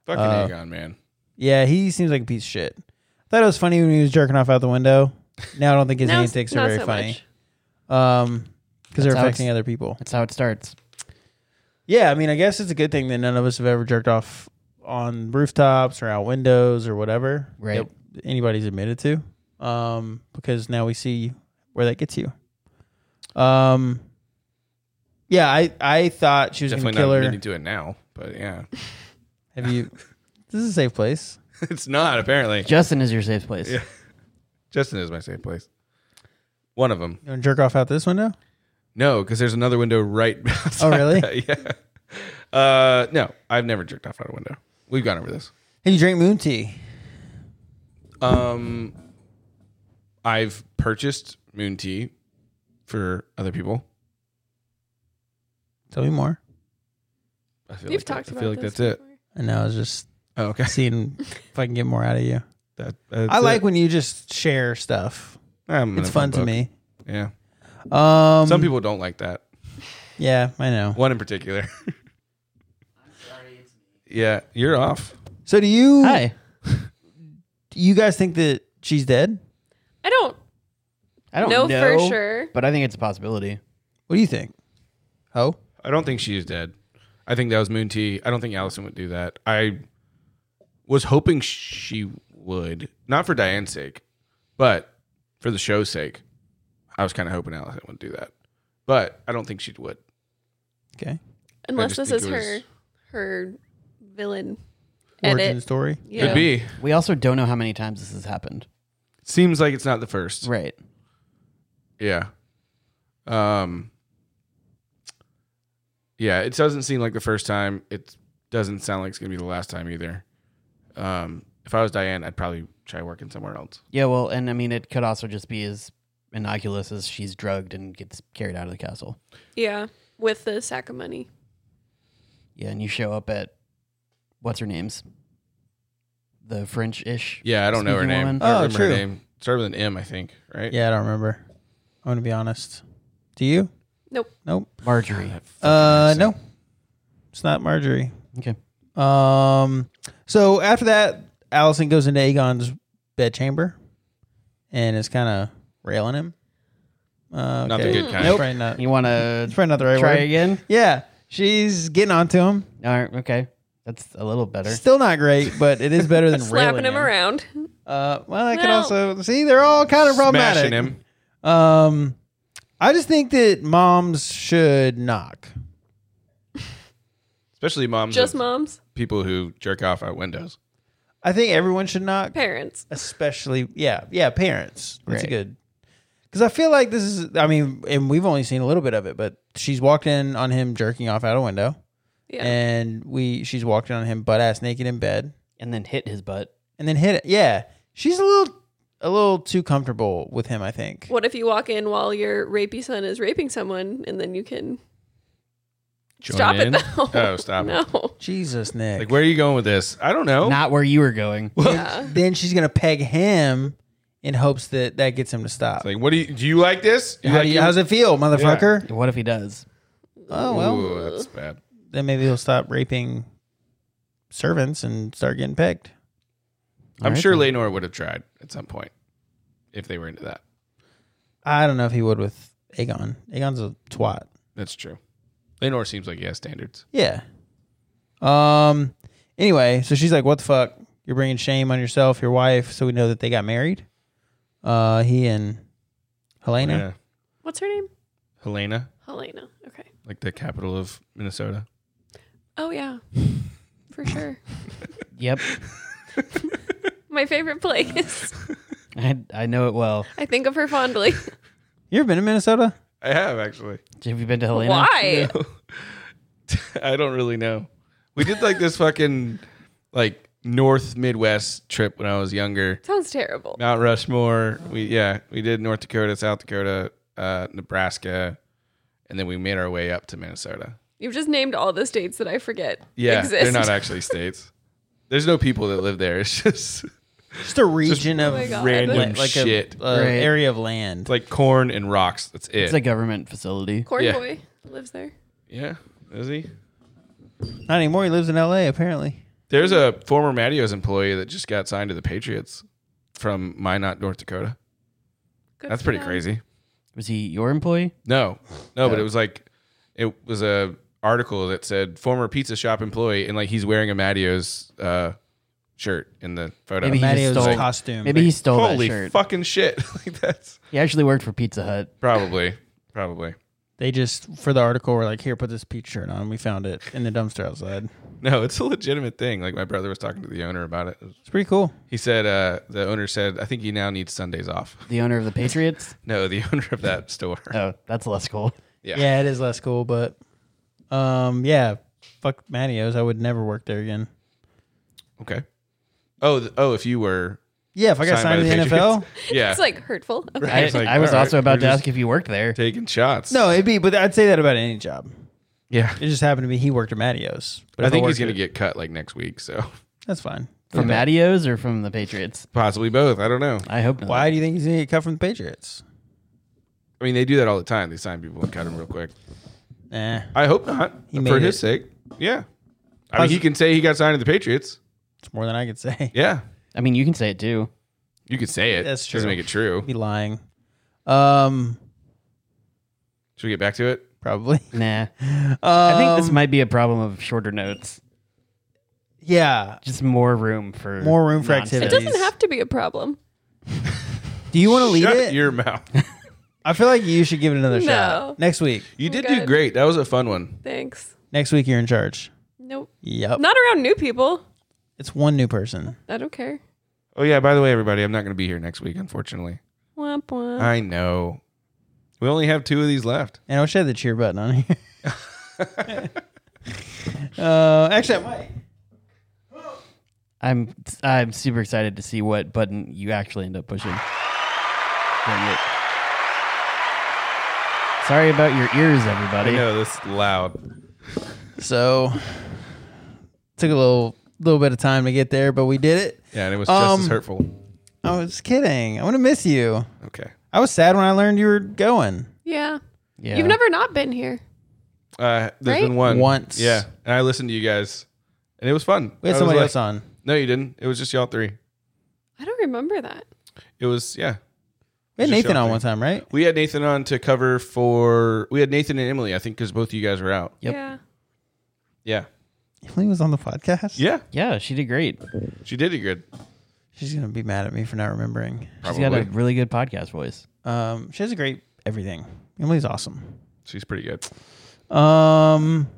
S1: fucking
S3: uh,
S1: Aegon, man.
S3: Yeah, he seems like a piece of shit. I thought it was funny when he was jerking off out the window. Now I don't think his
S2: Now it's <laughs>
S3: antics
S2: not
S3: are very
S2: so
S3: funny.
S2: much.
S3: Um because they're
S4: That's how
S3: affecting
S4: it's-
S3: other people.
S4: That's how it starts.
S3: Yeah, I mean, I guess it's a good thing that none of us have ever jerked off on rooftops or out windows or whatever.
S4: Right.
S3: that anybody's admitted to, um, because now we see where that gets you. Um, yeah, I I thought she was going to
S1: Definitely
S3: kill
S1: not
S3: her.
S1: admitting to it now, but yeah, <laughs>
S3: Have you? this is a safe place.
S1: it's not apparently.
S4: Justin is your safe place.
S1: Yeah. Justin is my safe place. One of them.
S3: You want to jerk off out this window?
S1: No, because there's another window right. <laughs>
S3: Oh,
S1: outside
S3: really?
S1: that, yeah. Uh, no, I've never jerked off out a window. We've gone over this.
S3: Hey, you drink moon tea.
S1: Um, I've purchased moon tea for other people.
S3: Tell me more.
S1: I feel
S2: We've
S1: like
S2: talked
S1: that-
S2: about
S1: I feel like
S2: this
S1: that's it.
S2: before.
S3: And now I was just
S1: Oh, okay. <laughs>
S3: seeing if I can get more out of you.
S1: That, that's
S3: I like
S1: it.
S3: when you just share stuff.
S1: I'm in
S3: It's
S1: a
S3: fun to
S1: book.
S3: me.
S1: Yeah.
S3: Um,
S1: Some people don't like that.
S3: Yeah, I know.
S1: One in particular. <laughs> yeah, you're off.
S3: So do you?
S4: <laughs> Hi.
S3: Do you guys think that she's dead?
S2: I don't,
S4: I don't
S2: know,
S4: know
S2: for sure.
S4: but I think it's a possibility.
S3: What do you think? Oh,
S1: I don't think she is dead. I think that was Moon Tea. I don't think Allison would do that. I was hoping she would, not for Diane's sake, but for the show's sake. I was kind of hoping Allison would do that, but I don't think she would.
S3: okay.
S2: Unless
S1: just think
S2: this is
S1: it was-
S2: her her villain
S3: Origin
S2: edit.
S3: story.
S2: Yeah.
S1: Could be.
S4: We also don't know how many times this has happened.
S1: Seems like it's not the first.
S4: Right.
S1: Yeah. Um. Yeah, it doesn't seem like the first time. It doesn't sound like it's gonna be the last time either. Um, if I was Diane, I'd probably try working somewhere else.
S4: Yeah. Well, and I mean, it could also just be as innocuous as she's drugged and gets carried out of the castle.
S2: Yeah, with the sack of money.
S4: Yeah, and you show up at what's her name's, the French-ish.
S1: Yeah, I don't know her
S4: Speaking
S1: name.
S4: woman.
S1: I don't
S3: Oh,
S1: remember
S3: true.
S1: her name. Started with an M, I think, right?
S3: Yeah, I don't remember. I'm gonna be honest. Do you?
S2: Nope.
S3: Nope.
S4: Marjorie.
S3: Uh, no. It's not Marjorie.
S4: Okay.
S3: Um. So after that, Allison goes into Aegon's bedchamber, and is kind of railing him. Uh,
S1: Not the
S3: okay.
S1: good kind.
S3: Nope. Probably not.
S4: You want
S3: It's
S4: to
S3: probably not the right
S4: try
S3: word.
S4: again?
S3: Yeah, she's getting onto him.
S4: All right. Okay. That's a little better.
S3: Still not great, but it is better
S2: <laughs>
S3: than
S2: Slapping
S3: railing
S2: him around.
S3: Uh, well, I can
S2: No.
S3: also see they're all kind of problematic.
S1: Smashing him.
S3: Um, I just think that moms should knock.
S1: especially moms,
S2: Just
S1: just
S2: moms,
S1: people who jerk off out windows.
S3: I think everyone should knock,
S2: parents.
S3: especially yeah, yeah, parents. That's
S4: Right.
S3: a good. Because I feel like this is, I mean, and we've only seen a little bit of it, but she's walked in on him jerking off out a window,
S2: Yeah.
S3: and we she's walked in on him butt ass naked in bed,
S4: and then hit his butt.
S3: and then hit it. Yeah, she's a little, a little too comfortable with him. I think.
S2: what if you walk in while your rapey son is raping someone and then you can
S1: Join
S2: stop
S1: in?
S2: it though?
S1: <laughs> Oh, stop it.
S2: no.
S3: Jesus, Nick.
S1: Like, where are you going with this? I don't know.
S4: Not where you were going.
S2: Yeah.
S3: then she's gonna peg him in hopes that that gets him to stop.
S1: It's like, what do you do? You like this?
S3: How
S1: like
S3: do you, how's it feel, motherfucker?
S4: <laughs> What if he does?
S3: Oh well,
S1: Ooh, that's bad.
S3: then maybe he'll stop raping servants and start getting pegged.
S1: I'm
S4: right
S1: sure Lenore would have tried at some point if they were into that.
S3: I don't know if he would with Aegon. Aegon's a twat.
S1: That's true. Lenore seems like he has standards.
S3: Yeah. Um. Anyway, so she's like, "What the fuck? You're bringing shame on yourself, your wife." So we know that they got married. Uh, he and Helena.
S1: Yeah.
S2: <laughs> What's her name?
S1: Helena,
S2: Helena. Okay.
S1: like the capital of Minnesota.
S2: Oh yeah. For sure. <laughs>
S4: Yep.
S2: My favorite place.
S4: I, I know it well.
S2: I think of her
S1: <laughs>
S2: fondly.
S3: You ever been to Minnesota?
S1: I have actually. <laughs>
S4: Have you been to Helena?
S2: Why?
S1: I don't really know. We did like this fucking like North Midwest trip when I was younger.
S2: <laughs> Sounds terrible.
S1: Mount Rushmore. We yeah, we did North Dakota, South Dakota, uh, Nebraska, and then we made our way up to Minnesota.
S2: You've just named all the states that I forget
S1: Yeah,
S2: exist.
S1: they're not actually states. There's no people that live there. It's just
S3: Just a region of
S2: Oh my God.
S1: random
S2: Like-
S3: like a-
S1: shit.
S3: uh,
S4: Right.
S3: area of land.
S1: It's like corn and rocks. That's it.
S4: It's a government facility.
S2: Corn
S1: Yeah.
S2: boy lives there.
S1: yeah, is he?
S3: Not anymore. He lives in L.A. Apparently.
S1: There's a former Mattios employee that just got signed to the Patriots from Minot, North Dakota.
S2: Good
S1: That's
S2: for
S1: pretty
S2: them.
S1: crazy.
S4: Was he your employee?
S1: No, no, but it was like it was a article that said former pizza shop employee, and like he's wearing a Mattios uh, shirt in the photo.
S4: Maybe He just
S3: Matteo's
S4: stole-
S3: costume.
S4: Maybe he stole
S1: Holy
S4: that shirt.
S1: fucking shit! <laughs> like that's
S4: He actually worked for Pizza Hut.
S1: probably, probably.
S3: They just for the article were like, "Here, put this peach shirt on." We found it in the dumpster outside.
S1: No, it's a legitimate thing. Like my brother was talking to the owner about it.
S3: It's pretty cool.
S1: He said uh, the owner said, "I think he now needs Sundays off."
S4: The owner of the Patriots?
S1: No, the <laughs> owner of that store.
S4: Oh, that's
S1: <laughs>
S4: less cool.
S1: Yeah.
S3: Yeah, it is less cool, but um, yeah, fuck Matteo's. I would never work there again.
S1: Okay. Oh, th- oh, if you were,
S3: Yeah, if I got signed,
S1: Signed by the
S3: to the NFL,
S1: yeah,
S2: It's like hurtful. Okay.
S4: I,
S1: It's like,
S4: I was
S1: all right,
S4: also about
S1: we're
S4: to
S1: just-
S4: ask if you worked there.
S1: taking shots.
S3: <laughs> no, it'd be. But I'd say that about any job.
S1: Yeah.
S3: It just happened to be he worked at Matteo's. But
S1: I
S3: if
S1: think he's
S3: worked
S1: going to
S3: at-
S1: get cut like next week. So <laughs>
S3: That's fine.
S4: From
S3: Doesn't matter.
S4: Matteo's or from the Patriots?
S1: possibly both. I don't know.
S4: I hope not.
S3: Why do you think he's gonna get cut from the Patriots?
S1: I mean, they do that all the time. They sign people and cut them real quick.
S3: Nah,
S1: I hope not.
S3: He
S1: for
S3: made
S1: his
S3: it.
S1: sake. Yeah. I mean, he can say he got signed to the Patriots.
S3: it's more than I could say.
S1: Yeah.
S4: I mean, you can say it too.
S1: You could say it.
S3: That's
S1: Doesn't
S3: true.
S1: make it true.
S3: Be lying. Um,
S1: Should we get back to it?
S3: probably.
S4: Nah.
S3: Um,
S4: I think this might be a problem of shorter notes.
S3: Yeah,
S4: Just more room for
S3: More room for
S4: nonsense.
S2: It
S3: activity.
S2: doesn't have to be a problem.
S3: Do
S1: <laughs>
S3: you want to lead
S1: Shut
S3: it?
S1: your
S3: <laughs>
S1: mouth.
S3: I feel like you should give it another
S2: No.
S3: shot. Next week.
S1: You did do
S2: God.
S1: great. That was a fun one.
S2: Thanks.
S3: Next week you're in charge.
S2: Nope.
S1: Oh.
S3: Yep.
S2: Not around new people.
S3: It's one new person.
S2: I don't care.
S1: Oh, yeah. By the way, everybody, I'm not going to be here next week, unfortunately.
S2: Womp womp.
S1: I know. We only have two of these left.
S3: And I'll shed the cheer button on
S1: <laughs>
S3: here. uh, actually, I might.
S4: I'm I'm super excited to see what button you actually end up pushing. Dang it. Sorry about your ears,
S1: I
S4: everybody.
S1: know this is loud.
S3: So, took a little little bit of time to get there, but we did it.
S1: Yeah, and it was just
S3: Um,
S1: as hurtful.
S3: I was kidding. I'm gonna miss you.
S1: Okay.
S3: I was sad when I learned you were going.
S2: yeah.
S4: Yeah.
S2: You've never not been here.
S1: Uh, there's
S2: Right?
S1: been one
S3: Once.
S1: Yeah, and I listened to you guys, and it was fun.
S3: We had
S1: I was
S3: somebody
S1: like-
S3: else on.
S1: No, you didn't. It was just y'all three.
S2: I don't remember that.
S1: It was yeah.
S3: We had
S1: Just
S3: Nathan
S1: y'all
S3: on
S1: three.
S3: one time, right?
S1: We had Nathan on to cover for. We had Nathan and Emily, I think, because both of you guys were out.
S4: Yep.
S2: Yeah.
S1: Yeah,
S3: Emily was on the podcast.
S1: yeah.
S4: yeah, she did great.
S1: She did it good.
S3: She's gonna be mad at me for not remembering.
S1: Probably.
S4: She's got a really good podcast voice.
S3: Um, she has a great everything. Emily's awesome.
S1: She's pretty good.
S3: Um,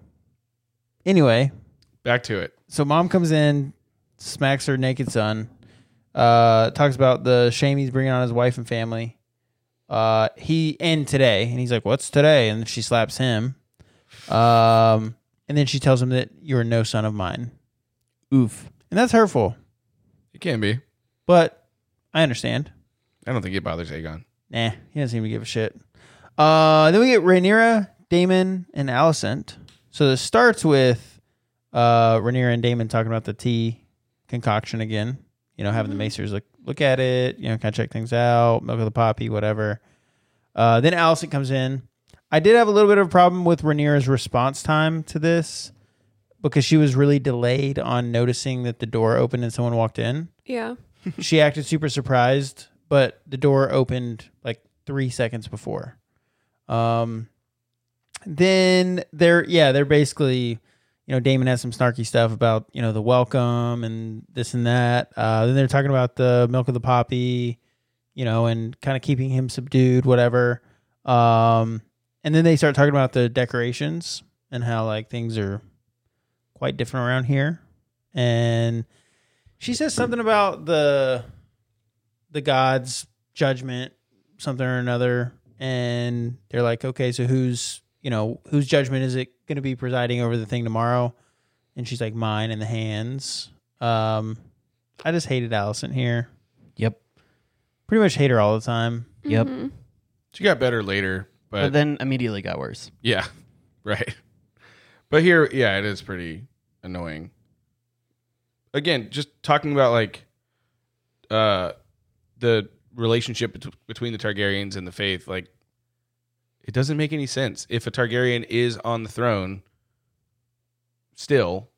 S3: Anyway,
S1: Back to it.
S3: so mom comes in, smacks her naked son, uh, talks about the shame he's bringing on his wife and family. Uh, he and today, and he's like, "What's today?" And she slaps him. Um, and then she tells him that you're no son of mine. Oof, and that's hurtful.
S1: It can be.
S3: But I understand.
S1: I don't think it bothers Aegon.
S3: Nah, he doesn't seem to give a shit. Uh, then we get Rhaenyra, Damon, and Alicent. So this starts with uh, Rhaenyra and Damon talking about the tea concoction again. You know, having the Macers look look at it. You know, kind of check things out. Milk of the poppy, whatever. Uh, then Alicent comes in. I did have a little bit of a problem with Rhaenyra's response time to this because she was really delayed on noticing that the door opened and someone walked in
S2: Yeah.
S3: she acted super surprised, but the door opened like three seconds before. Um, then they're yeah they're basically you know Damon has some snarky stuff about you know the welcome and this and that. Uh, then they're talking about the milk of the poppy, you know, and kind of keeping him subdued, whatever. Um, and then they start talking about the decorations and how like things are quite different around here. And she says something about the the gods judgment something or another and they're like okay so who's you know whose judgment is it going to be presiding over the thing tomorrow and she's like mine and the hands um i just hated allison here
S4: Yep.
S3: pretty much hate her all the time
S4: Yep.
S2: Mhm.
S1: She got better later, Mm-hmm. but,
S4: But then immediately got worse.
S1: yeah, <laughs> right. But here, yeah, it is pretty annoying. Again, just talking about like uh the relationship bet- between the Targaryens and the faith, like it doesn't make any sense if a Targaryen is on the throne still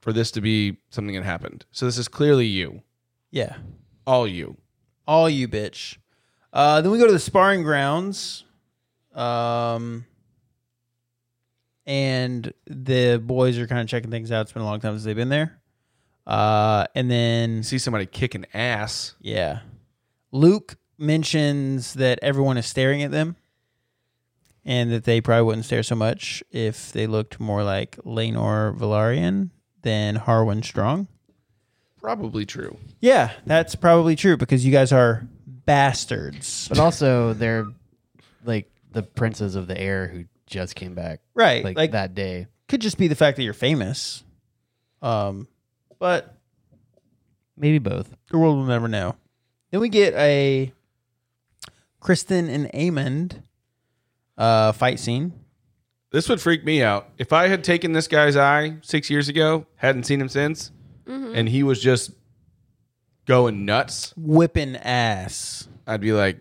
S1: for this to be something that happened. So this is clearly you,
S3: yeah
S1: all you.
S3: all you bitch uh then we go to the sparring grounds um and the boys are kind of checking things out it's been a long time since they've been there uh and then
S1: You see somebody kicking ass.
S3: Yeah. Luke mentions that everyone is staring at them and that they probably wouldn't stare so much if they looked more like Lenor Valarian than Harwin Strong.
S1: Probably true.
S3: Yeah, that's probably true because you guys are bastards.
S4: But also, they're like the princes of the air who just came back
S3: Right.
S4: like,
S3: Eh, Like,
S4: that day.
S3: could just be the fact that you're famous. Um but
S4: Maybe both.
S3: the world will never know. Then we get a Kristen and Amond uh fight scene.
S1: This would freak me out. If I had taken this guy's eye six years ago, hadn't seen him since,
S4: Mm-hmm.
S1: and he was just going nuts,
S3: Whipping ass.
S1: I'd be like,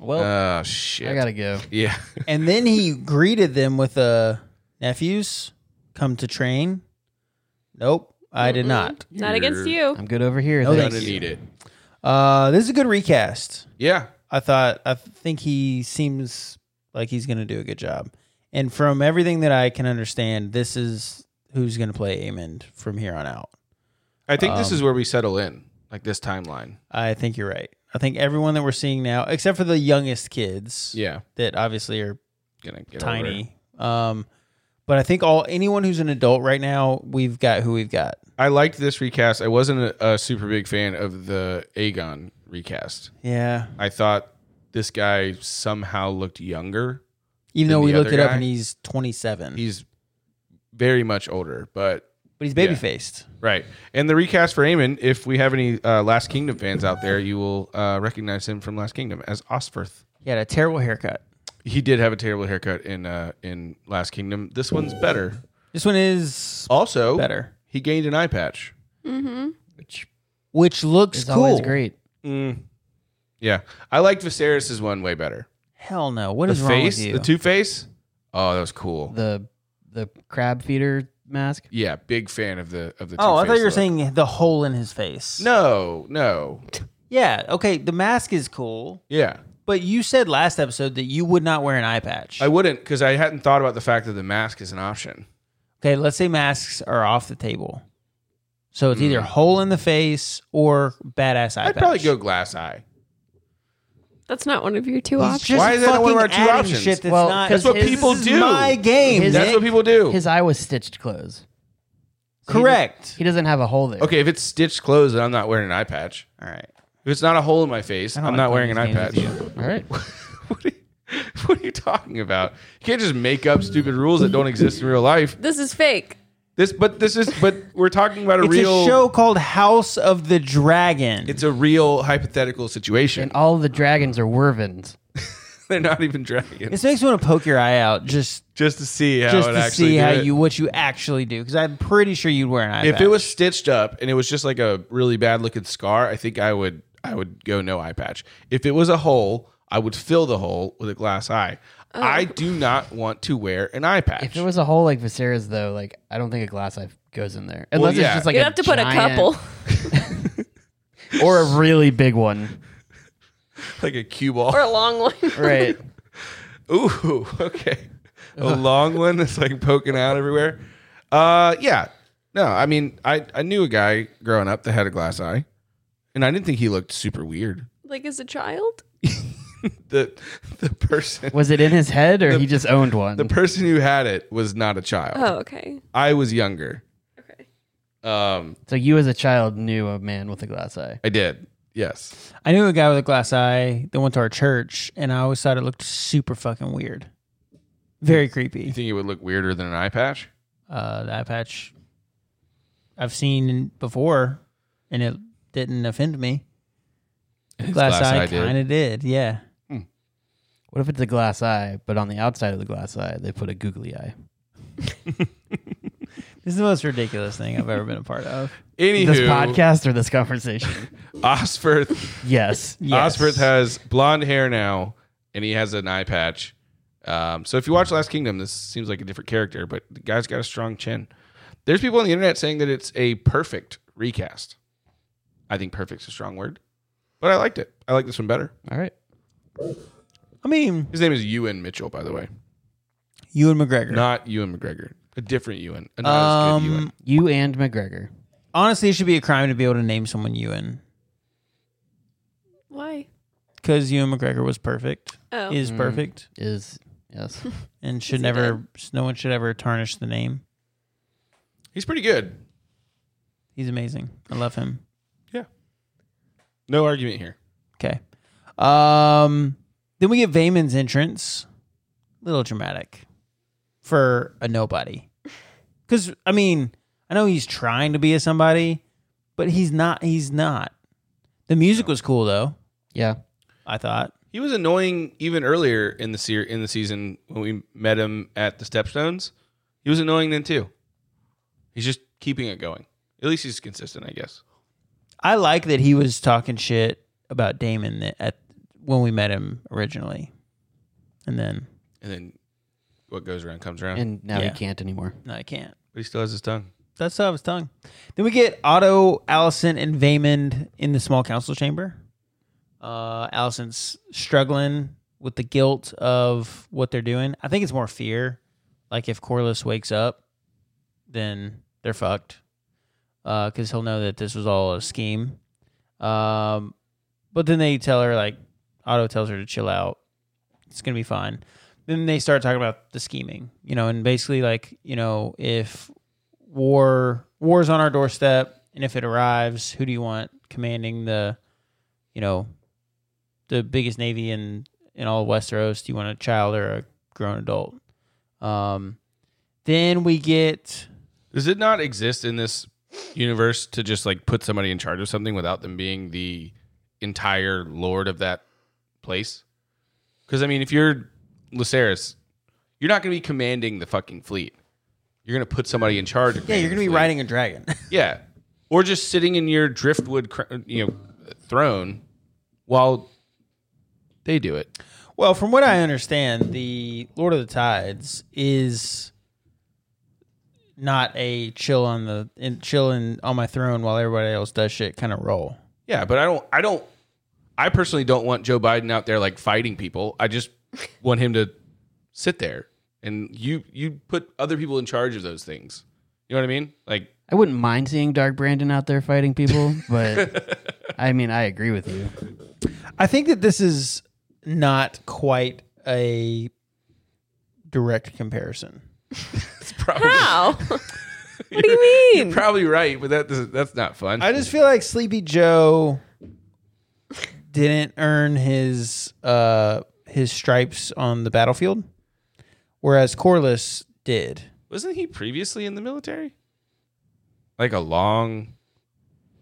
S4: Well,
S1: oh, shit.
S4: I gotta go.
S1: <laughs>
S4: <laughs>
S1: yeah.
S3: And then he greeted them with a nephews come to train. Nope, I did not.
S2: Not against
S1: You're
S2: you.
S4: I'm good over here.
S3: No,
S4: thanks.
S1: Gonna need it.
S3: Uh, this is a good recast.
S1: Yeah.
S3: I thought I think he seems like he's going to do a good job. And from everything that I can understand, this is who's going to play Amond from here on out.
S1: I think this
S3: Um,
S1: is where we settle in, like this timeline.
S3: I think you're right. I think everyone that we're seeing now, except for the youngest kids
S1: Yeah.
S3: that obviously are
S1: Gonna get over it.
S3: tiny, um, but I think all anyone who's an adult right now, we've got who we've got.
S1: I liked this recast. I wasn't a, a super big fan of the Aegon recast.
S3: Yeah,
S1: I thought this guy somehow looked younger.
S3: Even
S1: than
S3: though we
S1: the
S3: looked
S1: other
S3: it up
S1: guy.
S3: and he's 27,
S1: He's very much older, but
S3: but he's
S1: yeah.
S3: baby faced.
S1: Right. And the recast for Aemon, if we have any uh, Last Kingdom fans out there, you will uh, recognize him from Last Kingdom as Osferth.
S3: He had a terrible haircut.
S1: He did have a terrible haircut in uh, in Last Kingdom. This one's better.
S3: This one is
S1: Also,
S3: better,
S1: he gained an eye patch.
S2: Mm-hmm.
S3: which looks
S4: It's
S3: cool.
S4: always great.
S3: Mm.
S1: Yeah. I liked Viserys' one way better.
S3: Hell no! What
S1: The
S3: is wrong
S1: face,
S3: with you?
S1: the two face. Oh, that was cool.
S4: The the crab feeder mask.
S1: yeah, big fan of the of the.
S3: oh, I thought
S1: Two-Face
S3: you were
S1: look.
S3: saying the hole in his face.
S1: No, no.
S3: Yeah. Okay. The mask is cool,
S1: Yeah,
S3: but you said last episode that you would not wear an eye patch.
S1: I wouldn't because I hadn't thought about the fact that the mask is an option.
S3: okay. Let's say masks are off the table. So it's either hole in the face or badass eye
S1: Hmm. I'd
S3: patch.
S1: probably go glass eye.
S2: That's not one of your two
S3: He's
S2: options.
S3: just
S1: Why is that not one of
S3: fucking
S1: our two
S3: adding
S1: options?
S3: Shit that's
S4: Well,
S3: not,
S4: That's
S1: what
S3: his-
S1: people
S3: this
S1: do.
S3: Is my game.
S4: His-
S3: Nick.
S1: That's what people do.
S4: His eye was stitched closed.
S3: Correct.
S4: He doesn't have a hole there.
S1: okay, if it's stitched closed, then I'm not wearing an eye patch.
S3: All right.
S1: If it's not a hole in my face, I'm
S3: don't
S1: not
S3: like
S1: wearing an eye
S3: playing
S1: patch.
S3: these
S4: All right.
S1: <laughs> what, are you, what are you talking about? You can't just make up stupid rules that don't exist in real life.
S2: this is fake.
S1: This, but this is, but we're talking about a
S3: It's
S1: real.
S3: a show called House of the Dragon.
S1: It's a real hypothetical situation.
S4: <laughs> And all the dragons are Wervins.
S1: <laughs> They're not even dragons.
S3: this makes me want to poke your eye out just
S1: just to see how
S3: just
S1: it
S3: to
S1: actually
S3: see
S1: did
S3: how
S1: it.
S3: you what you actually do because I'm pretty sure you'd wear an eye.
S1: if
S3: patch.
S1: it was stitched up and it was just like a really bad looking scar i think i would i would go no eye patch if it was a hole i would fill the hole with a glass eye
S2: Oh.
S1: i do not want to wear an eye patch
S4: If it was a hole like Viserys, though, like I don't think a glass eye goes in there. Unless
S1: yeah.
S4: it's just like
S2: You'd
S4: a
S2: have to put a
S4: giant-
S2: couple. <laughs>
S4: <laughs> or a really big one.
S1: like a cue ball
S2: or a long one. <laughs>
S4: Right.
S1: <laughs> ooh okay a long one that's like poking out everywhere uh yeah no i mean i i knew a guy growing up that had a glass eye and i didn't think he looked super weird
S2: like as a child?
S1: the <laughs> the person
S4: Was it in his head or he just owned one?
S1: the person who had it was not a child
S2: Oh, okay.
S1: i was younger
S2: Okay.
S1: um
S4: so you as a child knew a man with a glass eye.
S1: I did. Yes.
S3: I knew a guy with a glass eye that went to our church, and I always thought it looked super fucking weird, very
S1: You
S3: creepy.
S1: think it would look weirder than an eye patch?
S3: Uh, the eye patch I've seen before, and it didn't offend me. The glass,
S1: glass
S3: eye,
S1: eye did.
S3: kind of did, yeah.
S4: What if it's a glass eye, but on the outside of the glass eye they put a
S3: <laughs>
S4: googly eye?
S3: This is the most ridiculous thing I've ever been a part of.
S1: Anywho,
S4: This podcast or this
S3: <laughs>
S4: conversation?
S1: Osforth,
S4: <laughs> yes.
S3: Yes.
S1: Osforth has blonde hair now, and he has an eye patch. Um, so if you watch Last Kingdom, this seems like a different character, but the guy's got a strong chin. There's people on the internet saying that it's a perfect recast. I think perfect's a strong word, but I liked it. I like this one better.
S4: All right.
S3: I mean,
S1: His name is Ewan Mitchell, by the way,
S3: you and McGregor.
S1: not Ewan McGregor. A different Ewan, a not as good Ewan.
S3: um,
S4: You and McGregor.
S3: honestly, it should be a crime to be able to name someone Ewan
S2: Why?
S3: because Ewan McGregor was perfect,
S2: Oh.
S3: is
S4: Mm.
S3: perfect.
S4: Is
S3: <laughs>
S4: yes.
S3: and should
S2: he
S3: never no one should ever tarnish the name.
S1: He's pretty good.
S3: He's amazing. I love him.
S1: No argument here.
S3: Okay. Um then we get Vayman's entrance. Little dramatic for a nobody. Cuz I mean, I know he's trying to be a somebody, but he's not he's not. The music was cool though,
S4: Yeah.
S3: I thought.
S1: He was annoying even earlier in the se- in the season when we met him at the Stepstones. He was annoying then too. He's just keeping it going. At least he's consistent, I guess.
S3: I like that he was talking shit about Damon that at when we met him originally. And then
S1: And then what goes around comes around.
S4: And now
S3: Yeah.
S4: he can't anymore.
S3: no, I can't.
S1: but he still has his tongue.
S3: That's how his tongue. Then we get Otto, Allison, and Vaymond in the small council chamber. Uh, Allison's struggling with the guilt of what they're doing. I think it's more fear. Like if Corliss wakes up, then they're fucked because he'll know that this was all a scheme. Um, but then they tell her like Otto tells her to chill out. It's gonna be fine. Then they start talking about the scheming, you know, and basically like you know if war war's on our doorstep and if it arrives who do you want commanding the you know the biggest navy in in all of westeros do you want a child or a grown adult um then we get
S1: Does it not exist in this universe to just like put somebody in charge of something without them being the entire lord of that place? Because I mean, if you're Lucerys, you're not going to be commanding the fucking fleet. You're going to put somebody in charge. Of commanding the fleet.
S3: a dragon
S1: Yeah, or just sitting in your driftwood, cr- you know, throne while they do it.
S3: <laughs> well from what i understand the lord of the tides is not a chill on the and chill in on my throne while everybody else does shit kind of role
S1: Yeah, but I don't. I don't. I personally don't want Joe Biden out there like fighting people. I <laughs> just want him to sit there and you you put other people in charge of those things. You know what I mean? <laughs> Like
S4: I wouldn't mind seeing Dark Brandon out
S3: <laughs>
S4: there fighting people, but I mean I agree with you.
S3: I think that this is not quite a direct comparison.
S1: It's probably,
S2: How? <laughs> what do you mean?
S1: You're probably right, but that doesn't- that's not fun.
S3: I just feel like Sleepy Joe didn't earn his uh his stripes on the battlefield, whereas Corliss did.
S1: Wasn't he previously in the military? Like a long,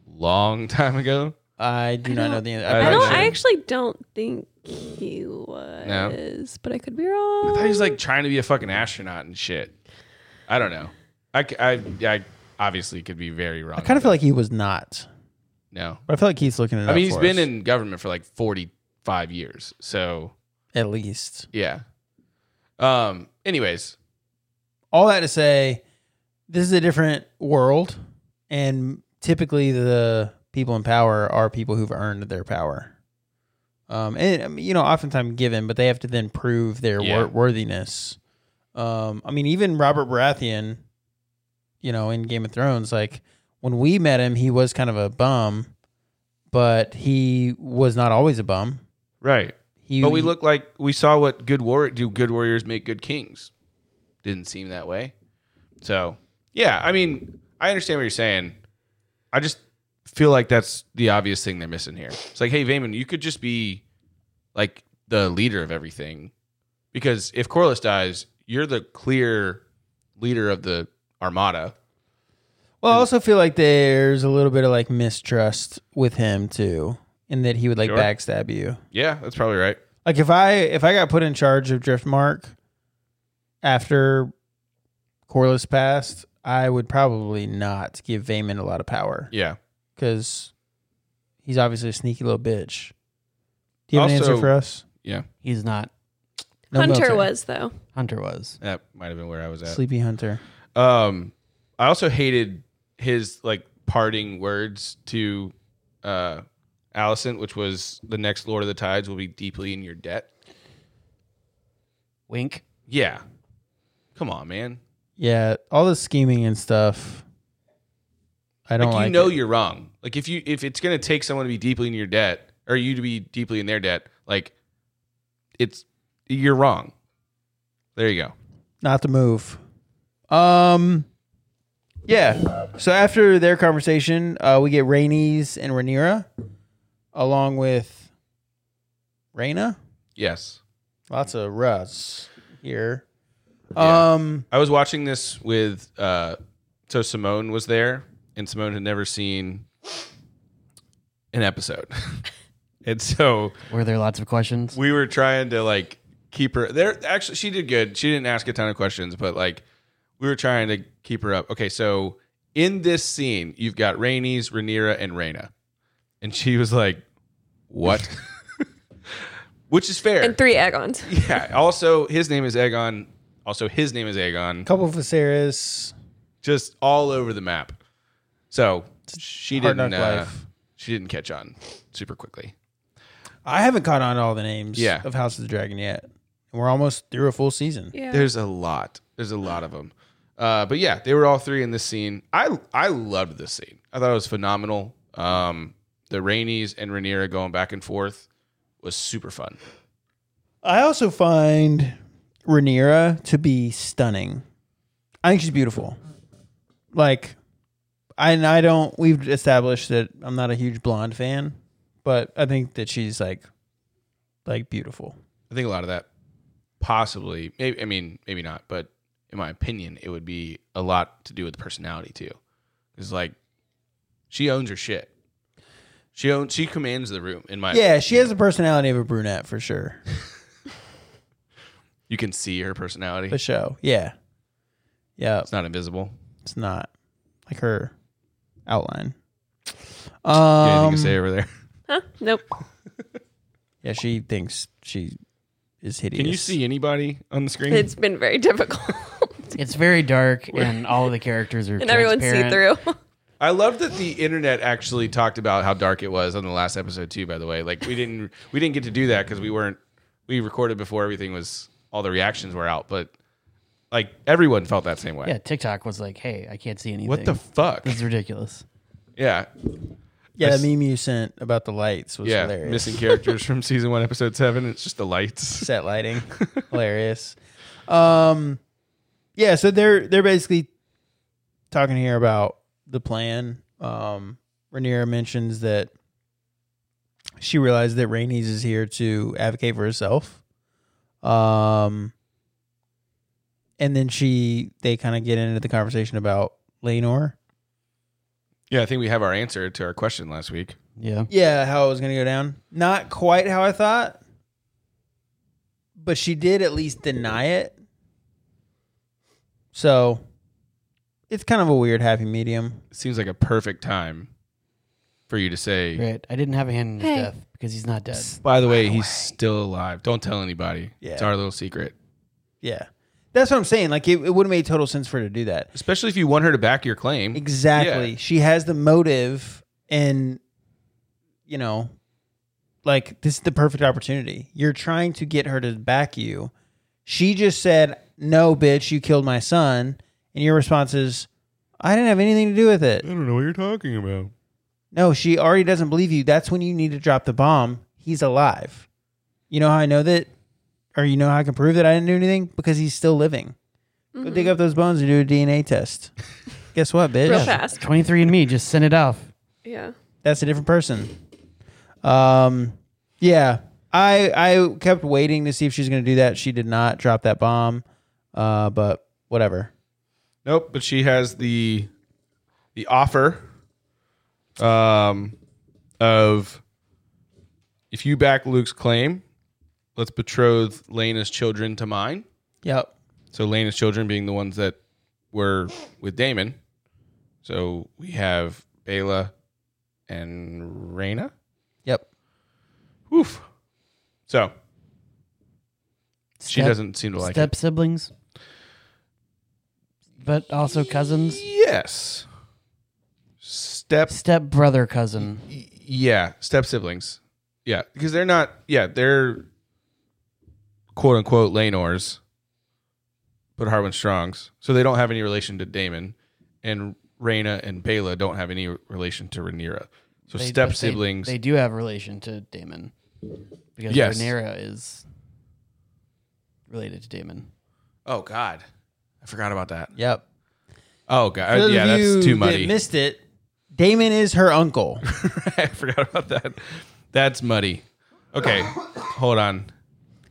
S1: long <laughs> time ago.
S3: I do not know
S2: don't-
S3: the.
S2: I
S1: I'm
S2: don't.
S1: sure.
S2: I actually don't think he was, but I could be wrong.
S1: I thought he was like trying to be a fucking astronaut and shit. I don't know. I, c- I, I obviously could be very wrong.
S3: I kind of
S1: about
S3: feel like he was not,
S1: that. no.
S3: but I feel like he's looking at.
S1: I mean, he's been in government for like forty-five years. So
S3: at least.
S1: yeah. Um. Anyways,
S3: All that to say, this is a different world, and typically the people in power are people who've earned their power. Um, and I mean, you know, oftentimes given, but they have to then prove their
S1: Yeah.
S3: wor- worthiness. Um, I mean, even Robert Baratheon, you know, in Game of Thrones, like when we met him, he was kind of a bum, but he was not always a bum.
S1: right.
S3: He,
S1: but we look like we saw what good war do. Good warriors make good kings. Didn't seem that way. So yeah, I mean, I understand what you're saying. I just feel like that's the obvious thing they're missing here. It's like, hey, Vayman, you could just be like the leader of everything, because if Corliss dies, you're the clear leader of the armada.
S3: Well, I also feel like there's a little bit of like mistrust with him too, in that he would like
S1: Sure.
S3: backstab you.
S1: Yeah, that's probably right.
S3: Like if I if I got put in charge of Driftmark after Corliss passed, I would probably not give Vayman a lot of power
S1: Yeah.
S3: because he's obviously a sneaky little bitch. Do you have an
S1: Also-
S3: answer for us?
S4: He's not.
S3: No
S2: Hunter
S3: military.
S2: was though.
S4: Hunter was.
S1: That might have been where I was at.
S3: sleepy Hunter.
S1: Um, I also hated his like parting words to uh, Allison, which was the next Lord of the Tides will be deeply in your debt.
S4: Wink.
S1: Yeah, come on, man.
S3: Yeah, all the scheming and stuff. I don't
S1: Like you
S3: like.
S1: know
S3: it.
S1: you're wrong. Like if you if it's gonna take someone to be deeply in your debt or you to be deeply in their debt, like it's you're wrong. There you go.
S3: not the move. Um, yeah. So after their conversation, uh, we get Rainey's and Rhaenyra, along with Raina.
S1: Yes.
S3: Lots of Russ here.
S1: Yeah.
S3: Um,
S1: I was watching this with uh so Simone was there and Simone had never seen an episode. <laughs> and so
S4: Were there lots of questions?
S1: we were trying to like keep her there actually she did good. She didn't ask a ton of questions, but like we were trying to keep her up. Okay, so in this scene, you've got Rainey's, Rhaenyra, and Raina. And she was like, What? <laughs> Which is fair.
S2: And three Agons.
S1: <laughs> yeah. Also, his name is Aegon. Also, his name is Aegon
S3: couple of Viserys.
S1: just all over the map. So she
S3: hard
S1: didn't.
S3: knock
S1: Uh,
S3: life.
S1: she didn't catch on super quickly.
S3: I haven't caught on to all the names
S1: Yeah.
S3: of House of the Dragon yet. And We're almost through a full season.
S2: Yeah.
S1: There's a lot. There's a lot of them. Uh, but yeah, they were all three in this scene. I I loved this scene. I thought it was phenomenal. Um, the Rainies and Rhaenyra going back and forth was super fun.
S3: I also find Rhaenyra to be stunning. I think she's beautiful. Like, I and I don't. We've established that I'm not a huge blonde fan, but I think that she's like, like beautiful.
S1: I think a lot of that possibly. Maybe, I mean, maybe not. But in my opinion, it would be a lot to do with personality too. It's like she owns her shit. She owns. She commands the room. In my
S3: Yeah, she has the personality of a brunette for sure.
S1: You can see her personality.
S3: The show, yeah, yeah,
S1: It's not invisible.
S3: it's not like her outline.
S1: You got anything
S3: Um,
S1: to say over
S3: <laughs>
S1: there?
S2: huh? Nope.
S3: yeah, she thinks she is hideous.
S1: Can you see anybody on the screen?
S2: It's been very difficult. <laughs>
S4: It's very dark, and all of the characters are
S2: and everyone's see
S4: transparent.
S2: through.
S1: I love that the internet actually talked about how dark it was on the last episode too. By the way, like we didn't we didn't get to do that because we weren't we recorded before everything was all the reactions were out, but like everyone felt that same way.
S4: Yeah, TikTok was like, "Hey, I can't see anything."
S1: what the fuck?
S4: this is ridiculous.
S1: yeah.
S3: Yeah,
S1: I
S3: that meme you sent about the lights was
S1: yeah,
S3: hilarious.
S1: missing characters <laughs> from season one, episode seven. It's just the <laughs> lights.
S3: set lighting. Hilarious. Um yeah, so they're they're basically talking here about the plan. Um Rhaenyra mentions that she realized that Rhaenys is here to advocate for herself. Um and then she they kind of get into the conversation about Lenor.
S1: Yeah, I think we have our answer to our question last week.
S4: Yeah.
S3: Yeah, how it was going to go down. Not quite how I thought, but she did at least deny it. So it's kind of a weird happy medium.
S1: It seems like a perfect time for you to say.
S4: Right. I didn't have a hand in his
S2: Hey.
S4: death because he's not dead.
S1: By the way, he's still alive. Don't tell anybody.
S3: Yeah.
S1: It's our little secret.
S3: Yeah. That's what I'm saying. Like, it, it would have made total sense for her to do that.
S1: Especially if you want her to back your claim.
S3: Exactly.
S1: Yeah.
S3: She has the motive, and, you know, like, this is the perfect opportunity. You're trying to get her to back you. She just said, No, bitch, you killed my son. And your response is, I didn't have anything to do with
S2: Mm.
S3: it.
S1: don't know what you're talking about.
S3: No, she already doesn't believe you. That's when you need to drop the bomb. He's alive. You know how I know that, or you know how I can prove that I didn't do anything? Because he's still living. Go dig up those bones and do a
S2: <laughs>
S3: DNA test. Guess what, bitch?
S2: Mm-hmm. Real fast.
S4: 23 and me just sent it off.
S2: Yeah.
S3: that's a different person. Um, yeah, I I kept waiting to see if she's going to do that. She did not drop that bomb, uh, but whatever.
S1: Nope, but she has the the offer um of if you back Luke's claim, let's betroth Lena's children to mine.
S3: Yep.
S1: So Lena's children being the ones that were with Damon. So we have Bela and Reyna.
S3: Yep.
S1: Oof. So she
S4: Step-
S1: doesn't seem to like
S4: step
S1: it.
S4: siblings, but also cousins.
S1: Yes. Step
S4: Step brother cousin.
S1: Y- yeah, step siblings. Yeah, because they're not. Yeah, they're quote unquote Lanors, but Harwin Strongs. So they don't have any relation to Damon, and Reyna and Bela don't have any relation to Rhaenyra. So
S4: They-
S1: step
S4: but they-
S1: siblings.
S4: They, do have relation to Damon because
S1: Yes.
S4: Rhaenyra is related to Damon.
S1: oh God, I forgot about that.
S3: Yep.
S1: Oh
S3: For
S1: God,
S3: those
S1: yeah,
S3: of you
S1: that's too
S3: that
S1: muddy.
S3: missed it. Damon is her <laughs> uncle.
S1: <laughs> I forgot about that. That's muddy. Okay, hold on.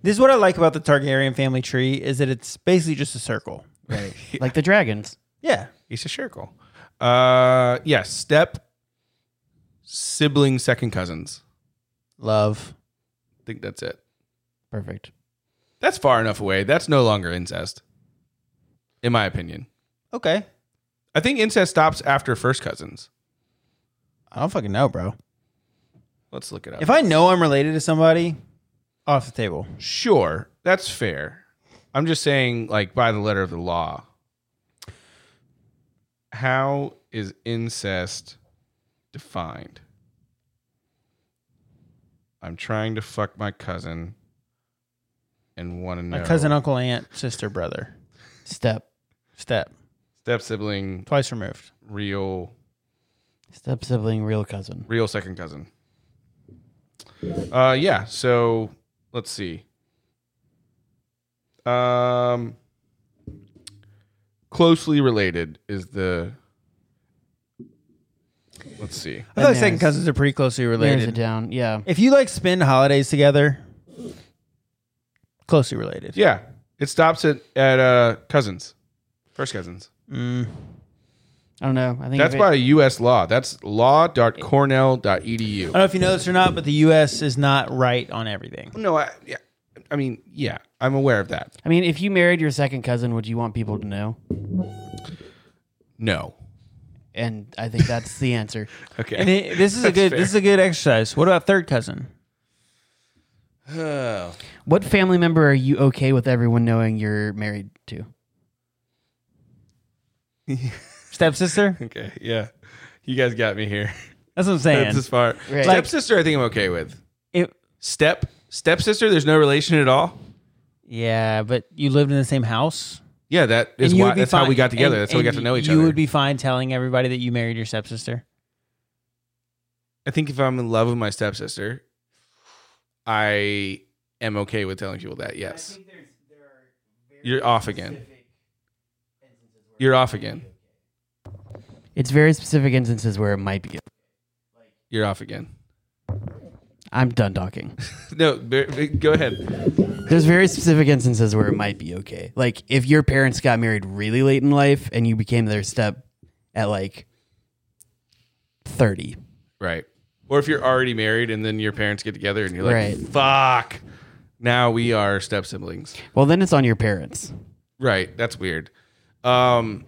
S3: this is what I like about the Targaryen family tree is that it's basically just a circle.
S4: Right. Like the dragons.
S3: Yeah.
S1: He's a circle. Uh, yes, step sibling second cousins.
S3: Love.
S1: think that's it.
S4: Perfect.
S1: That's far enough away. That's no longer incest, in my opinion.
S3: Okay.
S1: I think incest stops after first cousins.
S3: I don't fucking know, bro.
S1: Let's look it up.
S3: If I know I'm related to somebody, off the table.
S1: sure, that's fair. I'm just saying, like by the letter of the law. How is incest defined? I'm trying to fuck my cousin, and want to know
S3: My cousin, uncle, aunt, sister, brother.
S4: Step.
S3: Step.
S1: step sibling,
S3: Twice removed.
S1: real
S4: Step sibling, real cousin.
S1: real second cousin. Uh, yeah. So let's see. Um, closely related is the. Let's see.
S3: I feel like
S4: Bananas.
S3: second cousins are pretty closely
S4: There's it
S3: related.
S4: down. Yeah.
S3: If you like spend holidays together, closely related.
S1: Yeah, it stops at at uh cousins, first cousins.
S3: Mm.
S4: I don't know. I think
S1: That's
S4: if it-
S1: by U.S. law. That's law.cornell.edu.
S3: I don't know if you know this or not, but the U.S. is not right on everything.
S1: No, I yeah, I mean yeah, I'm aware of that.
S4: I mean, if you married your second cousin, would you want people to know?
S1: No.
S4: And I think that's the answer.
S1: Okay. <laughs>
S3: And it- this is a good. This is a good exercise. What about third cousin?
S1: Oh,
S4: What family member are you okay with everyone knowing you're married to?
S3: Stepsister?
S1: Okay, yeah. You guys got me here.
S3: That's what I'm saying.
S1: That's as far.
S4: Right.
S1: Stepsister, I think I'm okay with.
S3: It-
S1: Step stepsister, there's no relation at all.
S3: yeah, but you lived in the same house.
S1: Yeah, that is
S3: And you
S1: why.
S3: would be
S1: That's how
S3: fine-
S1: we got together.
S3: and-
S1: that's how we
S3: and
S1: got to know each
S3: you
S1: other.
S3: would be fine telling everybody that you married your stepsister.
S1: I think if I'm in love with my stepsister, I am okay with telling people that. Yes. You're off again. You're off again.
S4: It's very specific instances where it might be.
S1: You're off again. <laughs>
S4: I'm done talking.
S1: No, ver- ver- go ahead.
S4: There's very specific instances where it might be okay. Like if your parents got married really late in life and you became their step at like 30.
S1: Right. Or if you're already married and then your parents get together and you're like,
S4: Right.
S1: fuck, now we are step siblings.
S4: Well, then it's on your parents.
S1: Right. That's weird. Um,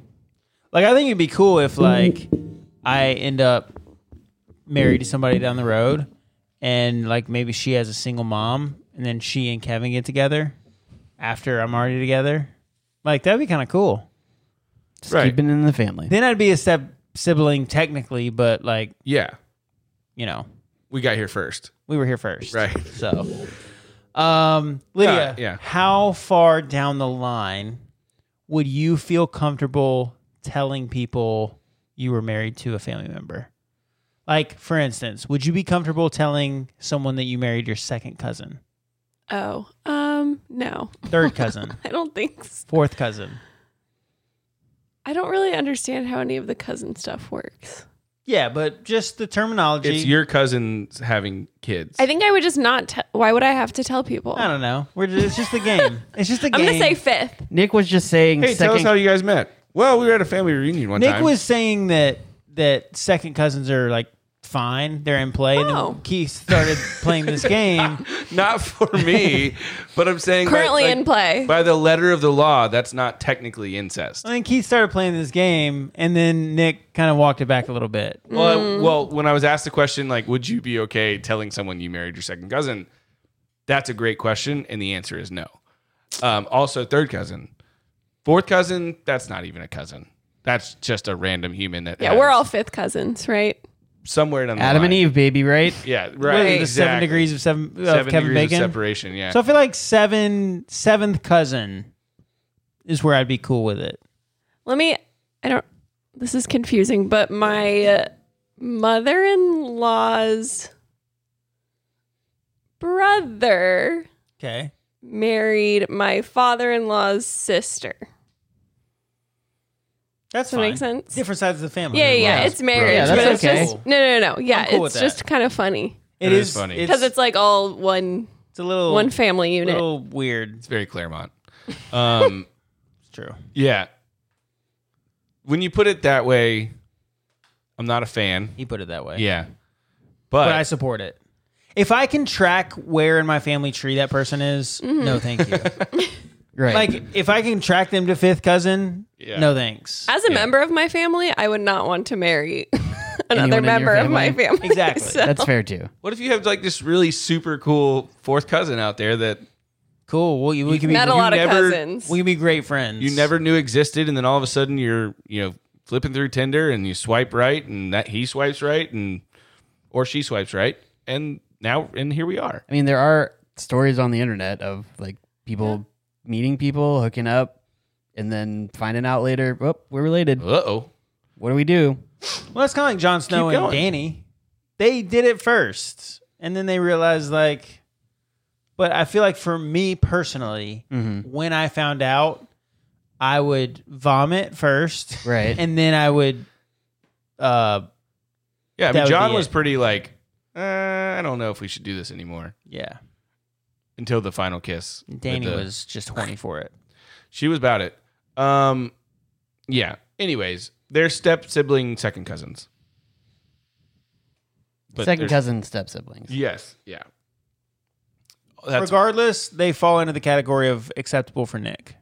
S3: Like I think it'd be cool if like I end up married to somebody down the road and like maybe she has a single mom and then she and Kevin get together after I'm already together. Like that'd be kind of cool.
S4: Just
S1: Right.
S4: keeping it in the family.
S3: Then I'd be a step sibling technically, but like,
S1: yeah.
S3: you know,
S1: We got here first.
S3: we were here first.
S1: Right.
S3: So um Lydia,
S1: Yeah, yeah.
S3: how far down the line would you feel comfortable telling people you were married to a family member? Like, for instance, would you be comfortable telling someone that you married your second cousin,
S2: Oh, um, no, <laughs>
S1: <laughs>
S3: third cousin,
S2: I don't think. So.
S3: fourth cousin?
S2: I don't really understand how any of the cousin stuff works.
S3: Yeah, but just the terminology.
S1: It's your cousins having kids.
S2: I think I would just not. Te- why would I have to tell people?
S3: I don't know. We're just, it's just a game. It's just a
S2: I'm
S3: game.
S2: gonna say fifth.
S4: Nick was just saying
S1: hey, tell us
S4: second
S1: how you guys met. Well, we were at a family reunion one
S3: Nick
S1: time.
S3: was saying that that second cousins are like fine, they're in play. And
S2: Oh.
S3: then Keith started playing
S2: <laughs>
S3: this game.
S1: <laughs> not for me, but I'm saying by-
S2: Currently
S1: like,
S2: in play.
S1: by the letter of the law. That's not technically incest.
S3: And then Keith started playing this game, and then Nick kind of walked it back a little bit.
S1: Well,
S2: Mm.
S1: I- well, when I was asked the question, like, would you be okay telling someone you married your second cousin? That's a great question, and the answer is no. Um, also, third cousin, fourth cousin. That's not even a cousin. That's just a random human that.
S2: Yeah,
S1: has-
S2: we're all fifth cousins, right?
S1: somewhere down the
S4: Adam and
S1: line.
S4: Eve, baby, right?
S1: Yeah,
S3: What
S1: right.
S3: is it, the seven
S1: exactly.
S3: degrees of seven of
S1: Seven
S3: Kevin
S1: degrees of
S3: Bacon.
S1: separation. Yeah.
S3: so I feel like seven seventh cousin is where I'd be cool with it.
S2: Let me. I don't. This is confusing, but my uh, mother-in-law's brother
S3: Okay,
S2: married my father-in-law's sister.
S3: that's
S2: Does that
S3: fine.
S2: make sense?
S3: Different sides of the family.
S2: Yeah, yeah, yeah, it's marriage,
S4: Yeah,
S2: but
S4: that's
S2: it's
S4: okay.
S2: just no, no, no. Yeah,
S3: I'm cool with
S2: it's
S3: that.
S2: just kind of funny
S3: It
S1: That is
S3: is
S1: funny.
S3: funny
S2: because it's, like all one
S3: it's a little
S2: one family unit.
S3: little weird.
S1: it's very Claremont. Um, <laughs>
S3: It's true.
S1: yeah. When you put it that way, I'm not a fan.
S3: He put it that way.
S1: Yeah.
S3: but I support it. If I can track where in my family tree that person is,
S2: Mm-hmm.
S3: no, thank
S2: <laughs>
S3: you.
S4: Right.
S3: like if I can track them to fifth cousin,
S1: Yeah.
S3: no thanks.
S2: As a member of my family, I would not want to marry <laughs>
S4: Anyone in
S2: another
S4: your
S2: member of my family. <laughs>
S3: Exactly.
S2: So-
S4: That's fair too.
S1: What if you have like this really super cool fourth cousin out there that
S3: Cool. Well, you, we can be
S2: Met a lot of
S1: never-
S2: cousins.
S3: we can be great friends.
S1: you never knew existed, and then all of a sudden you're you know flipping through Tinder and you swipe right, and that he swipes right, and or she swipes right, and now and here we are.
S4: I mean, there are stories on the internet of like people meeting people, hooking up, and then finding out later, oh, we're related.
S1: Uh oh,
S4: What do we do?
S3: Well, that's kind of like Jon Snow and
S1: going.
S3: Danny. They did it first, and then they realized like. But I feel like for me personally,
S4: Mm-hmm.
S1: Mm-hmm.
S3: when I found out, I would vomit first,
S4: Right.
S3: <laughs> and then I would. Uh,
S1: yeah. I
S3: That
S1: mean,
S3: would
S1: John
S3: be
S1: was
S3: it.
S1: pretty like uh, I don't know if we should do this anymore
S3: yeah,
S1: until the final kiss. with
S3: Danny
S1: the-
S3: was just horny for it.
S1: she was about it. Um, yeah. Anyways, they're step sibling second cousins. But
S4: Second
S1: there's-
S4: cousin, step siblings.
S1: Yes. Yeah. That's
S3: Regardless, they fall into the category of acceptable for Nick.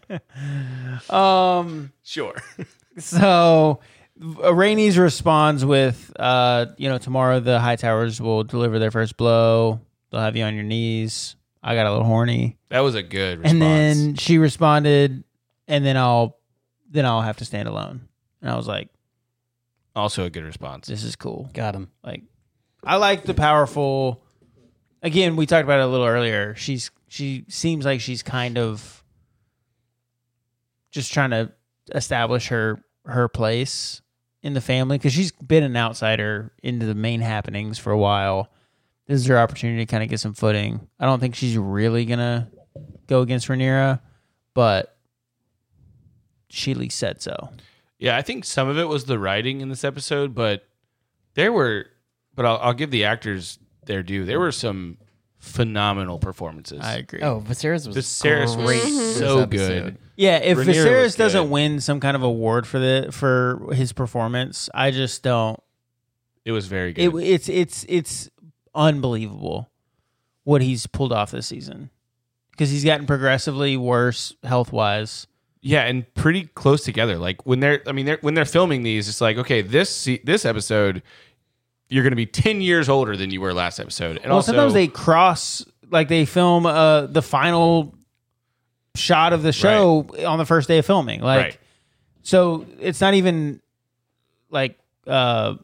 S1: <laughs>
S3: um.
S1: sure. <laughs>
S3: So uh, Rainey's responds with, uh, you know, tomorrow the High Towers will deliver their first blow. They'll have you on your knees. I got a little horny,
S1: That was a good response.
S3: and then she responded, and then I'll, then I'll have to stand alone. And I was like,
S1: also a good response.
S3: this is cool.
S4: Got him.
S3: Like, I like the powerful. Again, we talked about it a little earlier. She's she seems like she's kind of just trying to establish her her place in the family because she's been an outsider into the main happenings for a while. This is her opportunity to kind of get some footing. I don't think she's really gonna go against Rhaenyra, but she at least said so.
S1: Yeah, I think some of it was the writing in this episode, but there were, but I'll, I'll give the actors their due. There were some phenomenal performances.
S3: I Mm-hmm. agree.
S4: Oh, Viserys was
S1: Viserys
S4: great
S1: was
S4: this
S1: so
S4: episode.
S1: good.
S3: Yeah, if
S1: Rhaenyra was
S3: Viserys
S1: good.
S3: doesn't win some kind of award for the for his performance, I just don't.
S1: It was very good.
S3: It, it's it's it's unbelievable what he's pulled off this season because he's gotten progressively worse health wise.
S1: yeah, and pretty close together. Like when they're, I mean, they're, when they're filming these, it's like, okay, this se- this episode, you're going to be ten years older than you were last episode. And
S3: Well,
S1: also,
S3: sometimes they cross like they film uh the final shot of the show on the first day of filming. Like
S1: Right.
S3: so it's not even like uh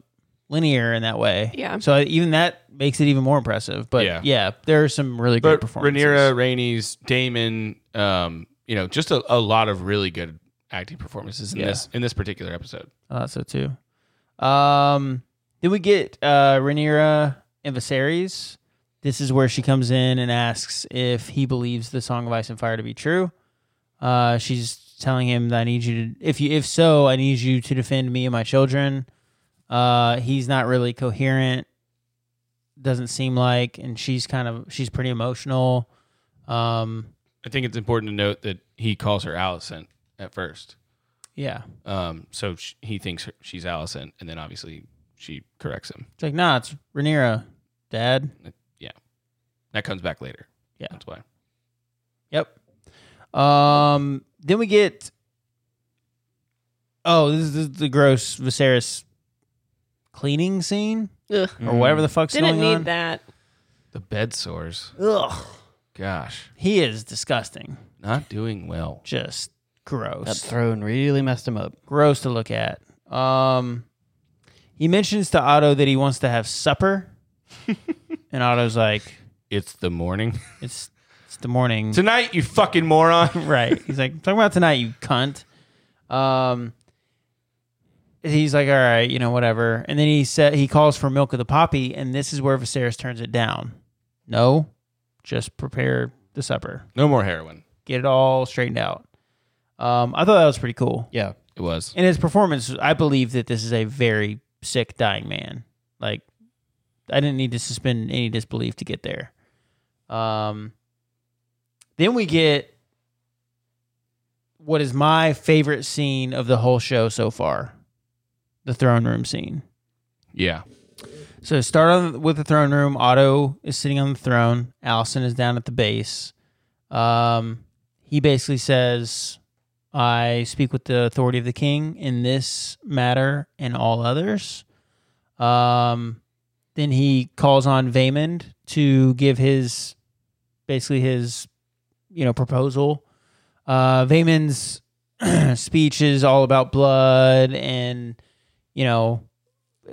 S3: linear in that way.
S2: Yeah.
S3: So even that makes it even more impressive. But yeah,
S1: Yeah.
S3: there are some really good
S1: but
S3: performances.
S1: Rhaenyra, Rainey's, Damon, um, you know, just a, a lot of really good acting performances in
S3: Yeah.
S1: this in this particular episode.
S3: I thought so too. Um, then we get uh, Rhaenyra and Viserys. This is where she comes in and asks if he believes the Song of Ice and Fire to be true. Uh, she's telling him that I need you to, if you, if so, I need you to defend me and my children. Uh, he's not really coherent. Doesn't seem like, and she's kind of, she's pretty emotional. Um,
S1: I think it's important to note that he calls her Allison at first.
S3: yeah.
S1: Um, so sh- he thinks her- she's Allison, and then obviously she corrects him.
S3: It's like, nah, it's Rhaenyra, dad.
S1: That comes back later.
S3: Yeah.
S1: that's why.
S3: Yep. Um. Then we get. Oh, this is the gross Viserys cleaning scene
S2: Ugh.
S3: or whatever the fuck's
S2: Didn't
S3: going
S2: need
S3: on.
S2: that.
S1: The bed sores.
S3: Ugh.
S1: Gosh,
S3: He is disgusting.
S1: not doing well.
S3: Just gross.
S4: That throne really messed him up.
S3: gross to look at. Um. He mentions to Otto that he wants to have supper, and Otto's like,
S1: It's the morning <laughs>
S3: "It's it's the morning."
S1: tonight. You fucking moron.
S3: right. He's like, talking about tonight, you cunt. Um, he's like, all right, you know, whatever. And then he said he calls for milk of the poppy, and this is where Viserys turns it down. No, just prepare the supper.
S1: No more heroin.
S3: Get it all straightened out. Um, I thought that was pretty cool.
S4: Yeah.
S1: It was.
S3: In his performance, I believe that this is a very sick dying man. Like, I didn't need to suspend any disbelief to get there. Um, then we get what is my favorite scene of the whole show so far the throne room scene.
S1: Yeah.
S3: So start on with the throne room. Otto is sitting on the throne. Allison is down at the base. Um, he basically says, "I speak with the authority of the king in this matter and all others." Um, then he calls on Vaymond to give his, basically his, you know, proposal. Uh, Vaymond's <clears throat> speech is all about blood and, you know,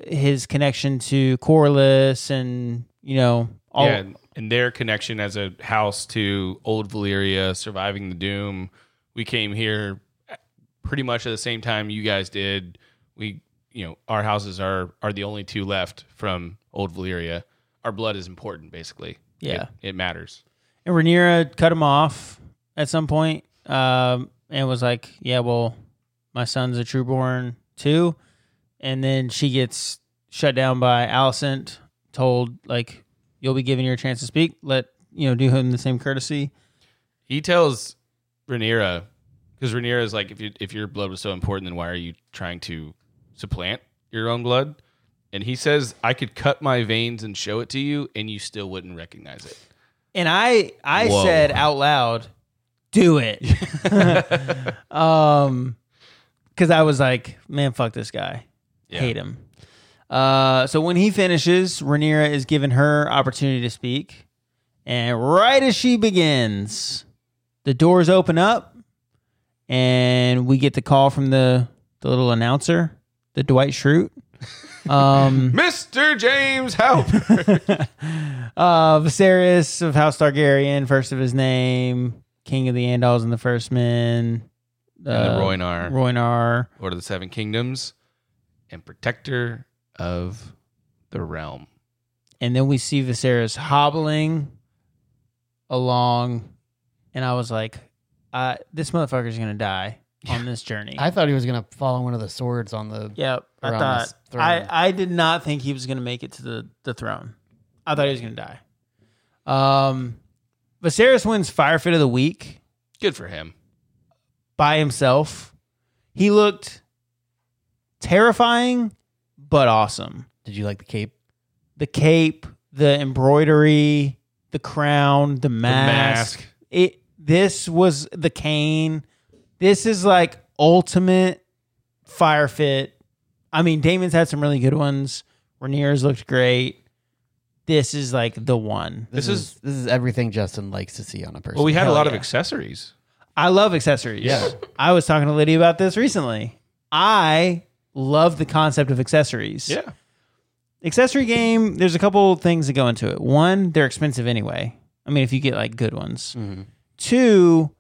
S3: his connection to Corliss and you know all
S1: yeah, and- and their connection as a house to old Valyria, surviving the doom. We came here uh, pretty much at the same time you guys did. We, you know, our houses are are the only two left from old Valyria. Our blood is important, basically.
S3: Yeah.
S1: it, it matters.
S3: and Rhaenyra cut him off at some point um, and was like, "Yeah, well, my son's a trueborn too," and then she gets shut down by Alicent, told like, "You'll be given your chance to speak. Let you know, do him the same courtesy."
S1: He tells Rhaenyra because Rhaenyra is like, if you if your blood was so important, then why are you trying to supplant your own blood? And he says, I could cut my veins and show it to you, and you still wouldn't recognize it.
S3: And I, I
S1: Whoa.
S3: said out loud, "Do it," um, because I was like, "Man, fuck this guy."
S1: Yeah.
S3: hate him. Uh, so when he finishes, Rhaenyra is given her opportunity to speak, and right as she begins, the doors open up, and we get the call from the the little announcer, the Dwight Schrute.
S1: <laughs>
S3: Um, <laughs>
S1: Mr. James
S4: <laughs>
S1: help!
S3: uh, Viserys of House Targaryen, first of his name, King of the Andals and the First Men,
S1: and the
S3: uh,
S1: Roynar,
S3: Roynar.
S1: Lord of the Seven Kingdoms, and protector of the realm.
S3: And then we see Viserys hobbling along, and I was like, uh, "This motherfucker's gonna die on this journey."
S4: <laughs> I thought he was gonna fall on one of the swords on the.
S3: Yep. I
S4: Around
S3: thought
S4: this throne.
S3: I, I did not think he was going to make it to the, the throne. I thought he was going to die. Um, Viserys wins Fire Fit of the Week
S1: Good for him.
S3: by himself. He looked terrifying, but awesome.
S4: Did you like the cape?
S3: The cape, the embroidery, the crown, the mask.
S1: mask.
S3: It. This was the cane. This is like ultimate fire fit. I mean, Damon's had some really good ones. Rainier's looked great. This is like the one.
S4: This,
S1: This
S4: is, this is everything Justin likes to see on a person.
S1: Well, we had
S3: Hell
S1: a lot of
S3: yeah.
S1: accessories.
S3: I love accessories.
S1: Yeah.
S3: I was talking to Lydia about this recently. I love the concept of accessories.
S1: Yeah.
S3: accessory game there's a couple things that go into it one they're expensive anyway i mean if you get like good ones
S4: Mm-hmm.
S3: two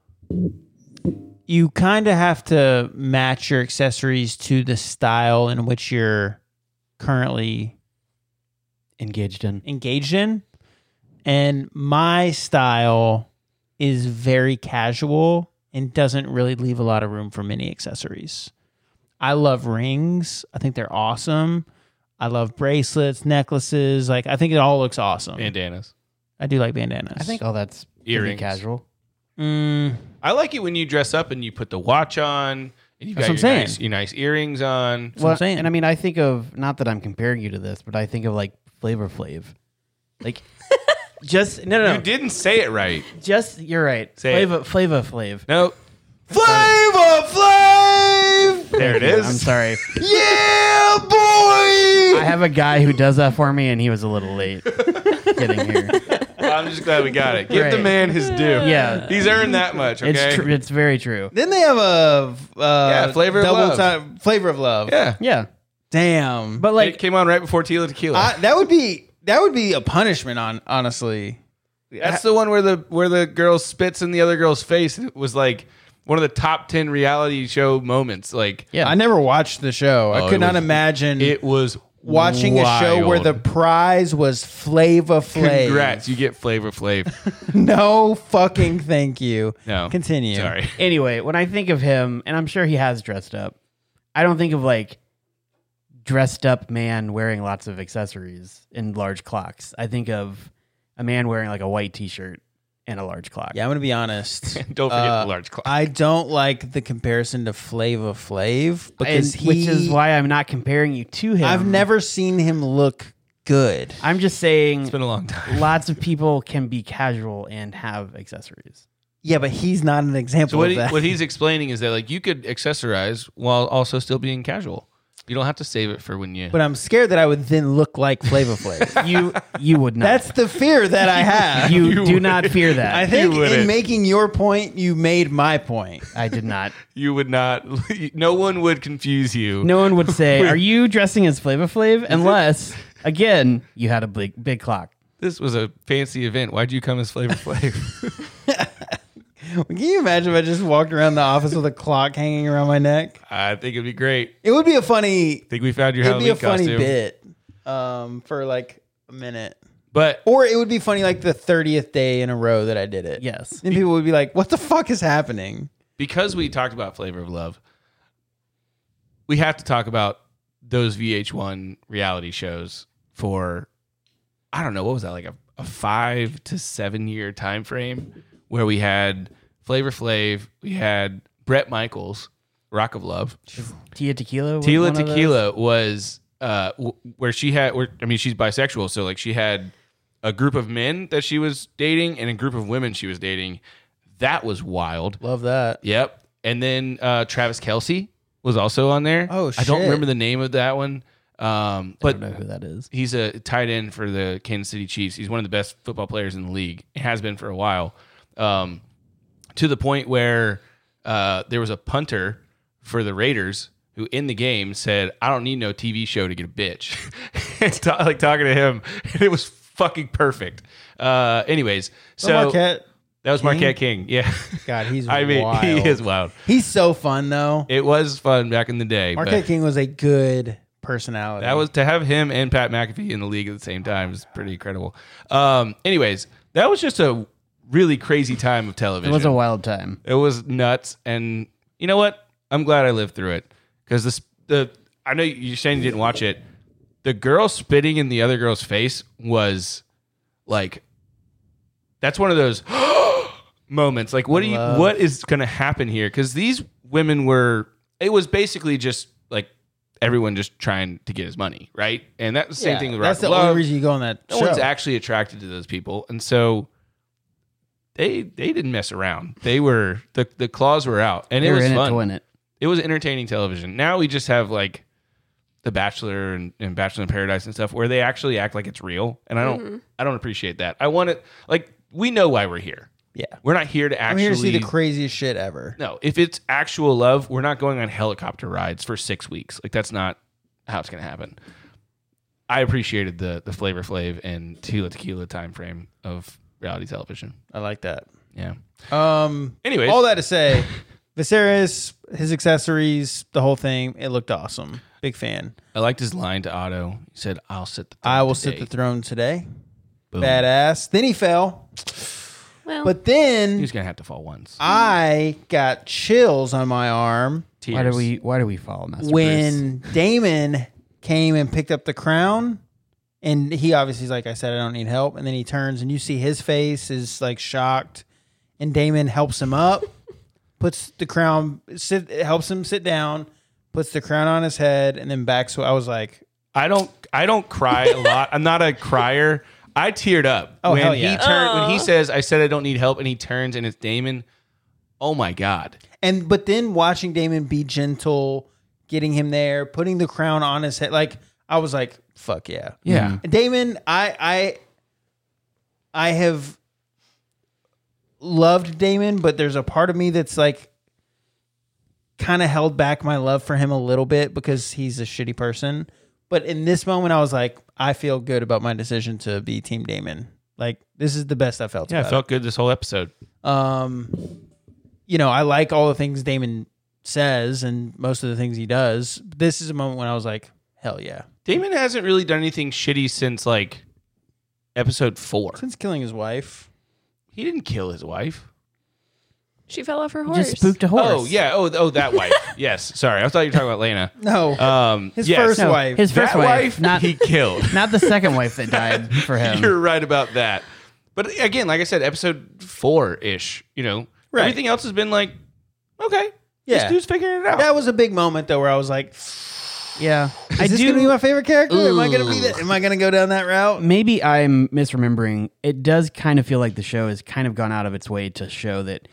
S3: you kind of have to match your accessories to the style in which you're currently
S4: engaged in.
S3: engaged in and my style is very casual and doesn't really leave a lot of room for many accessories i love rings i think they're awesome i love bracelets necklaces like i think it all looks awesome
S1: Bandanas.
S3: i do like bandanas
S4: I think all that's pretty
S1: Earrings.
S4: casual.
S3: mm,
S1: I like it when you dress up and you put the watch on and you
S3: That's
S1: got
S3: what
S1: your
S3: I'm saying.
S1: nice, your nice earrings on.
S3: what I'm saying.
S4: And I mean, I think of not that I'm comparing you to this, but I think of like Flavor Flav,
S3: <laughs>
S4: like just no, no,
S1: You
S4: no
S1: didn't say it right.
S4: just you're right.
S1: Say it.
S4: Flavor Flavor Flav.
S1: No. Flavor Flav! There it
S4: I'm
S1: is.
S4: sorry.
S1: Yeah, boy!
S4: I have a guy who does that for me, and he was a little
S1: <laughs>
S4: late getting here.
S1: I'm just glad we got it. Give the
S4: Right.
S1: man his due. <laughs>
S4: Yeah.
S1: He's earned that much, okay?
S4: It's tr- it's very true.
S3: then they have a uh,
S1: Yeah, Flavor of
S3: double
S1: Love.
S3: time flavor of love
S1: Yeah.
S4: Yeah,
S3: damn but
S4: but
S1: Like,
S4: like
S1: it came on right before Tila Tequila.
S3: I, that would be that would be a punishment on honestly
S1: That's the one where the where the girl spits in the other girl's face. It was like one of the top ten reality show moments. Like
S4: Yeah.
S3: I never watched the show. I
S1: Oh,
S3: could
S1: it
S3: not
S1: was-
S3: imagine
S1: it was
S3: watching a show where the
S1: wild.
S3: prize was Flava Flav.
S1: congrats you get Flavor Flav.
S3: <laughs> No fucking thank you.
S1: No,
S3: <laughs> Continue.
S1: sorry. <laughs>
S4: anyway, when I think of him, and I'm sure he has dressed up, I don't think of like dressed up man wearing lots of accessories and large clocks. I think of a man wearing like a white t-shirt and a large clock.
S3: Yeah, I'm gonna be honest.
S1: <laughs> Don't forget
S3: Uh,
S1: the large clock.
S3: I don't like the comparison to Flava Flav
S4: And-
S3: because he,
S4: which is why I'm not comparing you to him.
S3: I've never seen him look good.
S4: I'm just saying
S1: It's been a long time.
S4: lots of people can be casual and
S3: <laughs>
S4: have accessories.
S3: Yeah, but he's not an example
S1: So what,
S3: of
S1: he,
S3: that.
S1: what he's explaining is that like you could accessorize while also still being casual. You don't have to save it for when you.
S3: <laughs> but I'm scared that I would then look like Flava
S1: <laughs>
S3: Flav.
S4: You you would not.
S3: That's the fear that I have. <laughs>
S4: you, do not fear that.
S3: I
S4: I,
S3: think in
S1: wouldn't.
S3: making your point, you made my
S1: <laughs>
S3: point.
S4: did not.
S1: you would not. <laughs> No one would confuse you.
S4: No one would
S1: <laughs>
S4: say, "Are you dressing as Flavor Flav?" Unless, again, you had a big big clock.
S1: This was a fancy event. Why'd you come as Flavor Flav?
S3: Can you imagine if I just walked around the office with a clock hanging around my neck?
S1: I think it'd be great.
S3: It would be a funny.
S1: think we found your
S3: It'd be
S1: Halloween
S3: a funny
S1: costume.
S3: bit, um, for like a minute,
S1: But
S3: or it would be funny like the thirtieth day in a row that I did it.
S4: Yes.
S3: Then people would be like, "What the fuck is happening?"
S1: because we talked about Flavor of Love, we have to talk about those VH1 reality shows for I don't know what was that like a, a five to seven year time frame where we had Flavor Flav, we had Brett Michaels, Rock of Love,
S4: Tia Tequila. was
S1: Tila
S4: one of those?
S1: Tequila was uh, w- where she had. Where, I mean, she's bisexual, so like she had a group of men that she was dating and a group of women she was dating. That was wild.
S3: Love that.
S1: Yep. And then uh, Travis Kelsey was also on there.
S3: Oh,
S1: I don't
S3: shit.
S1: remember the name of that one. Um,
S4: I
S1: but
S4: don't know who that is.
S1: he's a tight end for the Kansas City Chiefs. He's one of the best football players in the league. It has been for a while, um, to the point where uh, there was a punter for the Raiders who, in the game, said, "I don't need no TV show to get a bitch." <laughs> And ta- like talking to him, <laughs> and it was fucking perfect. Uh, anyways, so
S3: Marquette.
S1: that was Marquette King. Yeah,
S3: God,
S1: <laughs>
S3: he's
S1: I mean,
S3: wild.
S1: he is wild.
S3: He's so fun though.
S1: It was fun back in the day. but-
S3: Marquette King was a good personality.
S1: That was to have him and Pat McAfee in the league at the same time is pretty incredible. Um, anyways, that was just a really crazy time of
S4: It
S1: television.
S4: was a wild time.
S1: It was nuts, and you know what? I'm glad I lived through it because this the I know you're saying you didn't watch it. The girl spitting in the other girl's face was like that's one of those <gasps> moments. Like, what do you? What is going to happen here? Because these women were. It was basically just like everyone just trying to get his money, right? And that's the same
S3: Yeah,
S1: thing with
S3: That's
S1: Rock
S3: the
S1: and Love.
S3: only reason you go on that
S1: No
S3: show.
S1: one's actually attracted to those people, and so they they didn't mess around. They were the the claws were out, and
S4: They
S1: it
S4: were
S1: was
S4: in it
S1: fun.
S4: to
S1: It,
S4: win it.
S1: was entertaining television. Now we just have like the Bachelor and, and Bachelor in Paradise and stuff, where they actually act like it's real, and I don't I don't appreciate that. I want it like we know why we're here.
S3: yeah.
S1: We're not here to
S3: I'm
S1: actually
S3: here to see the craziest shit ever.
S1: no, if it's actual love, we're not going on helicopter rides for six weeks. Like that's not how it's going to happen. I appreciated the the Flavor Flav and Tila Tequila time frame of reality television.
S3: I like that.
S1: Yeah.
S3: Um.
S1: Anyways.
S3: all that
S1: <laughs>
S3: to say, Viserys, his accessories, the whole thing, it looked awesome. Big fan.
S1: I liked his line to Otto. He said, "I'll sit the throne
S3: I will
S1: today."
S3: sit the throne today.
S1: Boom.
S3: Badass. Then he fell,
S2: Well,
S3: but then
S1: He's going to have to fall once.
S3: I got chills on my arm
S1: Tears.
S4: Why do we? Why do we follow Master Bruce?
S3: when Damon came and picked up the crown. And he obviously is like, I said, I don't need help. And then he turns and you see his face is like shocked. And Damon helps him up, <laughs> puts the crown, sit, helps him sit down, puts the crown on his head, and then back. So I was like,
S1: I don't I don't cry a lot. I'm not a crier. I teared up
S3: <laughs> Oh,
S1: when
S3: hell
S1: he
S3: yeah.
S1: turned when he says, "I said I don't need help," and he turns and it's Damon. Oh my god.
S3: And but then watching Damon be gentle, getting him there, putting the crown on his head, like I was like, fuck yeah.
S1: Yeah.
S3: Damon, I I I have loved Damon, but there's a part of me that's like kind of held back my love for him a little bit because he's a shitty person. But in this moment I was like, I feel good about my decision to be team Damon. Like this is the best I felt.
S1: Yeah,
S3: about
S1: it felt good this whole episode.
S3: um you know i like all the things damon says and most of the things he does this is a moment when i was like hell yeah
S1: Damon hasn't really done anything shitty since like episode four.
S3: since killing his wife
S1: He didn't kill his wife.
S2: she fell off her
S4: He
S2: horse.
S4: just spooked a horse.
S1: Oh yeah. Oh th- oh that
S3: <laughs>
S1: wife. yes. Sorry, I thought you were talking about Lena.
S3: no
S1: Um,
S3: his
S1: yes.
S3: first
S1: That
S3: wife
S4: His first wife,
S1: <laughs>
S4: not
S1: he killed.
S3: <laughs>
S4: not the second wife that died for him.
S1: You're right about that. But again, like I said, episode four ish. You know,
S3: Right.
S1: everything else has been like, okay,
S3: Yeah.
S1: this dude's figuring it out.
S3: that was a big moment though where i was like is
S1: <laughs>
S4: yeah, I
S3: this
S4: do.
S3: gonna be my favorite character am i gonna be that am i gonna go down that route
S4: maybe I'm misremembering. It does kind of feel like the show has kind of gone out of its way to show that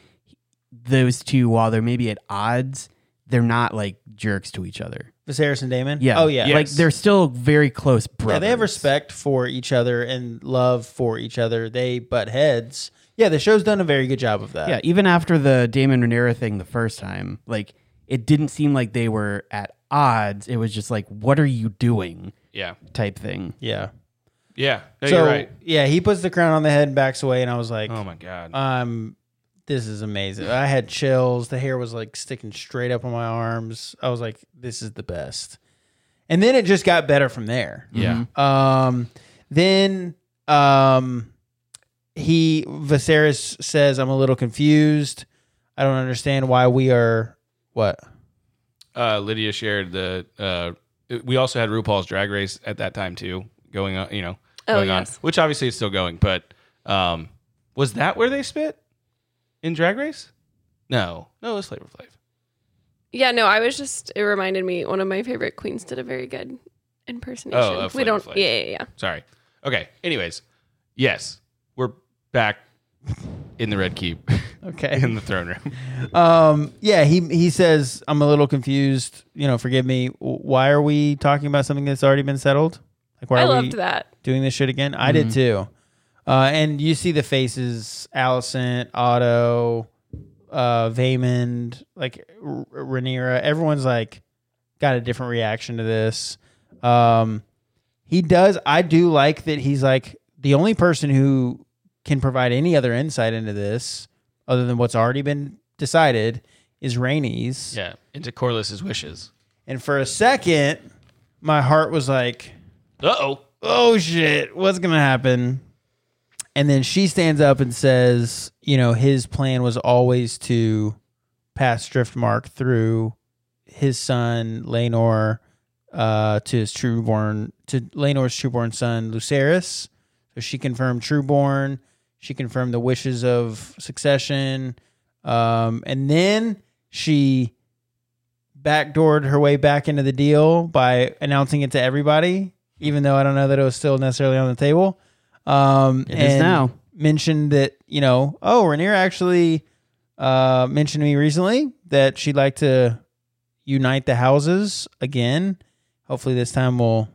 S4: those two, while they're maybe at odds, they're not like jerks to each other.
S3: Viserys and damon
S4: Yeah.
S3: oh yeah
S1: Yeah.
S4: Like
S1: Yes.
S4: they're still very close brothers.
S3: yeah they have respect for each other and love for each other they butt heads yeah the show's done a very good job of that
S4: Yeah, even after the Damon Renera thing the first time, like it didn't seem like they were at odds. It was just like, what are you doing?
S1: yeah.
S4: type thing.
S3: yeah
S1: Yeah. No,
S3: so
S1: you're right.
S3: yeah he puts the crown on the head and backs away and i was like
S1: Oh my god.
S3: um this is amazing i had chills the hair was like sticking straight up on my arms i was like this is the best and then it just got better from there
S1: yeah.
S3: um then um he Viserys says i'm a little confused i don't understand why we are what mm-hmm.
S1: uh, Lydia shared the. Uh, we also had RuPaul's Drag Race at that time too, going on. You know,
S2: Oh,
S1: going
S2: yes.
S1: on, which obviously is still going. But um, was that where they spit in Drag Race? No, no, it was Flavor Flav.
S2: yeah, no, I was just. It reminded me. One of my favorite queens did a very good impersonation.
S1: Oh, of
S2: we don't.
S1: Flavor Flav.
S2: Yeah, yeah, yeah.
S1: Sorry. Okay. Anyways, yes, we're back in the Red Keep <laughs>
S3: okay
S1: in the throne room.
S3: um yeah he he says i'm a little confused you know forgive me why are we talking about something that's already been settled like why
S2: I
S3: are
S2: loved
S3: we,
S2: that.
S3: doing this shit again? I did too. Uh, and you see the faces: Allison, Otto, uh, Vaymond, like R- Rhaenyra. Everyone's like got a different reaction to this. Um, he does. I do like that. He's like the only person who can provide any other insight into this, other than what's already been decided, is Rainey's.
S1: Yeah, into Corliss's wishes.
S3: And for a second, my heart was like,
S1: Uh oh.
S3: oh shit, what's gonna happen? And then she stands up and says, you know, his plan was always to pass Driftmark through his son Lanor uh, to his trueborn to Lanor's trueborn son Lucerys. So she confirmed trueborn. She confirmed the wishes of succession, um, and then she backdoored her way back into the deal by announcing it to everybody, even though I don't know that it was still necessarily on the table. Um,
S4: It is
S3: and
S4: now.
S3: Mentioned that you know, oh, Rhaenyra actually uh, mentioned to me recently that she'd like to unite the houses again. Hopefully, this time we'll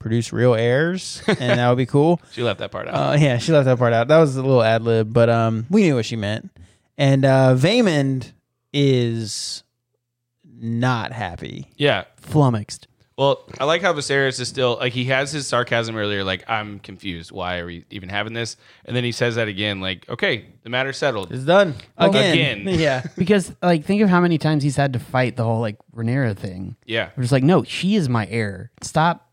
S3: produce real heirs, and that would be cool.
S4: <laughs>
S1: She left that part out.
S3: Uh, yeah, she left that part out. That was a little ad lib, but um, we knew what she meant. And uh, Vaymond is not happy.
S1: yeah.
S4: flummoxed.
S1: Well, I like how Viserys is still like he has his sarcasm earlier, like I'm confused. Why are we even having this? And then he says that again, like, okay, the matter's settled.
S3: It's done again.
S1: Again.
S3: <laughs> Yeah,
S4: Because like think of how many times he's had to fight the whole like Rhaenyra thing.
S1: Yeah,
S4: We're just like, no, she is my heir. Stop.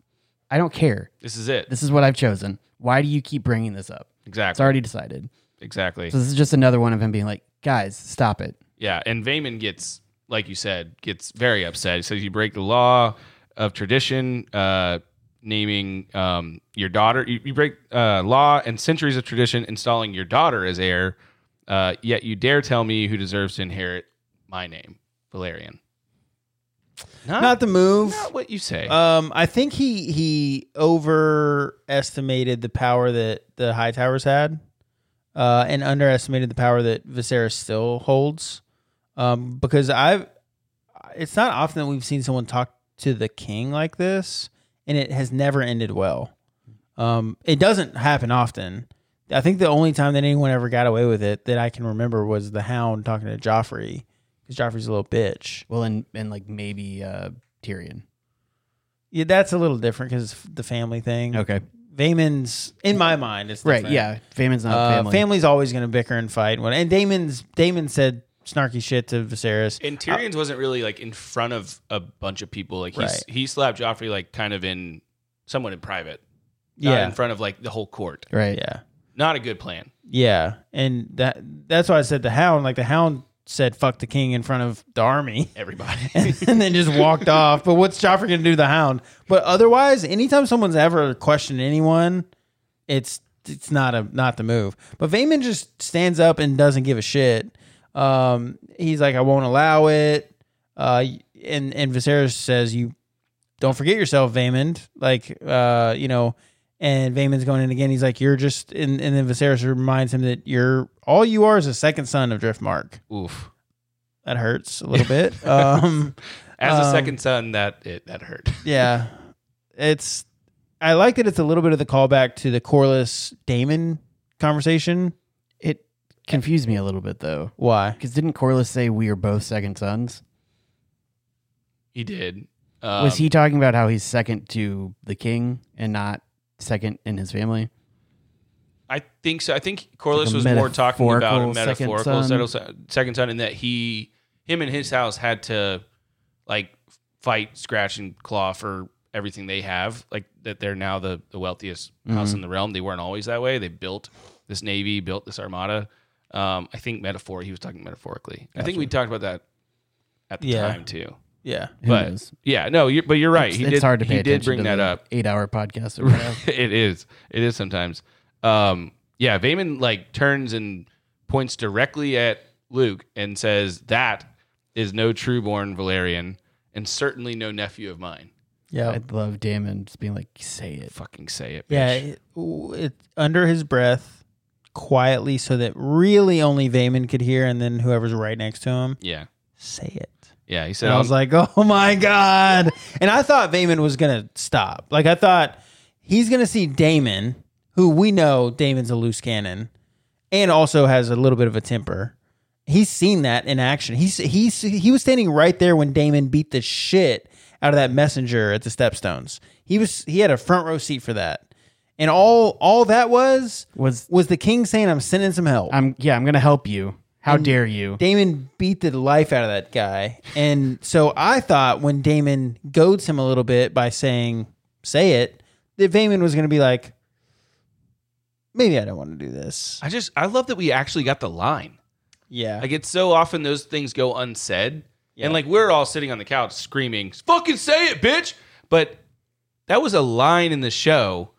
S4: I don't care.
S1: this is it.
S4: This is what I've chosen. Why do you keep bringing this up? It's
S1: Exactly.
S4: already decided.
S1: Exactly.
S4: So this is just another one of him being like, guys, stop it.
S1: Yeah, and Vayman gets, like you said, gets very upset. He says you break the law of tradition, uh, naming um, your daughter. You, you break uh, law and centuries of tradition, installing your daughter as heir. Uh, yet you dare tell me who deserves to inherit my name, Valerian. Not,
S3: not the move.
S1: not what you say.
S3: Um, I think he he overestimated the power that the High Towers had, uh, and underestimated the power that Viserys still holds. Um, because I've, it's not often that we've seen someone talk to the king like this, and it has never ended well. Um, it doesn't happen often. I think the only time that anyone ever got away with it that I can remember was the Hound talking to Joffrey, because Joffrey's a little bitch.
S4: Well, and and like maybe uh Tyrion.
S3: Yeah, that's a little different because the family thing.
S4: Okay.
S3: Damon's in my mind. It's
S4: Right,
S3: different.
S4: yeah. Famine's not
S3: Uh,
S4: family.
S3: Family's always going to bicker and fight. When- And Damon's Damon said snarky shit to Viserys.
S1: and Tyrion's wasn't really like in front of a bunch of people. Like he's,
S3: uh, Right.
S1: he slapped Joffrey like kind of in somewhat in private, not
S3: yeah,
S1: in front of like the whole court.
S4: right.
S3: yeah,
S1: Not a good plan.
S3: yeah. And that that's why I said the Hound. Like the Hound said, "Fuck the king" in front of the army. <laughs>
S4: <laughs>
S1: Everybody.
S3: and then just walked off. But what's Joffrey going to do to the Hound? But otherwise, anytime someone's ever questioned anyone, it's it's not a not the move. But Vayman just stands up and doesn't give a shit. Um, he's like, I won't allow it. Uh, and and Viserys says, you don't forget yourself, Vayman. Like, uh, you know. And Vayman's going in again. He's like, "You're just," and, and then Viserys reminds him that you're all you are is a second son of Driftmark.
S1: Oof.
S3: That hurts a little bit. Um,
S1: As a
S3: Um,
S1: second son, that it that hurt. <laughs>
S3: yeah. It's I like that it's a little bit of the callback to the Corliss Damon conversation.
S4: It confused me a little bit though.
S3: Why?
S4: Because didn't Corliss say we are both second sons?
S1: He did. Um,
S4: Was he talking about how he's second to the king and not second in his family?
S1: I think so. I think Corliss
S4: Like a
S1: was more talking about a
S4: metaphorical second
S1: metaphorical
S4: son.
S1: settle- second son. and that he, him and his house had to like fight, scratch, and claw for everything they have. Like that they're now the, the wealthiest house
S4: Mm-hmm.
S1: in the realm. They weren't always that way. They built this navy, built this armada. Um, I think metaphor, he was talking metaphorically. I think we talked about that at the
S3: Yeah.
S1: time too.
S3: Yeah.
S4: Who
S1: But-
S4: knows?
S1: Yeah, no, you're, but you're right.
S4: It's,
S1: he
S4: it's
S1: did,
S4: hard to pay
S1: He
S4: attention
S1: did bring
S4: to
S1: that
S4: the
S1: up.
S4: Eight-hour podcast. Or whatever.
S1: <laughs> it is. It is sometimes. Um, yeah, Vayman like turns and points directly at Luke and says, "That is no trueborn Valerian, and certainly no nephew of mine."
S3: Yeah.
S4: I'd love Damon just being like, say it.
S1: Fucking say it.
S3: Yeah.
S1: bitch.
S3: It, it- under his breath, quietly so that really only Vayman could hear and then whoever's right next to him,
S1: yeah,
S3: say it.
S1: yeah. He said,
S3: And I was like, <laughs> oh my God. And I thought Vayman was gonna stop. Like I thought he's gonna see Damon, who we know Damon's a loose cannon, and also has a little bit of a temper. He's seen that in action. He's he's he was standing right there when Damon beat the shit out of that messenger at the Stepstones. He was he had a front row seat for that. And all all that was
S4: Was
S3: was the king saying, I'm sending some help.
S4: I'm yeah, I'm gonna help you. How dare you?
S3: Damon beat the life out of that guy. And so I thought when Damon goads him a little bit by saying, say it, that Damon was going to be like, maybe I don't want to do this.
S1: I just I love that we actually got the line.
S3: Yeah.
S1: Like it's so often those things go unsaid, and like we're all sitting on the couch screaming, "Fucking say it, bitch!" But that was a line in the show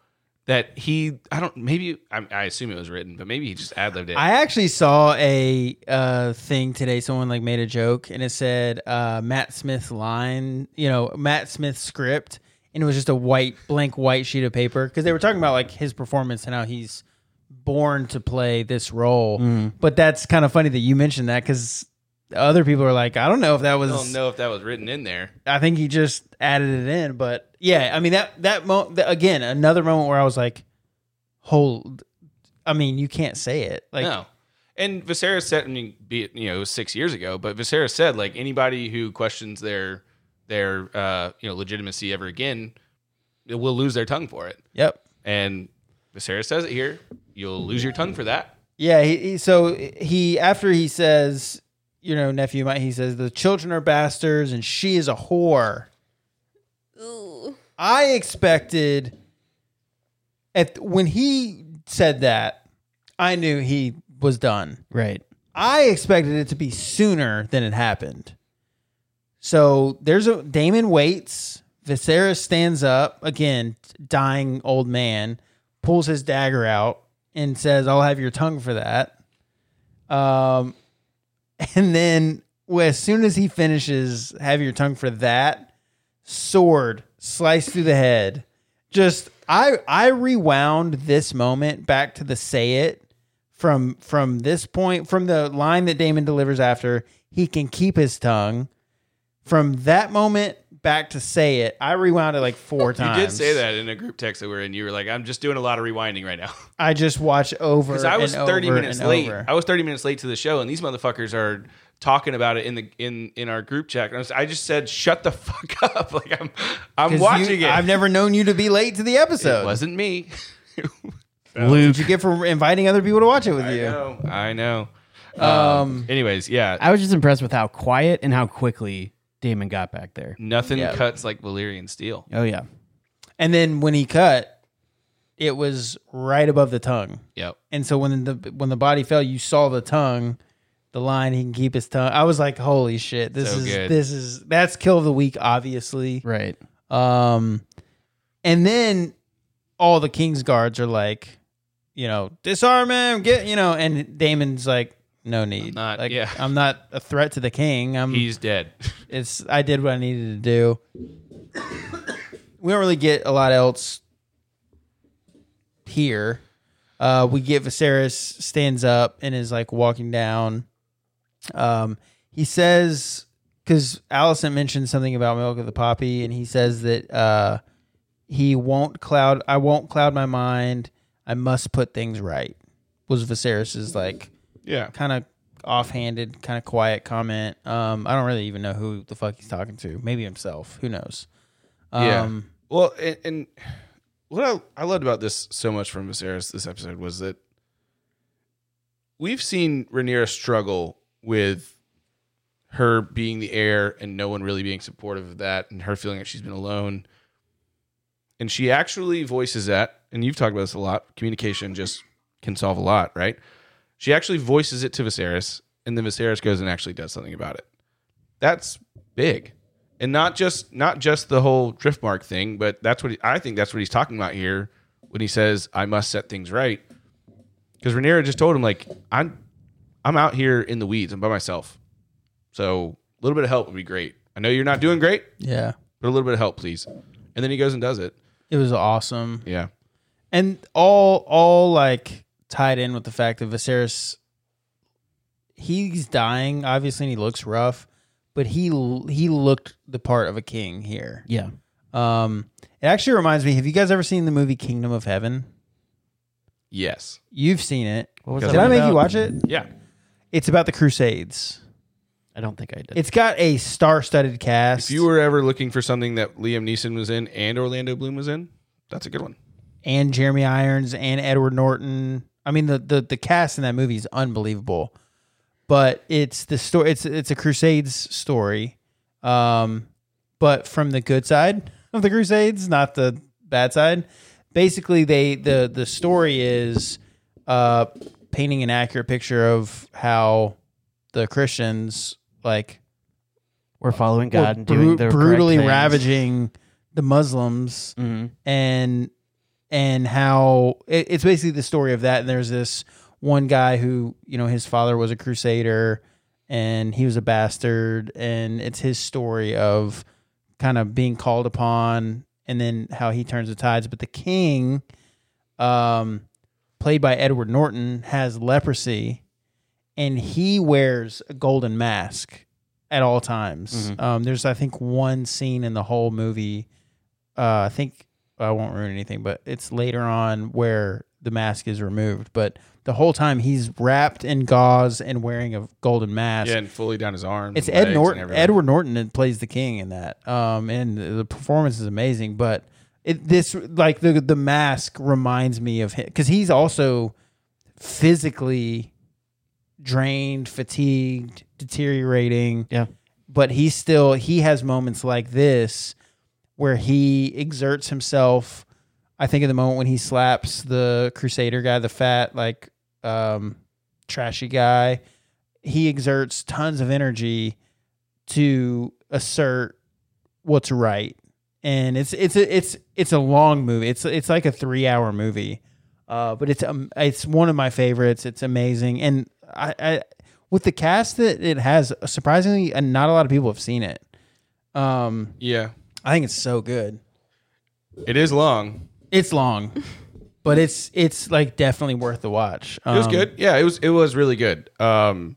S1: that he I don't maybe I, I assume it was written, but maybe he just ad libbed it.
S3: I actually saw a uh, thing today. Someone like made a joke and it said uh, Matt Smith line, you know, Matt Smith script, and it was just a white blank white sheet of paper because they were talking about like his performance and how he's born to play this role. But that's kind of funny that you mentioned that because other people are like, I don't know if that was.
S1: I don't know if that was written in there.
S3: I think he just added it in, but yeah, I mean that that moment again, another moment where I was like, hold. I mean, you can't say it. Like,
S1: no. And Viserys said, I mean, be it, you know, it was six years ago, but Viserys said, like, anybody who questions their their uh, you know legitimacy ever again will lose their tongue for it.
S3: yep.
S1: And Viserys says it here. You'll lose your tongue for that.
S3: Yeah, he, he, so he after he says, you know, nephew, my he says the children are bastards and she is a whore.
S2: Ooh.
S3: I expected at when he said that, I knew he was done.
S4: Right.
S3: I expected it to be sooner than it happened. So there's a Damon waits. Viserys stands up again, dying old man, pulls his dagger out and says, "I'll have your tongue for that." Um, <laughs> and then well, as soon as he finishes, "Have your tongue for that," sword sliced through the head. Just I I rewound this moment back to the say it from from this point from the line that Damon delivers after he can keep his tongue from that moment back to say it I rewound it like four
S1: You
S3: times
S1: did say that in a group text that we are in. You were like, I'm just doing a lot of rewinding right now. <laughs>
S3: I just watch over
S1: Because I was
S3: and
S1: 30
S3: over
S1: minutes
S3: and
S1: late.
S3: over.
S1: I was 30 minutes late to the show, and these motherfuckers are talking about it in the in in our group chat. And I, was- I just said, shut the <laughs> fuck up. Like I'm
S3: 'Cause
S1: I'm
S3: you-
S1: watching it.
S3: I've never known you to be late to the episode
S1: it <laughs> wasn't me.
S4: Luke.
S3: you get for inviting other people to watch it with
S1: I <laughs>
S3: you
S1: know. I know.
S3: um
S1: Anyways, yeah.
S4: I was just impressed with how quiet and how quickly Damon got back there.
S1: Nothing cuts like Valyrian steel.
S4: Oh yeah.
S3: and then when he cut it was right above the tongue
S1: Yep.
S3: and so when the when the body fell, you saw the tongue, the line he can keep his tongue. I was like, holy shit, this
S1: So
S3: is
S1: good.
S3: this is that's kill of the week, obviously.
S4: Right.
S3: Um, and then all the king's guards are like, you know, disarm him, get you know, and Damon's like, no need,
S1: not-
S3: like,
S1: yeah.
S3: I'm not a threat to the king. I'm
S1: He's dead. <laughs>
S3: it's I did what I needed to do. we don't really get a lot else here. Uh, we get Viserys stands up and is like walking down. Um, he says because Allison mentioned something about milk of the poppy, and he says that uh, he won't cloud. I won't cloud my mind. I must put things right. Was Viserys's like
S1: yeah.
S3: kind of offhanded, kind of quiet comment. Um, I don't really even know who the fuck he's talking to. Maybe himself. Who knows?
S1: Yeah.
S3: Um,
S1: Well, and, and what I, I loved about this so much from Viserys this episode was that we've seen Rhaenyra struggle with her being the heir and no one really being supportive of that and her feeling like she's been alone. And she actually voices that, and you've talked about this a lot. Communication just can solve a lot, right? She actually voices it to Viserys, and then Viserys goes and actually does something about it. That's big and not just not just the whole driftmark thing, but that's what he, I think that's what he's talking about here when he says I must set things right. Because Rhaenyra just told him like I'm I'm out here in the weeds. I'm by myself, so a little bit of help would be great. I know you're not doing great,
S3: yeah,
S1: but a little bit of help, please. And then he goes and does it.
S3: it was awesome,
S1: Yeah,
S3: and all all like tied in with the fact that Viserys he's dying obviously, and he looks rough, but he he looked the part of a king here.
S4: Yeah.
S3: Um, it actually reminds me. Have you guys ever seen the movie Kingdom of Heaven?
S1: yes,
S3: You've seen it.
S4: What was
S1: Did
S3: Did
S4: that
S3: I make
S4: about?
S3: you watch it?
S1: yeah.
S3: It's about the Crusades.
S4: I don't think I did.
S3: It's got a star-studded cast.
S1: If you were ever looking for something that Liam Neeson was in and Orlando Bloom was in, that's a good one.
S3: and Jeremy Irons and Edward Norton. I mean, the the the cast in that movie is unbelievable. but it's the story. It's it's a Crusades story, um, but from the good side of the Crusades, not the bad side. Basically, they the the story is uh, painting an accurate picture of how the Christians like
S4: We're following
S3: were
S4: God and
S3: bru-
S4: doing the
S3: brutally ravaging the Muslims
S4: Mm-hmm.
S3: and and how it, it's basically the story of that. And there's this one guy who you know his father was a crusader and he was a bastard, and it's his story of kind of being called upon and then how he turns the tides. But the king, um, played by Edward Norton, has leprosy, and he wears a golden mask at all times. Um, there's I think one scene in the whole movie. Uh, I think I won't ruin anything, but it's later on where the mask is removed. But the whole time he's wrapped in gauze and wearing a golden mask.
S1: Yeah, and fully down his arms.
S3: It's
S1: and legs
S3: Ed
S1: and
S3: Norton.
S1: everything.
S3: Edward Norton that plays the king in that, um, and the performance is amazing. But it, this, like the the mask, reminds me of him because he's also physically drained, fatigued, deteriorating.
S4: Yeah.
S3: But he still he has moments like this where he exerts himself. I think of the moment when he slaps the crusader guy, the fat like um, trashy guy. He exerts tons of energy to assert what's right, and it's it's a, it's it's a long movie. It's it's like a three hour movie, uh, but it's um, it's one of my favorites. It's amazing, and I, I with the cast that it has, surprisingly, and not a lot of people have seen it. Um,
S1: Yeah,
S3: I think it's so good.
S1: it is long.
S3: It's long, <laughs> but it's it's like definitely worth the watch.
S1: It was
S3: Um,
S1: good. Yeah, it was. It was really good. Um,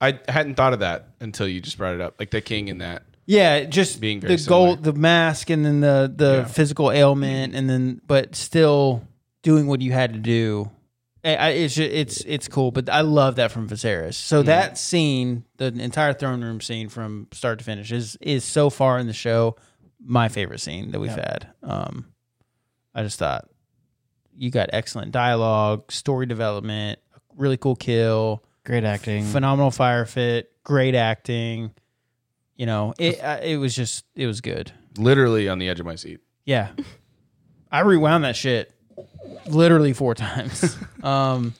S1: I hadn't thought of that until you just brought it up, like the king in that.
S3: Yeah, just
S1: Being very
S3: the gold, the mask, and then the the physical ailment, and then but still doing what you had to do. I- I- It's ju- it's it's cool, but I love that from Viserys. So
S1: Mm-hmm.
S3: that scene, the entire throne room scene from start to finish, is is so far in the show my favorite scene that we've had. Um, I just thought you got excellent dialogue, story development, really cool kill
S4: Great acting.
S3: phenomenal fire fit, great acting. You know, it uh, it was just it was good.
S1: Literally on the edge of my seat.
S3: Yeah, I rewound that shit literally four <laughs> times. um,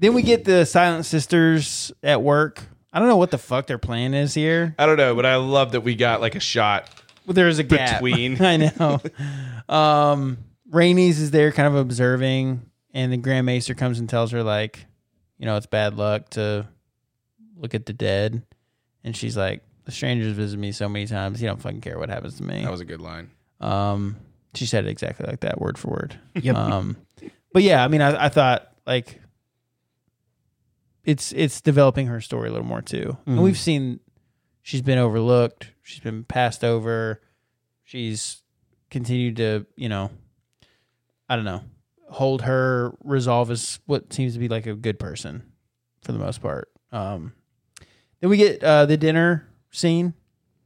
S3: then we get the Silent Sisters at work. I don't know what the fuck their plan is here.
S1: I don't know, but I love that we got like a shot.
S3: Well, there's a gap
S1: Between.
S3: <laughs> I know. Um, Rainey's is there, kind of observing, and then Grand Maester comes and tells her like, you know, it's bad luck to look at the dead, and she's like, the strangers visit me so many times, he don't fucking care what happens to me.
S1: That was a good line.
S3: Um, she said it exactly like that, word for word.
S4: Yep.
S3: Um, but yeah, I mean, I, I thought like it's it's developing her story a little more too, and
S4: Mhm.
S3: we've seen she's been overlooked, she's been passed over, she's continued to you know, I don't know, hold her resolve as what seems to be like a good person for the most part. Um, then we get uh, the dinner scene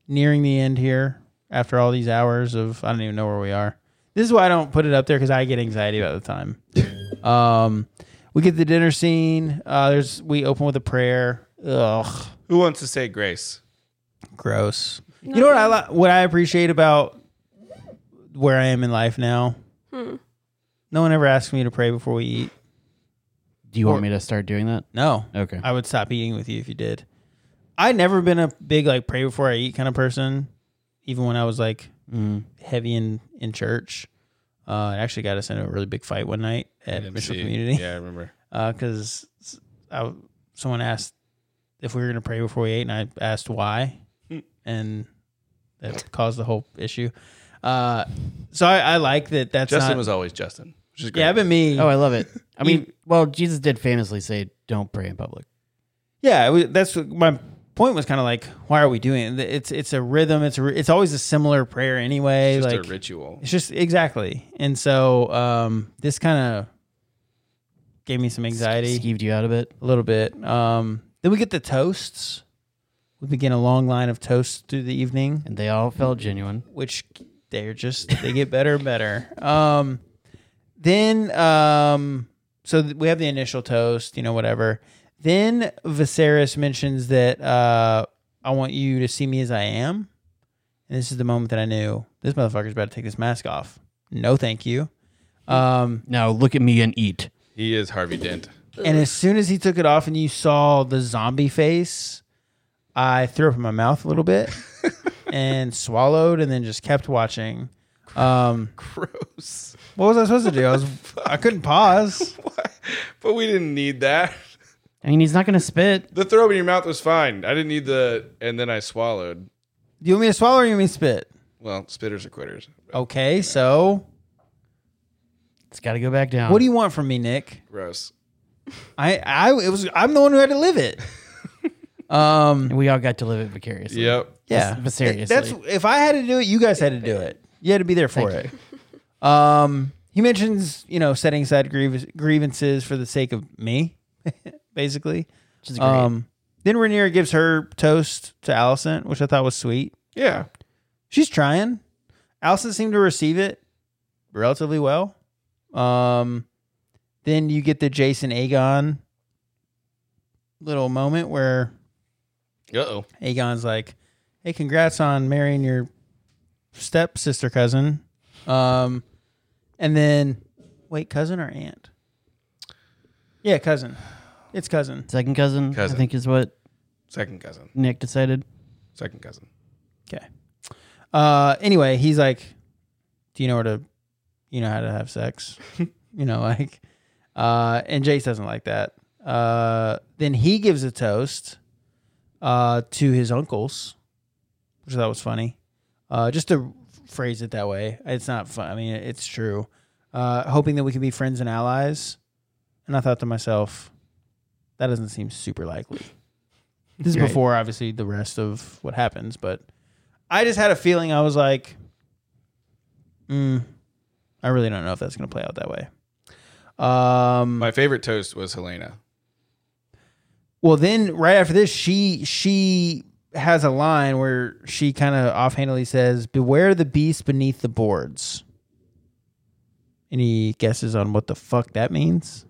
S3: nearing the end here after all these hours of I don't even know where we are. This is why I don't put it up there because I get anxiety about the time. um, we get the dinner scene. Uh, there's we open with a prayer. Ugh,
S1: Who wants to say grace?
S3: gross. You know what I li- what I appreciate about where I am in life now.
S2: Hmm.
S3: No one ever asks me to pray before we eat.
S4: Do you want me to start doing that?
S3: No,
S4: Okay.
S3: I would stop eating with you if you did. I never been a big like pray before I eat kind of person. Even when I was like
S4: Mm.
S3: heavy in in church. Uh, it actually got us into a really big fight one night at
S1: I didn't
S3: Mission
S1: see.
S3: Community
S1: Yeah, I remember.
S3: because I someone asked if we were going to pray before we ate, and I asked
S1: <laughs>
S3: why, and that caused the whole issue. Uh, so I, I like that. That's
S1: Justin
S3: not,
S1: was always Justin, which is great.
S3: yeah, but me.
S4: Oh, I love it. I mean, well, Jesus did famously say, "Don't pray in public."
S3: Yeah, it was, that's what my point. Was kind of like, why are we doing it? It's it's a rhythm. It's a, ri- it's always a similar prayer anyway.
S1: it's just
S3: like
S1: a ritual.
S3: It's just exactly. And so um, this kind of gave me some anxiety
S4: Skeeved you out a bit.
S3: a little bit. Um, then we get the toasts. We begin a long line of toasts through the evening,
S4: and they all felt genuine.
S3: which they're just they get better and better. Um, then um, so th- we have the initial toast, you know, whatever. Then Viserys mentions that uh, I want you to see me as I am. And this is the moment that I knew this motherfucker's about to take this mask off. No, thank you. Um,
S4: Now look at me and eat.
S1: He is Harvey
S3: <laughs>
S1: Dent.
S3: and as soon as he took it off and you saw the zombie face, I threw up in my mouth a little bit and swallowed and then just kept watching. Um,
S1: Gross.
S3: what was I supposed to do? I was I couldn't pause.
S1: but we didn't need that.
S4: I mean, he's not gonna spit.
S1: The throw in your mouth was fine. I didn't need the, and then I swallowed.
S3: Do you want me to swallow or you want me to spit?
S1: Well, spitters are quitters.
S3: Okay, so
S4: It's got to go back down.
S3: what do you want from me, Nick?
S1: Gross.
S3: I I it was I'm the one who had to live it. <laughs> Um
S4: We all got to live it vicariously.
S1: Yep.
S3: yeah.
S4: But seriously.
S3: That's if I had to do it, you guys had to do it. You had to be there for it. Um he mentions, you know, setting aside griev- grievances for the sake of me, <laughs> basically.
S4: Which is great.
S3: Um then Rhaenyra gives her toast to Allison, which I thought was sweet.
S1: Yeah.
S3: She's trying. Allison seemed to receive it relatively well. Um, then you get the Jason Aegon little moment where
S1: Uh oh.
S3: Aegon's like, "Hey, congrats on marrying your stepsister cousin." Um, and then wait, cousin or aunt? Yeah, cousin. It's cousin.
S4: Second cousin,
S1: Cousin.
S4: I think, is what
S1: Second cousin.
S4: Nick decided.
S1: Second cousin.
S3: Okay. Uh, anyway, he's like, "Do you know where to, you know how to have sex?" you know, like, uh, and Jace doesn't like that. Uh, then he gives a toast, uh, to his uncles, which I thought was funny. Uh, just to phrase it that way, it's not fun. I mean, it's true. Uh, hoping that we can be friends and allies, and I thought to myself, that doesn't seem super likely. This is
S4: Right.
S3: before, obviously, the rest of what happens, but I just had a feeling. I was like, mm, I really don't know if that's going to play out that way. Um,
S1: My favorite toast was Helena.
S3: well, then right after this, she she has a line where she kind of offhandedly says, "Beware the beast beneath the boards." Any guesses on what the fuck that means?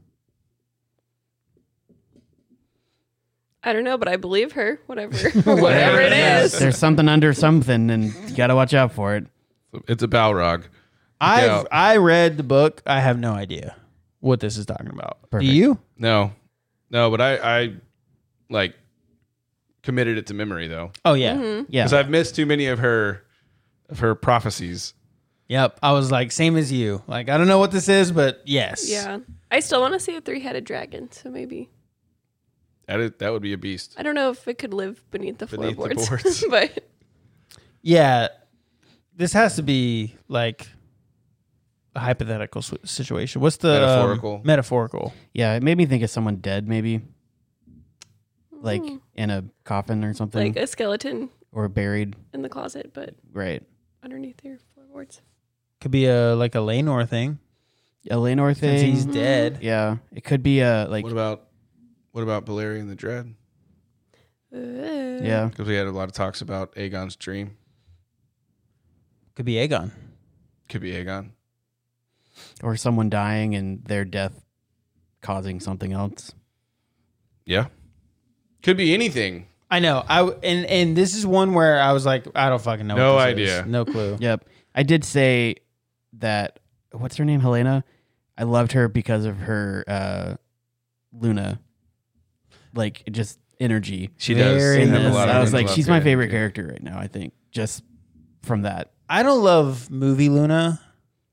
S2: I don't know, but I believe her. Whatever, <laughs>
S1: Whatever
S2: whatever it
S1: it
S2: is.
S4: There's something under something, and you got to watch out for it.
S1: It's a Balrog.
S3: I
S1: out.
S3: I read the book. I have no idea what this is talking about.
S4: Perfect.
S3: Do you?
S1: No. No, but I, I like committed it to memory though.
S3: Oh yeah,
S4: Yeah.
S1: Because I've missed too many of her of her prophecies.
S3: yep. I was like, same as you. Like I don't know what this is, but yes,
S2: Yeah, I still want to see a three-headed dragon. So maybe
S1: That is, that would be a beast.
S2: I don't know if it could live beneath the
S1: Beneath the
S2: floorboards,
S1: boards.
S2: <laughs> but
S3: yeah. This has to be like a hypothetical s- situation. What's the um,
S1: Metaphorical.
S3: metaphorical.
S4: Yeah. It made me think of someone dead, maybe. Like in a coffin or something,
S2: Hmm. like a skeleton
S4: or buried.
S2: in the closet, but
S4: Right.
S2: underneath your floorboards.
S3: Could be a like a Lanor thing
S4: Eleanor
S3: since
S4: thing.
S3: he's dead.
S4: yeah. It could be a, like,
S1: what about what about Balerion the Dread?
S2: Uh,
S4: yeah.
S1: Because we had a lot of talks about Aegon's dream.
S3: Could be Aegon.
S1: Could be Aegon.
S4: Or someone dying and their death causing something else.
S1: Yeah. Could be anything.
S3: I know. I w- and and this is one where I was like, I don't fucking know.
S1: No
S3: what this
S1: idea.
S3: is. No <laughs> clue.
S4: Yep. I did say that what's her name, Helena? I loved her because of her uh Luna. Like just energy.
S1: She
S3: does Very
S1: does.
S3: have a
S4: Yes,
S3: lot of
S4: I was
S3: good
S4: like, she's my favorite character right now, I think. Just from that.
S3: I don't love movie Luna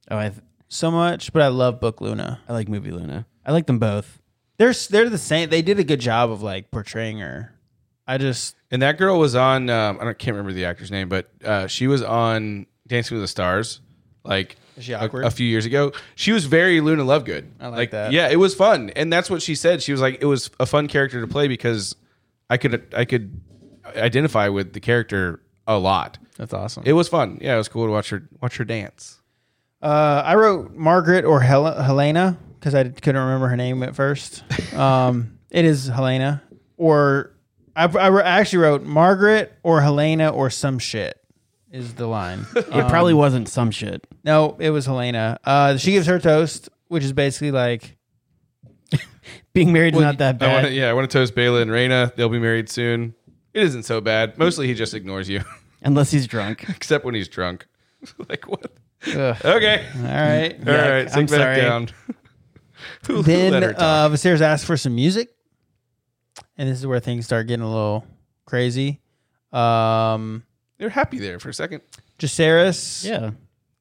S4: Oh, I th-
S3: so much, but I love book Luna.
S4: I like movie Luna. I like them both.
S3: They're s- they're the same. They did a good job of like portraying her. I just
S1: And that girl was on. Um, I don't can't remember the actor's name, but uh, she was on Dancing with the Stars, like
S3: Is she
S1: a,
S3: awkward?
S1: a few years ago. She was very Luna Lovegood.
S3: I like that.
S1: Yeah, it was fun, and that's what she said. She was like, it was a fun character to play because I could I could identify with the character a lot.
S3: that's awesome.
S1: It was fun. Yeah, it was cool to watch her watch her dance.
S3: Uh, I wrote Margaret or Hel- Helena because I couldn't remember her name
S1: <laughs>
S3: at first. Um, it is Helena, or I, I wr- I actually wrote Margaret or Helena or some shit is the
S1: <laughs>
S3: line.
S4: It probably wasn't some shit.
S3: no, it was Helena. Uh, she gives her toast, which is basically like,
S4: Being married's not that
S1: I wanna,
S4: bad.
S1: yeah, I want to toast Bayla and Raina. They'll be married soon. It isn't so bad. Mostly he just ignores you, <laughs>
S4: Unless he's <laughs> drunk.
S1: except when he's drunk. <laughs> like what?
S4: Ugh.
S1: Okay.
S3: All right.
S1: Mm, All right, sink
S4: I'm
S1: back
S4: sorry.
S1: down. <laughs> Who- who
S3: then
S1: let her talk?
S3: uh, Viserys asked for some music, and this is where things start getting a little crazy. Um,
S1: They're happy there for a second.
S3: Jaceres.
S4: Yeah.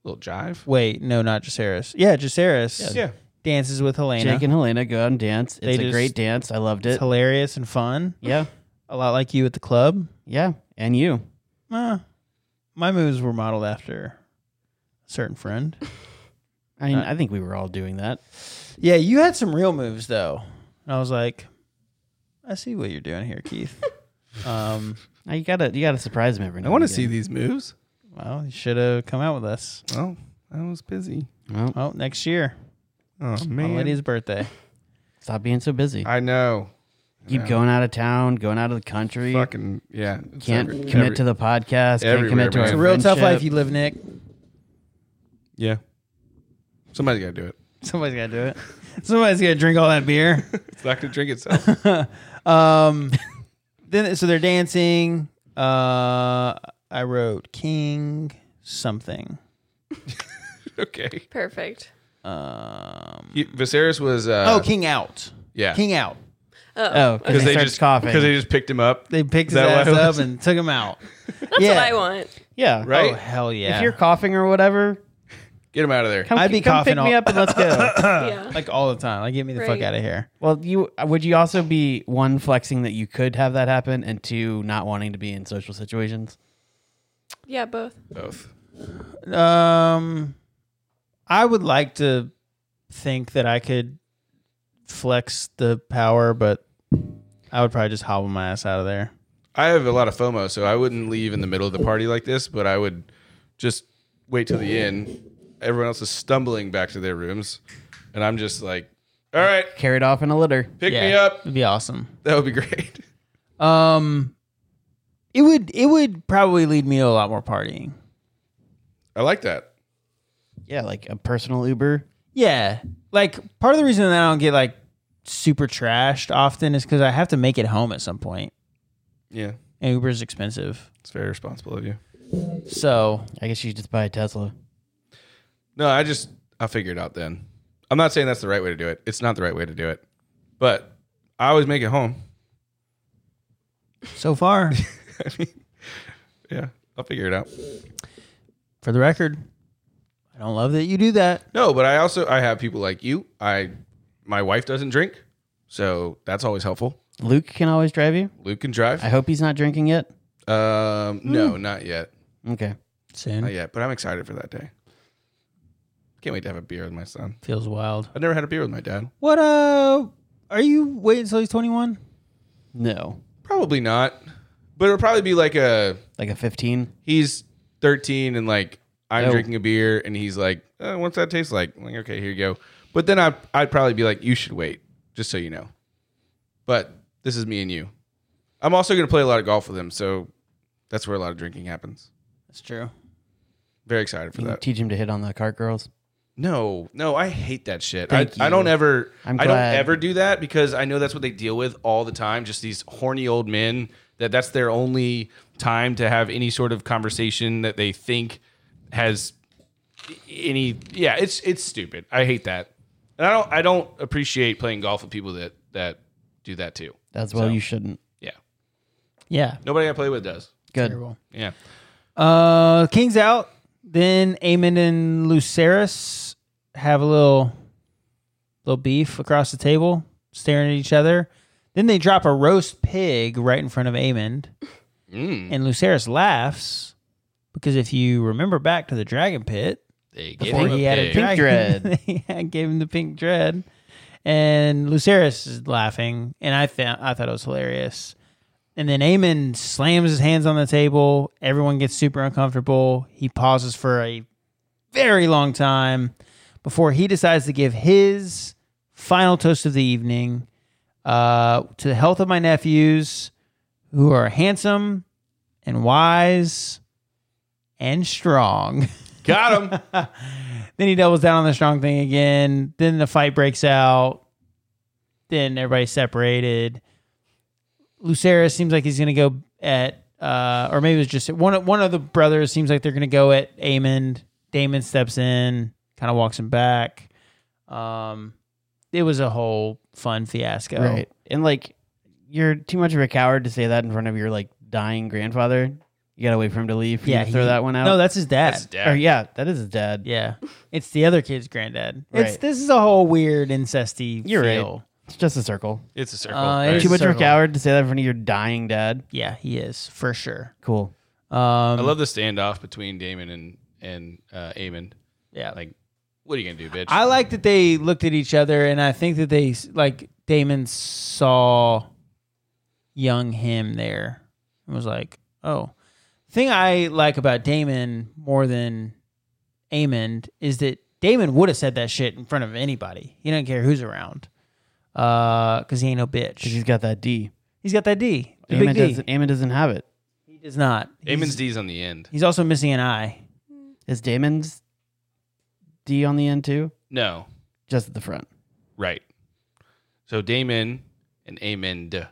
S1: little jive.
S3: Wait, no, not Jaceres. Yeah, Jaceres.
S1: Yeah.
S3: Dances with Helena.
S4: Jake and Helena go out and dance. It's
S3: They
S4: a
S3: just-
S4: great dance. I loved
S3: it's
S4: it.
S3: hilarious and fun.
S4: Yeah.
S3: A lot like you at the club.
S4: Yeah. And you.
S3: Uh, my moves were modeled after a certain friend.
S4: I mean, I think we were all doing that.
S3: <laughs> Yeah, you had some real moves though. And I was like, I see what you're doing here, <laughs> Keith. um,
S4: Now, You gotta you gotta surprise him every night.
S1: I want to see these moves.
S3: well, you should have come out with us.
S1: Oh, I was busy.
S4: Well,
S3: Well, next year,
S1: Oh
S3: my
S1: man,
S3: lady's birthday.
S4: stop being so busy.
S1: I know.
S4: Keep going out of town, going out of the country.
S1: Fucking yeah. It's
S4: Can't
S1: every-
S4: commit
S1: every-
S4: to the podcast. Can't
S1: everywhere,
S4: commit to
S1: man.
S4: our
S1: It's
S3: It's a real tough life
S4: friendship.
S3: you live, Nick.
S1: Yeah. Somebody's got to do it.
S3: <laughs> Somebody's got to do it. Somebody's got to drink all that <laughs> beer.
S1: It's not gonna drink itself. <laughs>
S3: Um, <laughs> then so they're dancing. Uh, I wrote King something.
S1: Uh, okay.
S2: Perfect.
S3: Um,
S1: He, Viserys was. Uh,
S3: oh, King out.
S1: yeah.
S3: King out.
S4: Oh,
S1: Because they
S4: starts
S1: just
S4: coughing.
S1: Because they just picked him up.
S3: They picked his
S1: that
S3: ass
S1: what it
S3: up
S1: was?
S3: and took
S1: <laughs>
S3: him out. That's
S2: That's what I want.
S4: yeah.
S1: Right.
S3: Oh hell yeah!
S4: If you're coughing or whatever,
S1: Get him out of there.
S4: come,
S3: I'd be
S4: come
S3: coughing
S4: pick me
S3: all-
S4: up and let's go.
S2: yeah.
S3: like all the time, like get me the fuck
S2: Right.
S3: out of here.
S4: <laughs> Well, you would you also be one flexing that you could have that happen, and two not wanting to be in social situations.
S2: Yeah, both.
S1: Both.
S3: Um, I would like to think that I could flex the power, but I would probably just hobble my ass out of there.
S1: I have a lot of FOMO, so I wouldn't leave in the middle of the party like this, but I would just wait till the end. Everyone else is stumbling back to their rooms, and I'm just like, all right,
S4: Carried off in a litter.
S1: pick me up. <laughs>
S3: It'd be awesome.
S1: That would be great.
S3: Um, it would it would probably lead me to a lot more partying.
S1: I like that.
S4: Yeah, like a personal Uber.
S3: Yeah, like part of the reason that I don't get like super trashed often is because I have to make it home at some point,
S1: Yeah,
S3: and Uber is expensive.
S1: it's very responsible of you.
S3: So
S4: I guess you just buy a Tesla.
S1: No, I just, I'll figure it out then. I'm not saying that's the right way to do it. It's not the right way to do it, but I always make it home. <laughs>
S3: so <laughs> far,
S1: I mean, yeah, I'll figure it out.
S3: for the record, I don't love that you do that.
S1: No, but I also, I have people like you. I, my wife doesn't drink, so that's always helpful.
S4: Luke can always drive you.
S1: Luke can drive.
S4: I hope he's not drinking yet.
S1: Um, no, not yet,
S4: Okay.
S3: Soon
S1: not yet. But I'm excited for that day. Can't wait to have a beer with my son.
S3: feels wild.
S1: I've never had a beer with my dad.
S3: What uh, are you waiting until he's twenty one?
S4: No,
S1: Probably not, but it'll probably be like a
S4: like a fifteen.
S1: he's 13 and like I'm
S4: No.
S1: drinking a beer and he's like, uh, what's that taste like? I'm like, okay, here you go. But then I I'd probably be like, you should wait, just so you know. But this is me and you. I'm also gonna play a lot of golf with him, so that's where a lot of drinking happens.
S3: That's true.
S1: Very excited for
S4: You can
S1: that.
S4: teach him to hit on the cart girls.
S1: No, no, I hate that shit. I,
S4: Thank
S1: I
S4: you.
S1: don't ever
S4: I'm
S1: I don't
S4: glad.
S1: ever do that because I know that's what they deal with all the time, just these horny old men that that's their only time to have any sort of conversation that they think has any yeah, it's it's stupid. I hate that. And I don't I don't appreciate playing golf with people that that do that too.
S4: That's well, you shouldn't.
S1: Yeah.
S3: Yeah.
S1: Nobody I play with does.
S4: Good.
S1: Yeah.
S3: Uh, King's out. Then Aemon and Lucerys have a little, little beef across the table, staring at each other. Then they drop a roast pig right in front of Aemon,
S1: Mm,
S3: and Lucerys laughs because if you remember back to the dragon pit,
S1: they give
S3: before
S1: him
S3: he had a
S1: pig.
S4: pink
S3: dragon,
S4: dread.
S3: <laughs> yeah, gave him the pink dread, and Lucerys is laughing, and I found I thought it was hilarious. And then Eamon slams his hands on the table. Everyone gets super uncomfortable. He pauses for a very long time before he decides to give his final toast of the evening uh, to the health of my nephews, who are handsome and wise and strong. <laughs>
S1: Got him.
S3: then he doubles down on the strong thing again. Then the fight breaks out. then everybody separated. Lucera seems like he's going to go at, uh, or maybe it was just one. of- One of the brothers seems like they're going to go at Amon. Damon steps in, kind of walks him back. Um, it was a whole fun fiasco.
S4: Right. And like, you're too much of a coward to say that in front of your like dying grandfather. You gotta wait for him to leave. Yeah,
S3: Yeah,
S4: throw
S3: he-
S4: that one out.
S3: No, that's his dad.
S1: That's
S4: Or,
S1: dad.
S4: yeah, that is his dad.
S3: yeah, it's the other kid's granddad. It's
S4: Right.
S3: this is a whole weird incesty.
S4: You're right.
S3: feel.
S4: It's just a circle.
S1: It's a circle.
S3: Uh,
S1: right?
S3: it's-
S4: Too much of a
S3: circle.
S4: coward to say that in front of your dying dad.
S3: Yeah, he is for sure.
S4: Cool.
S3: Um,
S1: I love the standoff between Damon and and uh, Amon.
S3: yeah.
S1: Like, what are you gonna do, bitch?
S3: I like that they looked at each other, and I think that they like Damon saw young him there and was like, "Oh." Thing I like about Damon more than Amond is that Damon would have said that shit in front of anybody. He didn't care who's around, because he ain't no bitch.
S4: 'Cause he's got that D.
S3: He's got that D, the
S4: Amon
S3: big D.
S4: doesn't, Amon doesn't have it.
S3: He does not.
S1: Amon's
S3: He's-
S1: D's on the end.
S3: He's also missing an eye.
S4: Is Damon's D on the end too?
S1: No,
S4: Just at the front.
S1: right. So Damon and Amon d-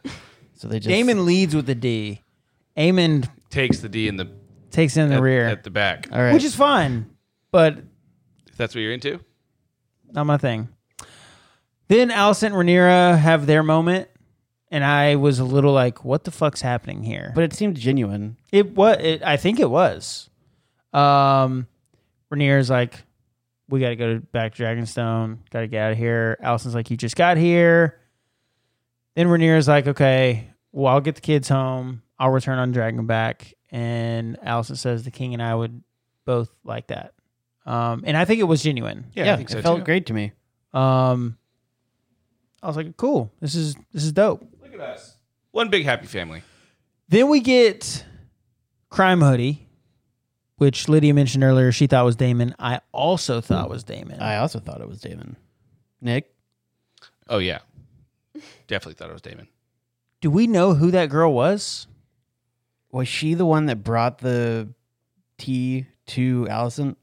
S4: So they just
S3: Damon leads with the D. Amond
S1: takes the D in the,
S3: takes in the
S1: at-
S3: rear.
S1: at the back.
S4: All right.
S3: which is fine, but
S1: If that's what you're into.
S3: not my thing. Then Allison and Rhaenyra have their moment, and I was a little like, "What the fuck's happening here?"
S4: but it seemed genuine.
S3: it was, it, I think it was. Um, Rhaenyra's like, "We got to go back to Dragonstone. Got to get out of here." Allison's like, "You just got here." Then Rhaenyra's like, "Okay, well, I'll get the kids home. I'll return on Dragonback." And Allison says, "The king and I would both like that." Um, and I think it was genuine.
S6: Yeah, I think
S4: it
S6: so
S4: felt
S6: too.
S4: great to me.
S3: Um, I was like, cool. This is this is dope.
S1: Look at us. One big happy family.
S3: Then we get Crime Hoodie, which Lydia mentioned earlier. She thought was Damon. I also thought was Damon.
S4: I also thought it was Damon. Nick,
S1: Oh yeah, definitely thought it was Damon.
S3: Do we know who that girl was?
S4: was she the one that brought the tea to Allison?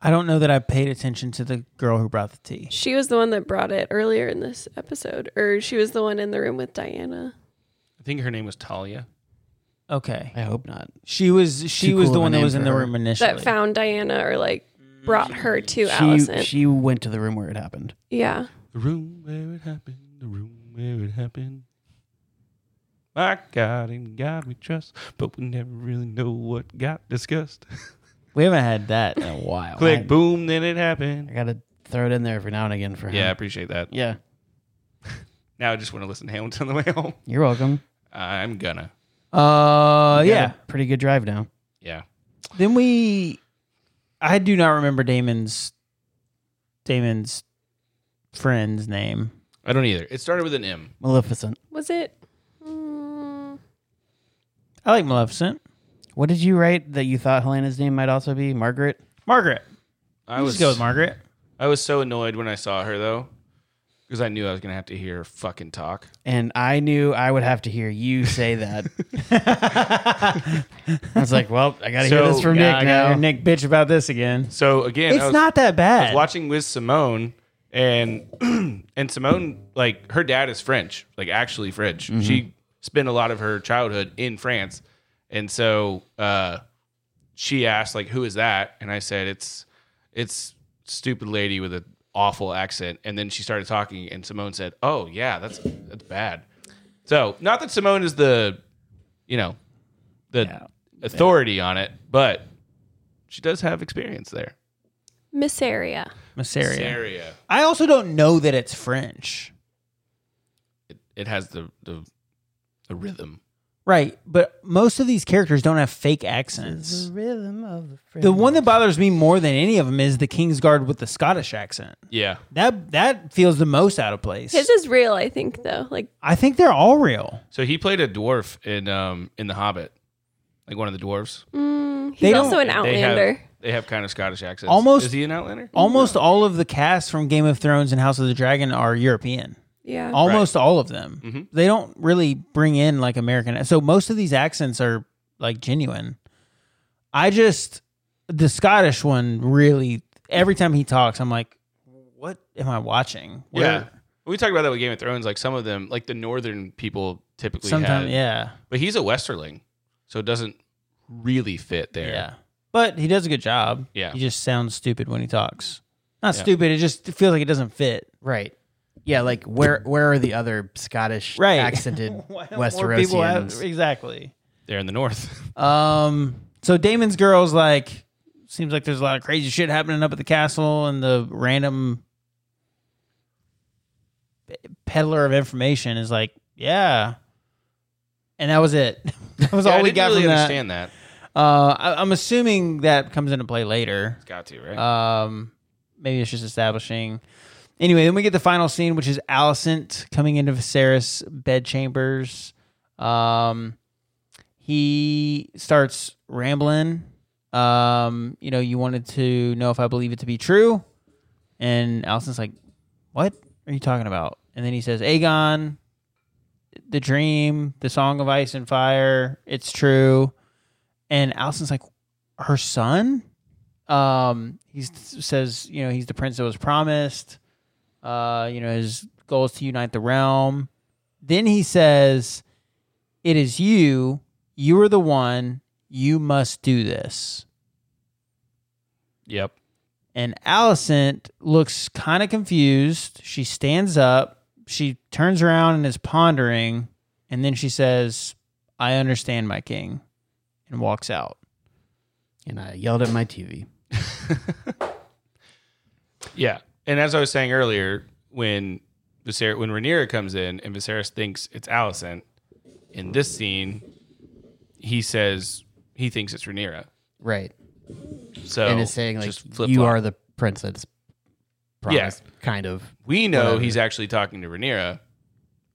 S3: I don't know that I paid attention to the girl who brought the tea.
S2: She was the one that brought it earlier in this episode, or she was the one in the room with Diana.
S1: I think her name was Talia.
S3: Okay,
S4: I hope not.
S3: she was she
S4: Too
S3: was
S4: cool
S3: the
S4: of a
S3: one that
S4: name
S3: was in
S4: for
S3: the
S4: her.
S3: room initially.
S2: That found Diana, or like brought her to
S4: Mm. She,
S2: Allison.
S4: she went to the room where it happened.
S2: yeah.
S1: The room where it happened. The room where it happened. My God, in God we trust, but we never really know what got
S3: <laughs>
S1: discussed.
S3: we haven't had that in
S4: <laughs>
S3: a while.
S1: Click,
S3: I,
S1: boom, then it
S4: I
S1: happened.
S4: gotta throw it in there every now and again for him.
S1: Yeah, I appreciate that.
S4: Yeah.
S1: Now I just want to listen to Hamilton on the way <laughs> home.
S4: You're welcome.
S1: I'm gonna.
S3: uh,
S4: You got
S3: yeah.
S4: a Pretty good drive now.
S1: Yeah.
S3: Then we, I do not remember Damon's Damon's friend's name.
S1: I don't either. It started with an M.
S4: Maleficent.
S2: Was it? Mm,
S3: I like Maleficent.
S4: What did you write that you thought Helena's name might also be? Margaret?
S3: Margaret.
S1: I
S3: I
S1: was
S3: just go with Margaret.
S1: I was so annoyed when I saw her though, because I knew I was gonna have to hear her fucking talk.
S4: And I knew I would have to hear you say that. I was like, well, I gotta hear
S1: So,
S4: this from
S3: Oh, Yeah, I gotta
S4: Nick now.
S3: hear Nick bitch about this again.
S1: So again,
S3: It's
S1: I was,
S3: not that
S1: I
S3: bad.
S1: was watching with Simone, and <clears throat> and Simone like her dad is French, like actually French. She spent a lot of her childhood in France, and so uh, she asked like, "Who is that?" And I said, "It's it's stupid lady with an awful accent." And then she started talking, and Simone said, "Oh yeah, that's that's bad." So not that Simone is the you know the authority on it, but she does have experience there.
S2: Miss Area.
S3: Masseria.
S1: Area.
S3: I also don't know that it's French.
S1: it, it has the, the the rhythm.
S3: Right, but most of these characters don't have fake accents.
S4: rhythm of the
S3: The one that bothers me more than any of them is the Kingsguard with the Scottish accent.
S1: Yeah.
S3: That that feels the most out of place.
S2: His is real, I think, though. Like,
S3: I think they're all real.
S1: So he played a dwarf in um in The Hobbit, like one of the dwarves.
S2: mm,
S3: They
S2: he's
S3: don't-
S2: also an
S1: They have-
S2: Outlander.
S1: They have kind of Scottish accents.
S3: Almost-
S1: Is he an outlander?
S3: Almost all of the cast from Game of Thrones and House of the Dragon are European.
S2: yeah.
S3: Almost all of them.
S7: Mm-hmm.
S1: Mhm.
S3: They don't really bring in like American. So most of these accents are like genuine. I just the Scottish one really every time he talks, I'm like, what am I watching?
S7: Yeah.
S3: Where-
S7: We talked about that with Game of Thrones. Like some of them, like the northern people typically
S3: Sometimes,
S7: had-
S3: yeah,
S7: But he's a Westerling, so it doesn't really fit there.
S3: yeah. But he does a good job.
S7: Yeah.
S3: He just sounds stupid when he talks. Not stupid. It just feels like it doesn't fit.
S4: Right. Yeah, like where where are the other Scottish
S3: Right.
S4: accented
S3: <laughs> Why don't more people have-
S4: Westerosians?
S3: exactly.
S7: There in the
S3: <laughs>
S7: north.
S3: Um. So Damon's girl's like, seems like there's a lot of crazy shit happening up at the castle, and the random peddler of information is like, yeah. And that was it. <laughs> That was
S7: Yeah,
S3: all
S7: I
S3: we
S7: didn't
S3: got
S7: really
S3: from that.
S7: understand that.
S3: Uh, I, I'm assuming that comes into play later.
S7: Got to right.
S3: Um, maybe it's just establishing. Anyway, then we get the final scene, which is Alicent coming into Viserys' bedchambers. Um, he starts rambling. Um, you know, you wanted to know if I believe it to be true, and Alicent's like, "What are you talking about?" And then he says, "Aegon, the dream, the song of ice and fire. It's true." And Alicent's like, "Her son." um he says you know he's the prince that was promised uh you know his goal is to unite the realm then he says it is you you are the one you must do this
S7: yep.
S3: and Allison looks kind of confused she stands up she turns around and is pondering and then she says i understand my king and walks out
S4: And I yelled at my TV.
S7: Yeah. And as I was saying earlier, when Viser- when Rhaenyra comes in and Viserys thinks it's Allison, in this scene, he says he thinks it's Rhaenyra.
S4: Right.
S7: So
S4: and it's saying like
S7: just
S4: you
S7: flip-flop.
S4: are the princess promised kind of.
S7: We know he's actually talking to Rhaenyra.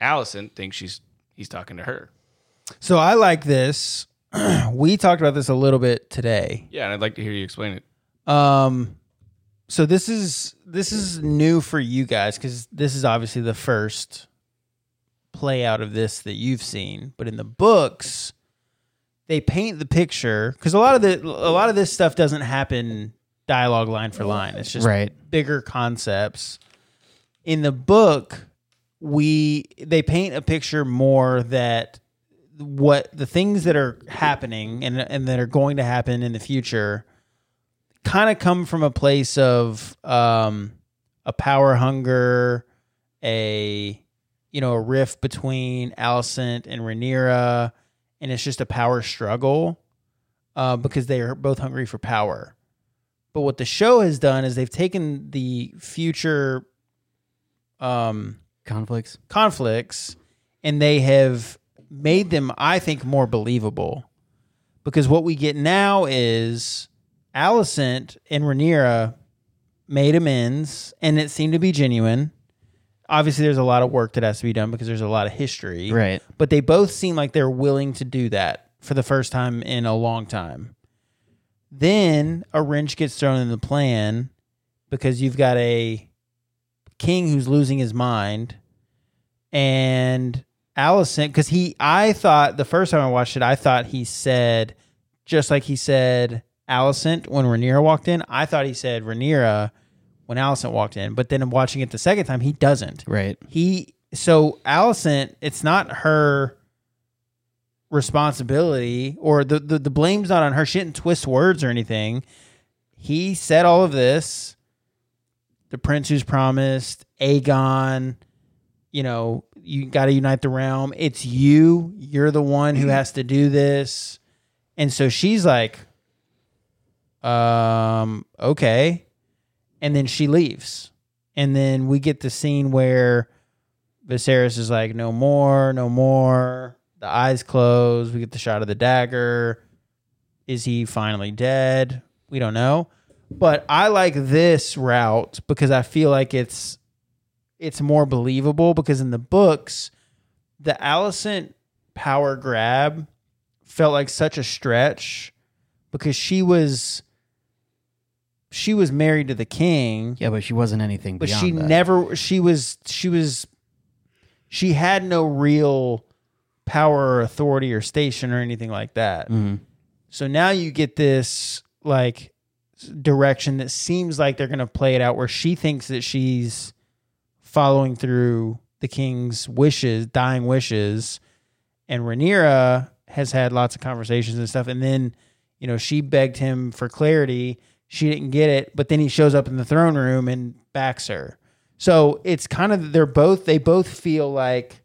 S7: Allison thinks she's he's talking to her.
S3: so i like this <clears throat> we talked about this a little bit today
S7: Yeah, and I'd like to hear you explain it.
S3: Um, so this is this is new for you guys because this is obviously the first play out of this that you've seen. But in the books, they paint the picture because a lot of the a lot of this stuff doesn't happen dialogue line for line. It's just
S4: Right.
S3: bigger concepts. In the book, we they paint a picture more that what the things that are happening and and that are going to happen in the future kind of come from a place of um a power hunger, a you know, a rift between Alicent and Rhaenyra, and it's just a power struggle uh, because they are both hungry for power. But what the show has done is they've taken the future um,
S4: Conflicts.
S3: conflicts and they have made them, I think, more believable. Because what we get now is Alicent and Rhaenyra made amends and it seemed to be genuine. Obviously, there's a lot of work that has to be done because there's a lot of history.
S4: Right.
S3: But they both seem like they're willing to do that for the first time in a long time. Then a wrench gets thrown in the plan because you've got a king who's losing his mind and Allison because he I thought the first time I watched it, I thought he said just like he said Allison when Rhaenyra walked in, I thought he said Rhaenyra when Allison walked in. But then watching it the second time, he doesn't
S4: Right.
S3: he so Allison, it's not her responsibility or the, the the blame's not on her. She didn't twist words or anything. He said all of this. The prince who's promised, Aegon, you know, you gotta unite the realm. It's you. You're the one who has to do this. And so she's like, um, okay. And then she leaves. And then we get the scene where Viserys is like, no more, no more. The eyes close. We get the shot of the dagger. Is he finally dead? We don't know. But I like this route because I feel like it's it's more believable because in the books, the Allison power grab felt like such a stretch because she was she was married to the king
S4: Yeah, but she wasn't anything
S3: but
S4: beyond
S3: she
S4: that.
S3: never she was she was she had no real power or authority or station or anything like that
S4: Mhm.
S3: so now you get this like s- direction that seems like they're going to play it out where she thinks that she's following through the king's wishes, dying wishes, and Rhaenyra has had lots of conversations and stuff. And then, you know, she begged him for clarity. She didn't get it, but then he shows up in the throne room and backs her. So it's kind of they're both they both feel like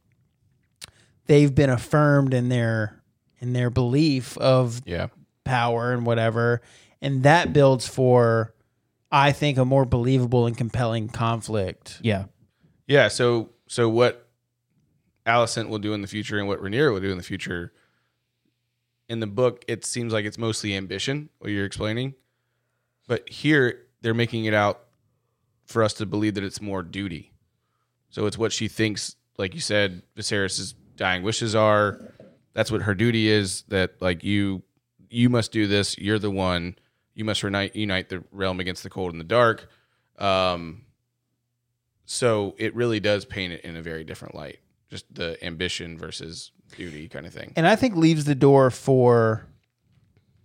S3: they've been affirmed in their in their belief of
S1: Yeah.
S3: power and whatever. And that builds for, I think, a more believable and compelling conflict.
S4: Yeah.
S1: Yeah. So so what Alicent will do in the future and what Rhaenyra will do in the future. In the book, it seems like it's mostly ambition what you're explaining, but here they're making it out for us to believe that it's more duty. So it's what she thinks, like you said, Viserys's dying wishes are. That's what her duty is. That like you, you must do this. You're the one. You must unite unite the realm against the cold and the dark. Um, so it really does paint it in a very different light just the ambition versus duty kind of thing
S3: And I think leaves the door for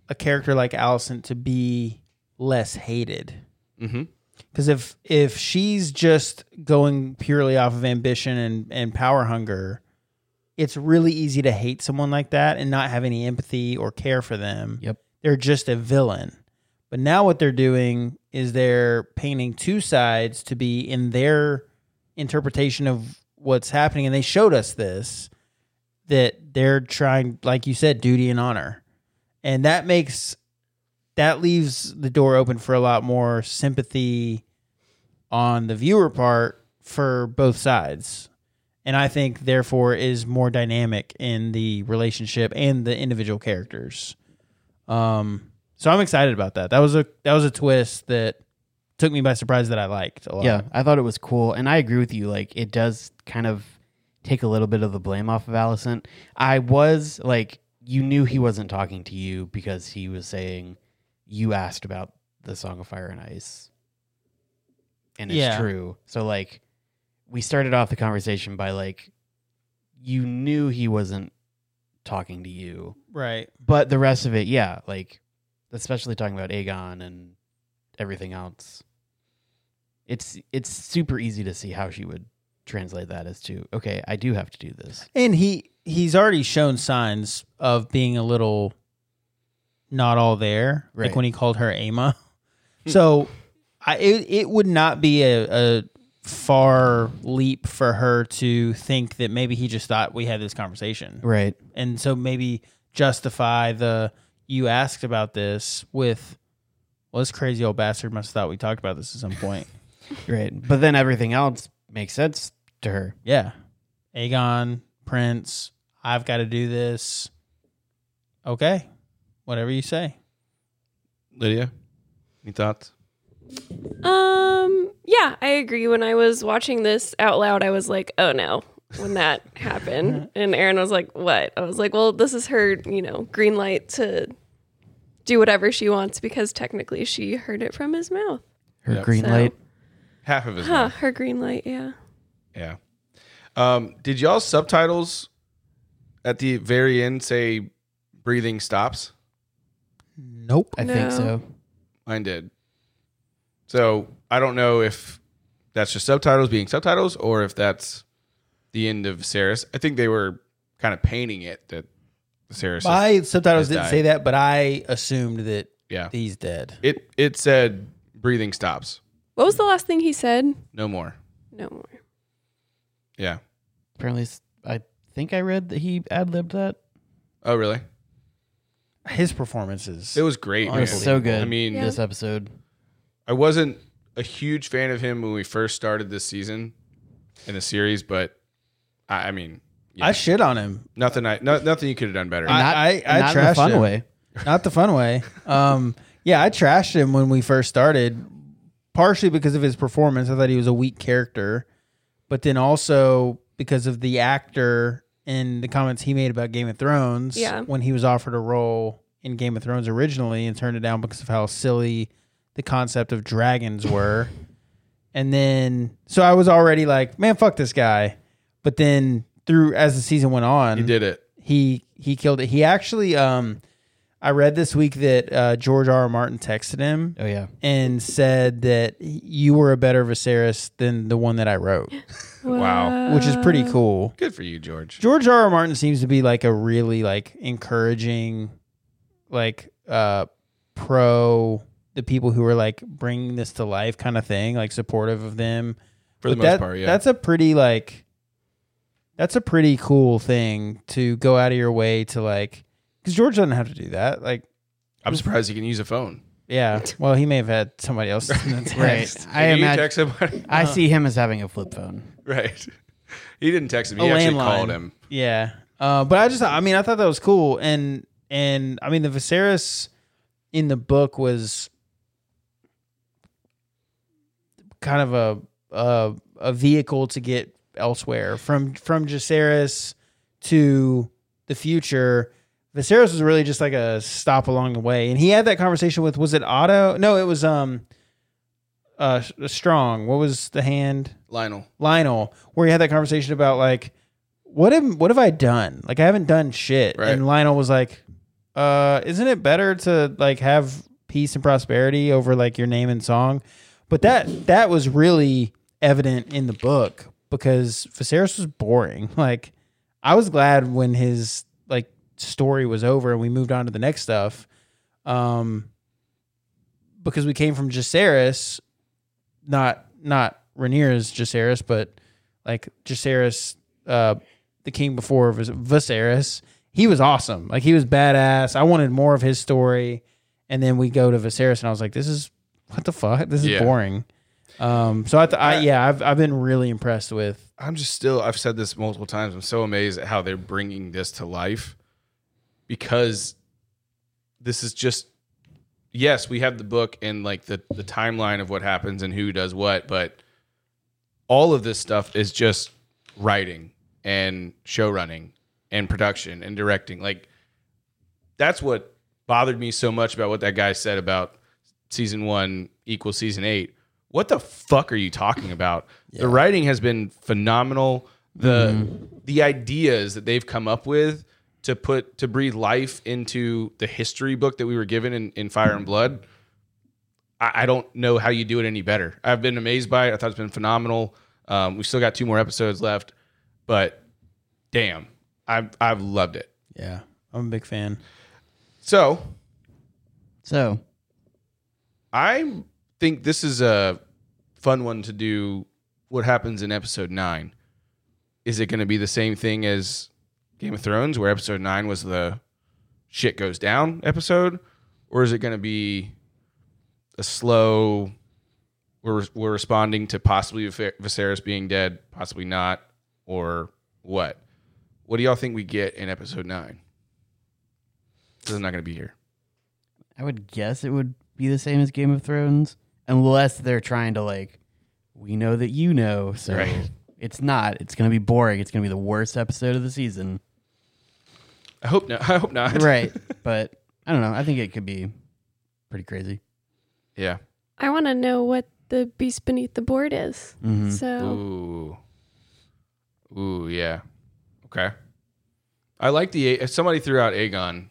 S3: a character like Allison to be less hated.
S1: mm-hmm.
S3: Because if if she's just going purely off of ambition and, and power hunger, it's really easy to hate someone like that and not have any empathy or care for them.
S4: Yep.
S3: They're just a villain. But now what they're doing is they're painting two sides to be in their interpretation of what's happening. And they showed us this that they're trying, like you said, duty and honor. And that makes that leaves the door open for a lot more sympathy on the viewer part for both sides. And I think therefore is more dynamic in the relationship and the individual characters. Um so I'm excited about that. That was a that was a twist that took me by surprise that I liked a lot.
S4: Yeah. I thought it was cool. And I agree with you. Like, it does kind of take a little bit of the blame off of Allison. I was like, you knew he wasn't talking to you because he was saying, you asked about the Song of Fire and Ice. And it's
S3: Yeah.
S4: true. So, like, we started off the conversation by, like, you knew he wasn't talking to you.
S3: Right.
S4: but the rest of it, yeah, like especially talking about Aegon and everything else. It's it's super easy to see how she would translate that as to okay, I do have to do this.
S3: And he he's already shown signs of being a little not all there, like
S4: Right.
S3: when he called her Ama. <laughs> so I it, it would not be a, a far leap for her to think that maybe he just thought we had this conversation.
S4: Right.
S3: And so maybe justify the you asked about this with well, this crazy old bastard must have thought we talked about this at some point.
S4: Right. But then everything else makes sense to her.
S3: Yeah. Aegon, Prince, I've got to do this. Okay. Whatever you say.
S1: lydia any thoughts
S2: Um, yeah, I agree. When I was watching this out loud, I was like, oh no, when that happened. And Aaron was like, what? I was like, well, this is her, you know, green light to do whatever she wants because technically she heard it from his mouth.
S4: Her
S1: Yeah.
S4: green
S2: So-
S4: light.
S1: half of his
S2: Huh,
S1: mouth.
S2: her green light, yeah.
S1: yeah um did y'all subtitles at the very end say breathing stops
S3: Nope.
S4: I
S2: No.
S4: think so.
S1: mine did so i don't know if that's just subtitles being subtitles or if that's the end of Viserys. i think they were kind of painting it that Viserys is-
S3: My subtitles didn't
S1: died.
S3: say that, but I assumed that
S1: yeah
S3: he's dead.
S1: it it said breathing stops
S2: What was the last thing he said?
S1: no more
S2: No more.
S1: yeah
S4: Apparently s- I think I read that he ad libbed that.
S1: oh really
S3: His performances.
S1: It was great.
S4: Oh, It was
S1: man.
S4: so good.
S1: I mean,
S2: Yeah.
S4: this episode.
S1: I wasn't a huge fan of him when we first started this season in the series, but I, I mean, yeah.
S3: I shit on him.
S1: nothing. I no, nothing you could have done better.
S3: I- I-
S4: and
S3: I
S4: not in
S3: trashed
S4: a fun
S3: him.
S4: way.
S3: Not the fun way. Um, yeah, I trashed him when we first started, partially because of his performance. I thought he was a weak character, but then also because of the actor and the comments he made about Game of Thrones
S2: Yeah.
S3: when he was offered a role in Game of Thrones originally and turned it down because of how silly the concept of dragons were. and then, so I was already like, man, fuck this guy. But then, through as the season went on,
S1: he did it.
S3: he he killed it. He actually um I read this week that uh, George R. R. Martin texted him
S4: Oh yeah.
S3: and said that you were a better Viserys than the one that I wrote,
S1: Wow.
S3: which is
S2: Uh.
S3: pretty cool.
S1: Good for you, George.
S3: George R. R. Martin seems to be like a really like encouraging, like uh pro the people who are like bringing this to life kind of thing, like supportive of them.
S1: For the
S3: But
S1: most
S3: that-
S1: part, yeah.
S3: That's a pretty like that's a pretty cool thing to go out of your way to like because George doesn't have to do that. Like,
S1: I'm surprised he can use a phone.
S3: yeah, well, he may have had somebody else <laughs> in the text.
S4: Right. I
S1: Can you
S4: imagine.
S1: text somebody? <laughs>
S4: I see him as having a flip phone.
S1: right. He didn't text him.
S3: A
S1: He actually
S3: landline.
S1: called him.
S3: Yeah. Uh, but I just, I mean, I thought that was cool. And, and I mean, the Viserys in the book was kind of a, a, a vehicle to get elsewhere from, from Jaceres to the future. Viserys was really just like a stop along the way. And he had that conversation with, was it Otto? No, it was, um, uh, strong. What was the hand?
S1: Lionel.
S3: Lionel, where he had that conversation about like, what am what have I done? Like I haven't done shit.
S1: Right.
S3: And Lionel was like, uh, isn't it better to like have peace and prosperity over like your name and song? But that that was really evident in the book because Viserys was boring. <laughs> Like I was glad when his like story was over and we moved on to the next stuff. Um because we came from Jaceres, not not Rhaenyra's Jaceres, but like Jaceres, uh, the king before Vis- Viserys. He was awesome. Like he was badass. I wanted more of his story, and then we go to Viserys, and I was like, "This is what the fuck. This is
S1: Yeah. Uh,
S3: boring." Um, so I, th- I yeah, I've I've been really impressed with
S1: I'm just still, I've said this multiple times. I'm so amazed at how they're bringing this to life because this is just, yes, we have the book and like the, the timeline of what happens and who does what, but all of this stuff is just writing and show running and production and directing. Like, that's what bothered me so much about what that guy said about season one equals season eight. What the fuck are you talking about? The writing has been phenomenal. The the ideas that they've come up with to put to breathe life into the history book that we were given in, in Fire and Blood. I, I don't know how you do it any better. I've been amazed by it. I thought it's been phenomenal. Um, we still got two more episodes left, but damn, I've I've loved it.
S3: yeah. I'm a big fan.
S1: So
S4: So
S1: I think this is a fun one to do. What happens in episode nine? Is it going to be the same thing as Game of Thrones, where episode nine was the shit goes down episode, or is it going to be a slow? We're we're responding to possibly Vis- Viserys being dead, possibly not, or what? What do y'all think we get in episode nine? This is not going to be here.
S4: I would guess it would be the same as Game of Thrones, unless they're trying to like, we know that you know, so
S1: Right.
S4: it's not. It's gonna be boring. It's gonna be the worst episode of
S3: <laughs>
S4: the season.
S1: I hope not. <laughs> I hope not.
S4: right. But I don't know. I think it could be pretty crazy.
S1: Yeah.
S2: I want to know what the beast beneath the board is. So
S1: Ooh. Ooh, yeah. Okay. I like the if somebody threw out Aegon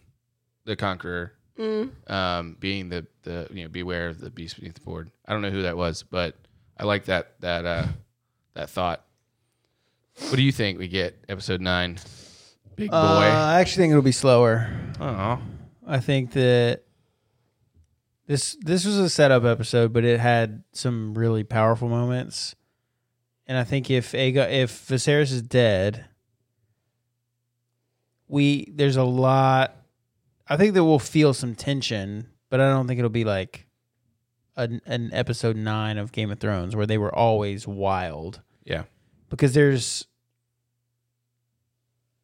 S1: the Conqueror
S2: mm,
S1: um being the the you know beware of the beast beneath the board. I don't know who that was, but I like that that uh that thought. What do you think we get episode 9? Big boy.
S3: Uh, I actually think it'll be slower.
S1: oh.
S3: I think that this this was a setup episode, but it had some really powerful moments. And I think if Aegon, if Viserys is dead, we there's a lot. I think that we'll feel some tension, but I don't think it'll be like an, an episode nine of Game of Thrones where they were always wild
S1: Yeah.
S3: because there's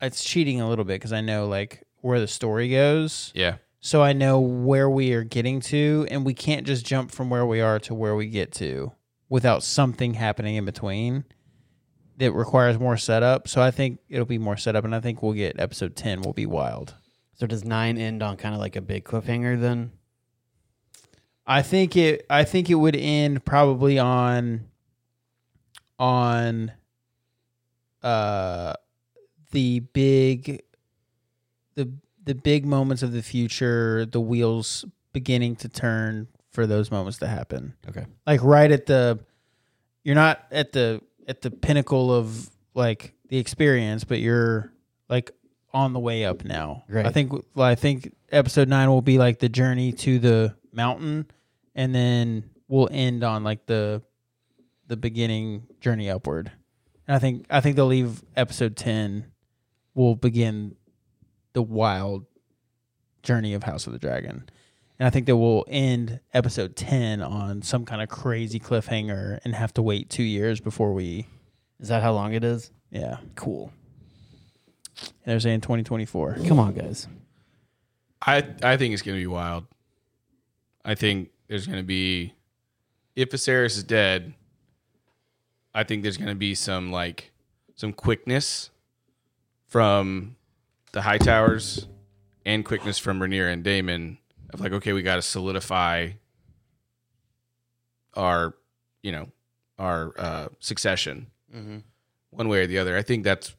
S3: it's cheating a little bit because I know like where the story goes.
S1: Yeah.
S3: So I know where we are getting to and we can't just jump from where we are to where we get to without something happening in between that requires more setup. So I think it'll be more setup and I think we'll get episode 10 will be wild.
S4: So does nine end on kind of like a big cliffhanger then?
S3: I think it I think it would end probably on on uh the big the the big moments of the future, the wheels beginning to turn for those moments to happen.
S4: Okay.
S3: Like right at the you're not at the at the pinnacle of like the experience, but you're like on the way up now.
S4: Right.
S3: I think I think episode 9 will be like the journey to the mountain and then we'll end on like the the beginning journey upward. And I think I think they'll leave episode 10 will begin the wild journey of House of the Dragon. And I think that we'll end episode 10 on some kind of crazy cliffhanger and have to wait 2 years before we
S4: Is that how long it is?
S3: yeah.
S4: Cool.
S3: And they're saying 2024.
S4: Come on, guys.
S1: I I think it's gonna be wild. I think there's gonna be if Viserys is dead, I think there's gonna be some like some quickness from the high towers and quickness from Rhaenyra and Damon of like, okay, we gotta solidify our you know, our uh succession
S4: Mm-hmm.
S1: one way or the other. I think that's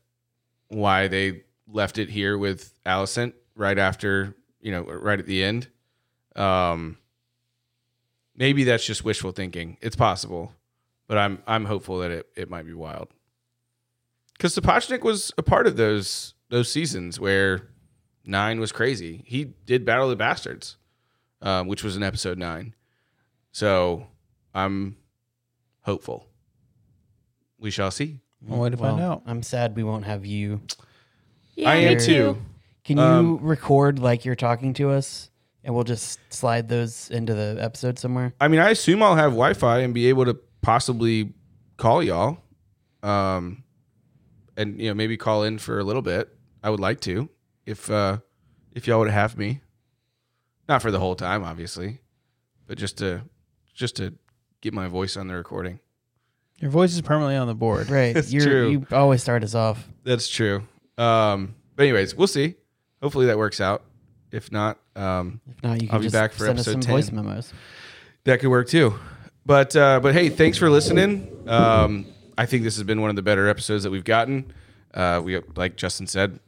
S1: why they left it here with Alicent right after, you know, right at the end. Um, maybe that's just wishful thinking. It's possible, but I'm I'm hopeful that it, it might be wild. Because Sapochnik was a part of those those seasons where nine was crazy. He did Battle of the Bastards, um, which was in episode nine. So I'm hopeful. We shall see.
S3: One way to find out.
S4: I'm sad we won't have you.
S2: Yeah,
S1: I
S2: me
S1: am too.
S4: Can you
S3: Um,
S4: record like you're talking to us, and we'll just slide those into the episode somewhere?
S1: I mean, I assume I'll have Wi-Fi and be able to possibly call y'all, um, and you know maybe call in for a little bit. I would like to if uh, if y'all would have me, not for the whole time, obviously, but just to just to get my voice on the recording.
S3: Your voice is permanently on the board.
S4: Right.
S1: It's
S4: You're,
S1: true.
S4: You always start us off.
S1: That's true. Um, but anyways, we'll see. Hopefully that works out. If not, um,
S4: If not, you can
S1: I'll be
S4: just
S1: back for
S4: send us some
S1: episode
S4: voice
S1: 10.
S4: memos.
S1: That could work too. But uh, but hey, thanks for listening. Um, I think this has been one of the better episodes that we've gotten. Uh, we like Justin said,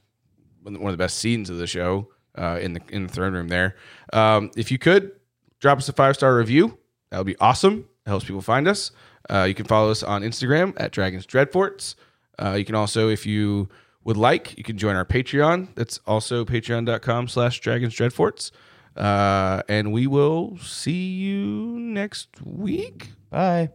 S1: one of the best scenes of the show uh, in the in the throne room there. Um, if you could drop us a five star review, that would be awesome. It helps people find us. Uh, you can follow us on Instagram at Dragons Dreadforts. Uh, you can also, if you would like, you can join our Patreon. That's also patreon.com slash Dragons Dreadforts. Uh, and we will see you next week.
S4: Bye.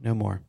S4: No more.